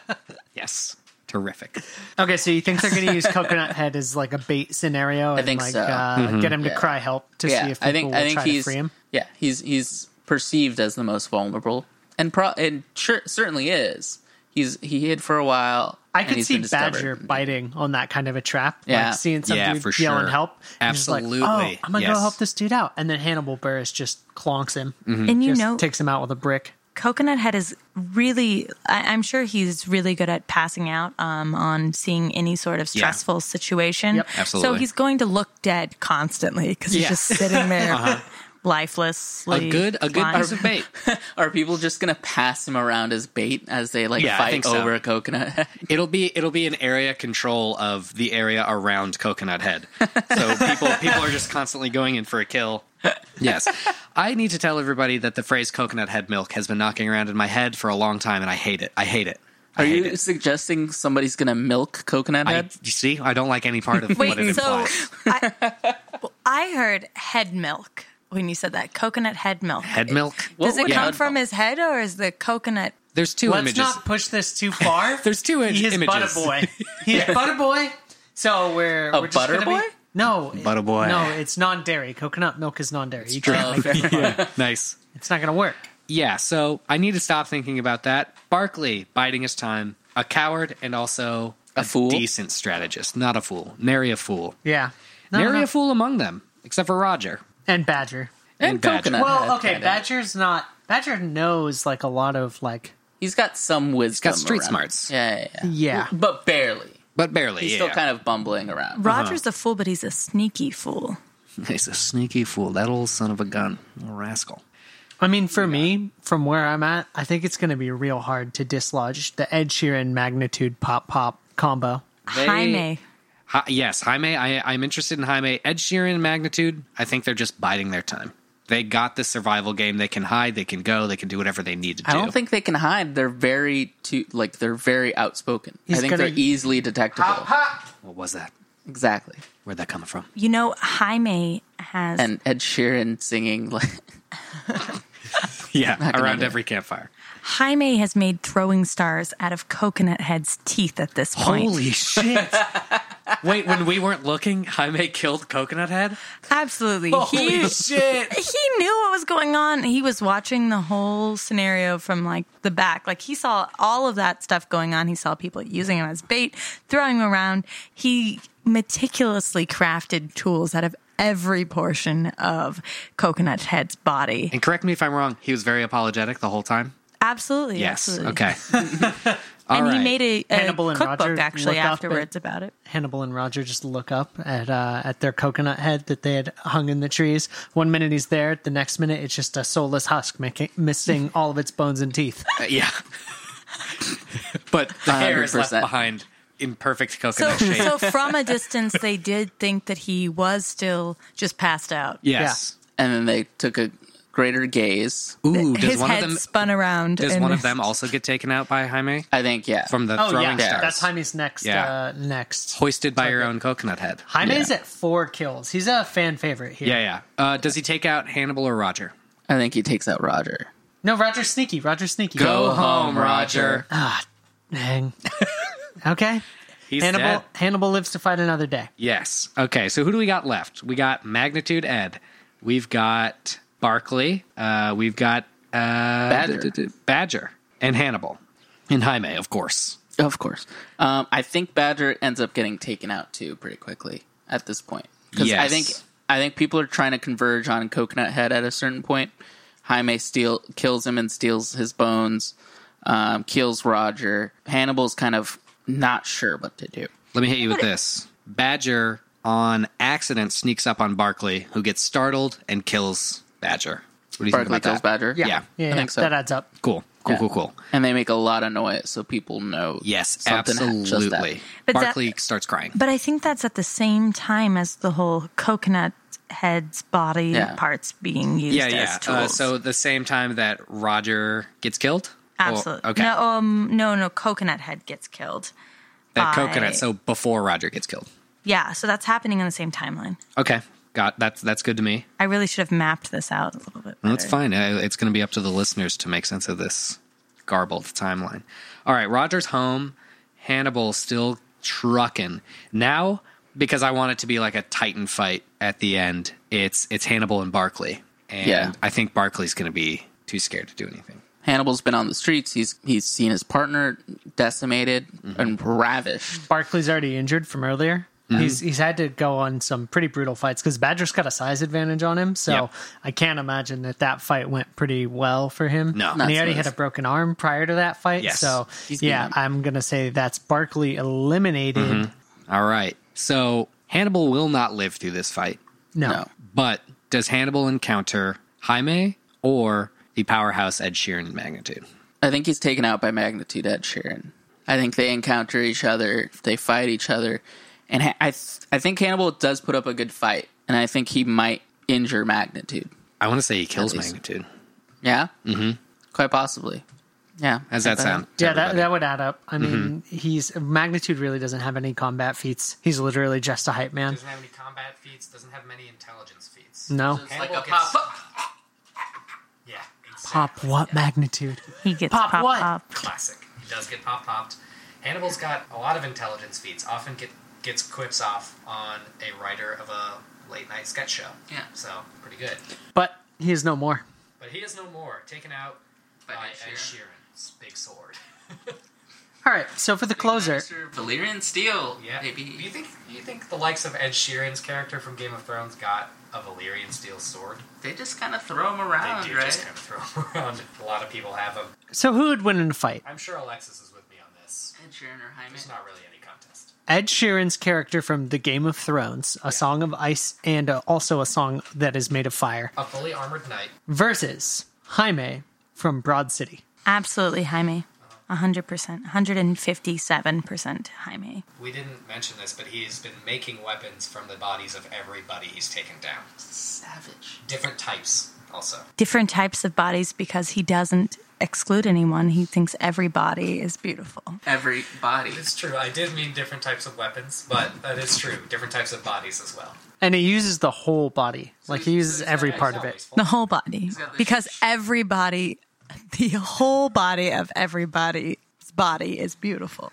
yes, terrific. Okay, so you think they're going to use Coconut Head as like a bait scenario? And think like, so. Mm-hmm. Uh, Get him to cry help to see if people will try to free him. yeah he's he's perceived as the most vulnerable and pro and sure, certainly is. He's he hid for a while. I and could he's see been discovered. Badger biting on that kind of a trap. Yeah. Like seeing some Yeah, dude for yelling sure. help. and just like, Absolutely. oh, I'm going to Yes. go help this dude out. And then Hannibal Burris just clonks him. Mm-hmm. And you Just know, takes him out with a brick. Coconut Head is really, I, I'm sure he's really good at passing out um, on seeing any sort of stressful situation. Yep. Absolutely. So he's going to look dead constantly because he's Yeah. just sitting there A lifelessly. good Uh-huh. a good lying. piece of bait. Are people just gonna pass him around as bait as they like Yeah, I think fight so. over Coconut Head? It'll be it'll be an area control of the area around Coconut Head. So people people are just constantly going in for a kill. Yes. I need to tell everybody that the phrase coconut head milk has been knocking around in my head for a long time and I hate it. I hate it. I Are hate you it. suggesting somebody's gonna milk Coconut I, Head? you see, I don't like any part of what it Wait, so implies. I, I heard head milk when you said that coconut head milk. Head milk? Does What it would come head from milk- his head or is the coconut? There's 2 Let's images. not push this too far. There's two i- he is images. butter boy. He is butter boy. So we're A we're just gonna be- Butterboy? no, Butter boy. No, it's non-dairy. Coconut milk is non-dairy. You can't Oh, make fair. nice. It's not going to work. Yeah, so I need to stop thinking about that. Barkley biding his time, a coward and also A fool? decent strategist, not a fool, nary a fool. Yeah. No, Nary no. a fool among them, except for Roger. and Badger. and Badger. Coconut Head. Well, okay, kinda. Badger's not. Badger knows like a lot of like He's got some wisdom. got street around. smarts. Yeah, yeah, yeah. yeah. But barely. But barely. He's yeah. still kind of bumbling around. Uh-huh. Roger's a fool, but he's a sneaky fool. He's a sneaky fool. That old son of a gun. A rascal. I mean, for me, from where I'm at, I think it's going to be real hard to dislodge the Ed Sheeran magnitude pop pop combo. They- Jaime. Hi, yes, Jaime. I, I'm interested in Jaime. Ed Sheeran magnitude. I think they're just biding their time. They got the survival game. They can hide. They can go. They can do whatever they need to do. I don't think they can hide. They're very too like they're very outspoken. He's I think gonna- they're easily detectable. What was that? Exactly. Where'd that come from? You know, Jaime has. And Ed Sheeran singing like Yeah, around around every campfire. Jaime has made throwing stars out of Coconut Head's teeth at this point. Holy shit! Wait, when we weren't looking, Jaime killed Coconut Head? Absolutely. Holy he, shit. he knew what was going on. He was watching the whole scenario from like the back. Like he saw all of that stuff going on. He saw people using him as bait, throwing him around. He meticulously crafted tools out of every portion of Coconut Head's body. And correct me if I'm wrong, he was very apologetic the whole time? Absolutely. Yes. Absolutely. Okay. And All he right. made a, a Hannibal and cookbook Roger actually look up afterwards about it. Hannibal and Roger just look up at uh, at their coconut head that they had hung in the trees. One minute he's there, the next minute it's just a soulless husk making, missing all of its bones and teeth. Uh, yeah. but the hair is left 100%. behind in perfect So, coconut shape. so from a distance, they did think that he was still just passed out. yes. and then they took a greater gaze. Ooh, does His one of head them spun around. does and- one of them also get taken out by Jaime I think, yeah. from the Oh yeah, throwing stars? that's Jaime's next. Yeah. Uh, next, Hoisted by your own coconut head. Jaime's at four kills. He's a fan favorite here. Yeah, yeah. Uh, does he take out Hannibal or Roger? I think he takes out Roger. No, Roger Sneaky. Roger Sneaky. Go home, Roger. Dang. okay. He's Hannibal. dead. Hannibal lives to fight another day. Yes. Okay. So who do we got left? We got Magnitude Ed. We've got Barkley. Uh, we've got uh, Badger. d- d- d- Badger and Hannibal and Jaime, of course. Of course. Um, I think Badger ends up getting taken out too pretty quickly at this point. Because I Yes. think I think people are trying to converge on Coconut Head at a certain point. Jaime steal kills him and steals his bones. Um, kills Roger. Hannibal's kind of not sure what to do. Let me hit you with this. Badger on accident sneaks up on Barkley, who gets startled and kills Badger. What do you Barkley think about kills that? Badger. Yeah. I Yeah, think so. that adds up. Cool. Cool. Yeah. Cool. Cool. And they make a lot of noise, so people know. Yes, something ha- just absolutely. happened. But that- Barkley starts crying. But I think that's at the same time as the whole coconut head's body Yeah. parts being used yeah, as yeah. tools. Uh, so the same time that Roger gets killed. Or- absolutely. okay. No, um, no, no. Coconut head gets killed. that by- coconut. So before Roger gets killed. Yeah, so that's happening in the same timeline. Okay. Got that's that's good to me. I really should have mapped this out a little bit. That's better. fine. Uh, It's going to be up to the listeners to make sense of this garbled timeline. All right, Roger's home. Hannibal still trucking now because I want it to be like a Titan fight at the end. It's it's Hannibal and Barkley, and Yeah. I think Barkley's going to be too scared to do anything. Hannibal's been on the streets. He's he's seen his partner decimated and ravished. Barkley's already injured from earlier. Mm-hmm. He's he's had to go on some pretty brutal fights because Badger's got a size advantage on him, so Yep. I can't imagine that that fight went pretty well for him. No. and he already smooth. had a broken arm prior to that fight, Yes. so He's yeah, behind. I'm gonna say that's Barkley eliminated. Mm-hmm. All right, so Hannibal will not live through this fight, No. No. but does Hannibal encounter Jaime or the powerhouse Ed Sheeran in magnitude? I think he's taken out by Magnitude Ed Sheeran. I think they encounter each other, they fight each other, and ha- I th- I think Hannibal does put up a good fight, and I think he might injure Magnitude. I want to say he kills least. magnitude. Yeah, mm-hmm. quite possibly. Yeah, How's that sound? to Yeah, everybody? that, Mm-hmm. that would add up. I mean, he's magnitude really doesn't have any combat feats. He's literally just a hype man. Doesn't have any combat feats. Doesn't have many intelligence feats. No, It's like a Hannibal pop. Yeah, exactly. pop what magnitude? He gets Pop pop, what? pop. classic. He does get pop popped. Hannibal's got a lot of intelligence feats. Often get gets quips off on a writer of a late night sketch show. Yeah. so pretty good. But he is no more. But he is no more taken out by, Ed Ed Sheeran's big sword. All right, so for the closer, Valyrian steel. Yeah, Do you think do you think the likes of Ed Sheeran's character from Game of Thrones got a Valyrian steel sword? they just kind of throw him They around, do just kind of throw 'em around. A lot of people have them. so who would win in a fight? I'm sure Alexis is with me on this. Ed Sheeran or Hyman? There's not really any contest. Ed Sheeran's character from the Game of Thrones, a song of ice and uh, also a song that is made of fire, A fully armored knight. versus Jaime from Broad City. Absolutely, Jaime. 100%. 157% Jaime. We didn't mention this, but he's been making weapons from the bodies of everybody he's taken down. Savage. Different types, also. Different types of bodies because he doesn't exclude anyone. He thinks every body is beautiful. Every body. It's true. I did mean different types of weapons, but that is true. Different types of bodies as well. And he uses the whole body, like he uses every Yeah, part it's of not it. wasteful. The whole body. got this- Because everybody, the whole body of everybody's body is beautiful.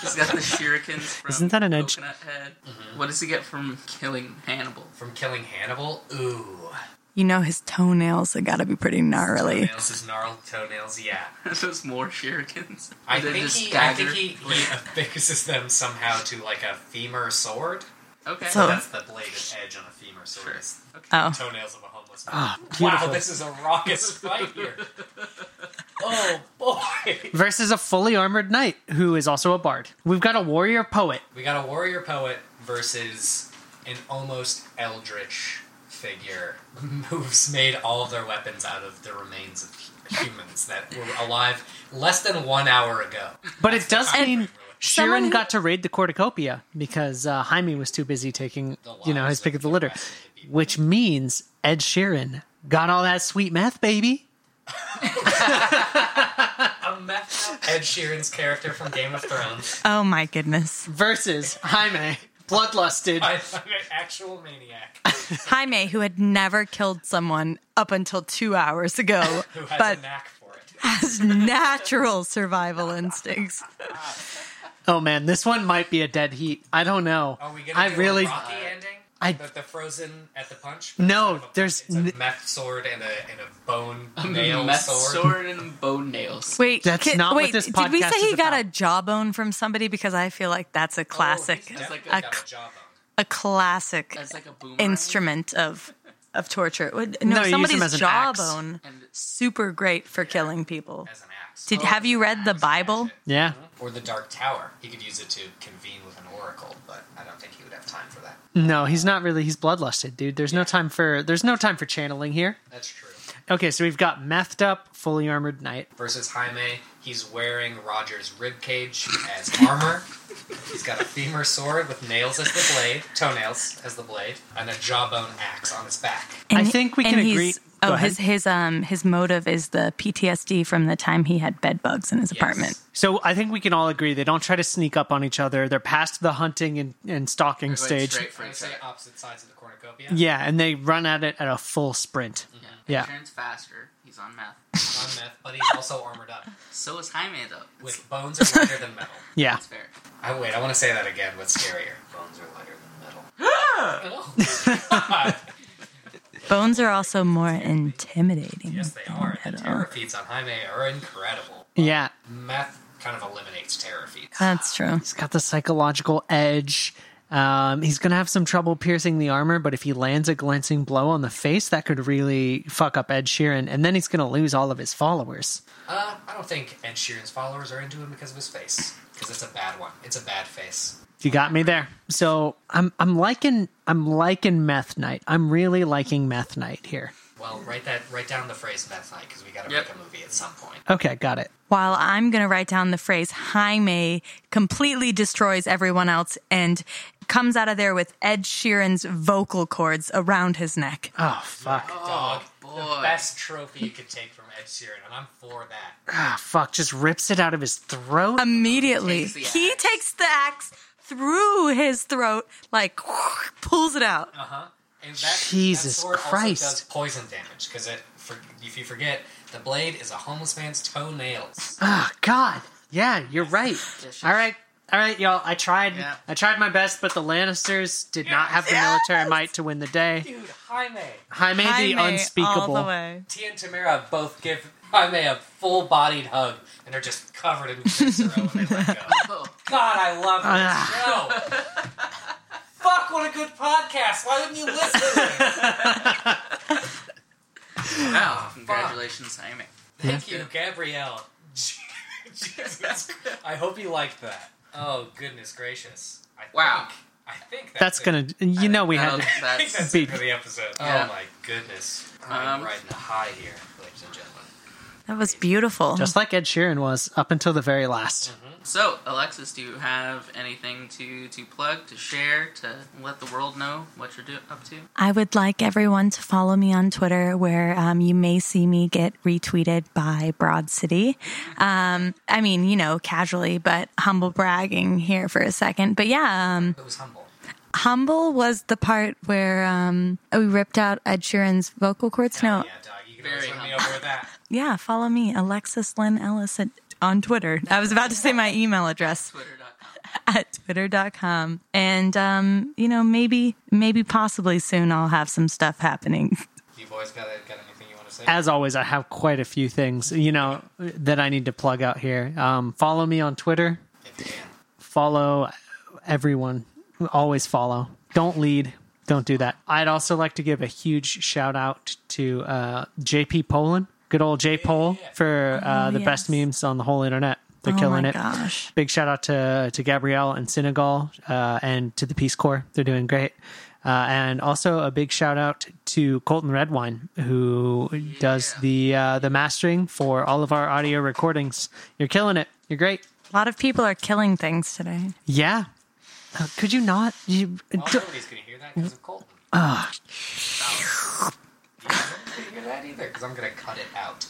He's got the shurikens from Isn't that an edge- Coconut Head. What does he get from killing Hannibal? From killing Hannibal? Ooh. You know his toenails have got to be pretty gnarly. Toenails, his gnarled toenails, yeah. Those more shurikens. I They're think, just he, I think dagger- he, he affixes them somehow to like a femur sword. Okay. So- That's the bladed edge on a femur sword. is Oh, Toenails of a homeless man. wow, this is a raucous fight here. Oh boy. Versus a fully armored knight who is also a bard. We've got a warrior poet. We got a warrior poet versus an almost eldritch figure who's made all their weapons out of the remains of humans that were alive less than one hour ago. But it does And mean someone Sheeran who- got to raid the cornucopia because uh, Jaime was too busy taking, you know, lives his pick of of the the litter, rest of the people. which means Ed Sheeran got all that sweet meth, baby. A messed up Ed Sheeran's character from Game of Thrones. oh my goodness. Versus Jaime, bloodlusted. I'm an actual maniac Jaime, who had never killed someone up until two hours ago, who has but a knack for it. has natural survival instincts. Oh man, this one might be a dead heat. I don't know. Are we gonna I do really a Rocky ending? I- the, the frozen at the punch? No, It's a- there's it's a n- meth sword and a and a bone nail Nail meth sword. sword and bone nails. Wait, That's not what wait, this did we podcast say he is got about. a jawbone from somebody? Because I feel like that's a classic, Oh, he's definitely a, got a jawbone. a classic That's like a boomerang. instrument of of torture. It would- No, No, you use somebody's them as an axe. jawbone, And super great for killing people. as an axe. Oh, Did have you read the Bible? Yeah. or the Dark Tower. He could use it to convene with an oracle, but I don't think he would have time for that. No, he's not really he's bloodlusted, dude. There's no time for there's no time for channeling here. That's true. Okay, so we've got methed up, fully armored knight. Versus Jaime, he's wearing Roger's ribcage as armor. he's got a femur sword with nails as the blade, toenails as the blade, and a jawbone axe on his back. I And- think we and can he's- agree- Oh, Go his his um his motive is the PTSD from the time he had bed bugs in his apartment. So I think we can all agree they don't try to sneak up on each other. They're past the hunting and, and stalking Going stage. straight for I each say other. opposite sides of the cornucopia. Yeah, and they run at it at a full sprint. Yeah. Sharon's faster. He's on meth. On meth, but he's also armored up. So is Jaime though. With bones are lighter than metal. Yeah. That's fair. I wait, I want to say that again. What's scarier? Bones are lighter than metal. oh, Bones are also more intimidating. yes, they are. The Metal. terror feats on Jaime are incredible. Yeah. Meth kind of eliminates terror feats. That's true. He's got the psychological edge. Um, he's going to have some trouble piercing the armor, but if he lands a glancing blow on the face, that could really fuck up Ed Sheeran, and then he's going to lose all of his followers. Uh, I don't think Ed Sheeran's followers are into him because of his face. Because it's a bad one. It's a bad face. You got me there. So I'm I'm liking I'm liking Meth Knight. I'm really liking Meth Knight here. Well, write that. Write down the phrase Meth Night because we got to Yep. make a movie at some point. Okay, got it. While I'm going to write down the phrase Jaime completely destroys everyone else and comes out of there with Ed Sheeran's vocal cords around his neck. Oh fuck. Dog, boy. the best trophy you could take from Ed Sheeran, and I'm for that. Ah, fuck. Just rips it out of his throat. Um, Immediately, Takes the he axe. takes the axe through his throat, like pulls it out. And that Jesus that sword Christ. Also does poison damage because it. For, if you forget, the blade is a homeless man's toenails. Ah, God. Yeah, you're right. yes. All right. All right, y'all. I tried. Yeah. I tried my best, but the Lannisters did not have the military might to win the day. Dude, Jaime, Jaime, Jaime, the unspeakable. All the way. T and Tamara both give Jaime a full-bodied hug, and are just covered in viscera when they let go. Oh, God, I love Ah. this show. Fuck, what a good podcast. Why wouldn't you listen to it? wow. Congratulations, Jaime. Thank you, Gabrielle. Jesus. I hope you liked that. Oh, goodness gracious. I Wow. Think, I think that's, That's it. gonna. You know, we had. That'll- To, I think that's- that's Beep. it for the episode. Yeah. Oh, my goodness. Um, I'm riding high here, ladies and gentlemen. That was beautiful. just like Ed Sheeran was up until the very last. So, Alexis, do you have anything to, to plug, to share, to let the world know what you're do- up to? I would like everyone to follow me on Twitter, where um, you may see me get retweeted by Broad City. Um, I mean, you know, casually, but humble bragging here for a second. But yeah, um, It was humble. humble was the part where um, we ripped out Ed Sheeran's vocal cords. No, Yeah, dog, you can Very always win me over with that. yeah, follow me, Alexis Lynn Ellis at, on Twitter. I was about to say my email address. Twitter.com. at twitter.com. And, um, you know, maybe, maybe possibly soon I'll have some stuff happening. You boys got, got anything you want to say? As always, I have quite a few things, you know, that I need to plug out here. Um, follow me on Twitter. Follow everyone. Always follow. Don't lead. Don't do that. I'd also like to give a huge shout out to uh, JP Poland, good old J Pole, for uh, the best Oh, yes. memes on the whole internet. They're Oh killing my it. gosh. Big shout out to to Gabrielle and Senegal uh, and to the Peace Corps. They're doing great. Uh, and also a big shout out to Colton Redwine, who does the uh, the mastering for all of our audio recordings. You're killing it. You're great. A lot of people are killing things today. Yeah. Uh, could you not? You, Well, nobody's going to hear that because of Colton. Ah. Yeah, nobody's going to hear that either because I'm going to cut it out.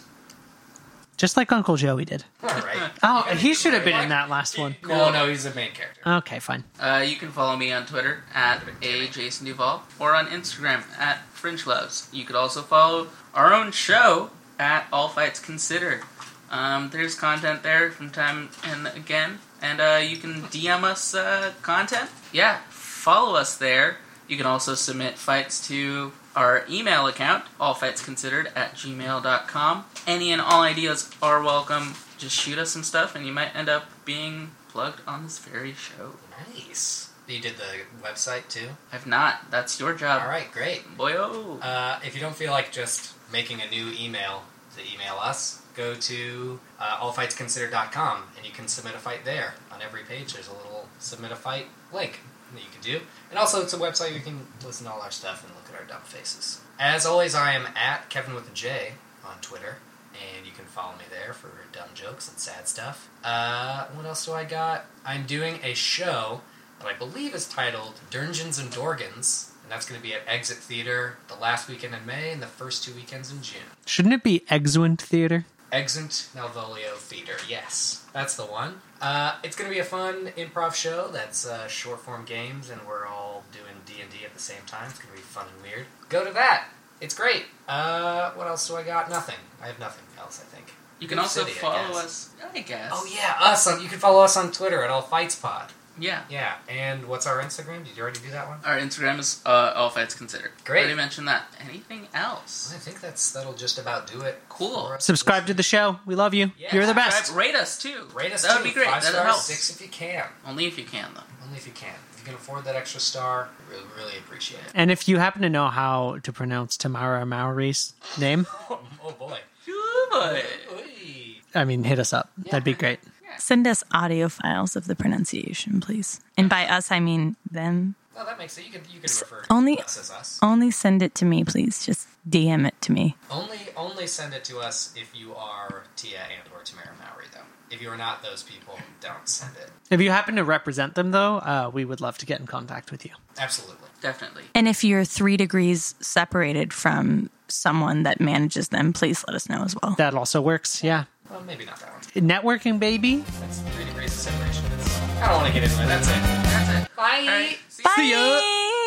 just like Uncle Joey did. All right. Oh, he should have been in that last one. No, no, he's the main character. Okay, fine. Uh, you can follow me on Twitter at a Jason Duval or on Instagram at Fringe Loves. You could also follow our own show at All Fights Considered. Um, there's content there from time and again, and uh, you can DM us uh, content. Yeah, follow us there. You can also submit fights to our email account, allfightsconsidered at gmail.com. Any and all ideas are welcome. Just shoot us some stuff, and you might end up being plugged on this very show. Nice. You did the website too? I've not. That's your job. oh. All right, great. Boyo. Uh, if you don't feel like just making a new email to email us, go to uh, allfightsconsidered.com and you can submit a fight there. On every page, there's a little submit a fight link that you can do. And also, it's a website where you can listen to all our stuff and look at our dumb faces. As always, I am at Kevin with a J on Twitter, and you can follow me there for dumb jokes and sad stuff. Uh, what else do I got? I'm doing a show that I believe is titled Dungeons and Dorgons, and that's going to be at Exit Theater the last weekend in May and the first two weekends in June. Shouldn't it be Exwin Theater? Exit Malvolio Theater, yes, that's the one. Uh, it's going to be a fun improv show that's uh, short form games, and we're all doing D and D at the same time. It's going to be fun and weird. Go to that. It's great. Uh, what else do I got? Nothing. I have nothing else. I think. You can Good also city, I follow guess. us. I guess. Oh yeah, us. On, you can follow us on Twitter at All Fights Pod. Yeah. Yeah, and what's our Instagram? Did you already do that one? Our Instagram is uh, all fights considered. Great. Already mentioned that. Anything else? I think that's that'll just about do it. Cool. for us. Subscribe to the show. We love you. Yeah. You're the best. Subscribe, Rate us too. Rate us. That too. would be great. Five That'll stars, help. Six if you can. Only if you can though. Only if you can. If you can afford that extra star, we really, really appreciate it. And if you happen to know how to pronounce Tamara Maori's name, Oh, oh boy. Good. Oy. I mean, hit us up. That'd be great. Send us audio files of the pronunciation, please. And by us, I mean them. Well, that makes it. You can you can refer only- to us as us. Only send it to me, please. Just DM it to me. Only only send it to us if you are Tia and or Tamara Maori though. If you are not those people, don't send it. If you happen to represent them, though, uh, we would love to get in contact with you. Absolutely. Definitely. And if you're three degrees separated from someone that manages them, please let us know as well. That also works. Yeah. Well, maybe not that one. Networking, baby. That's three degrees of separation. That's, I don't want to get into it. That's it. That's it. Bye. All right. See you. Bye.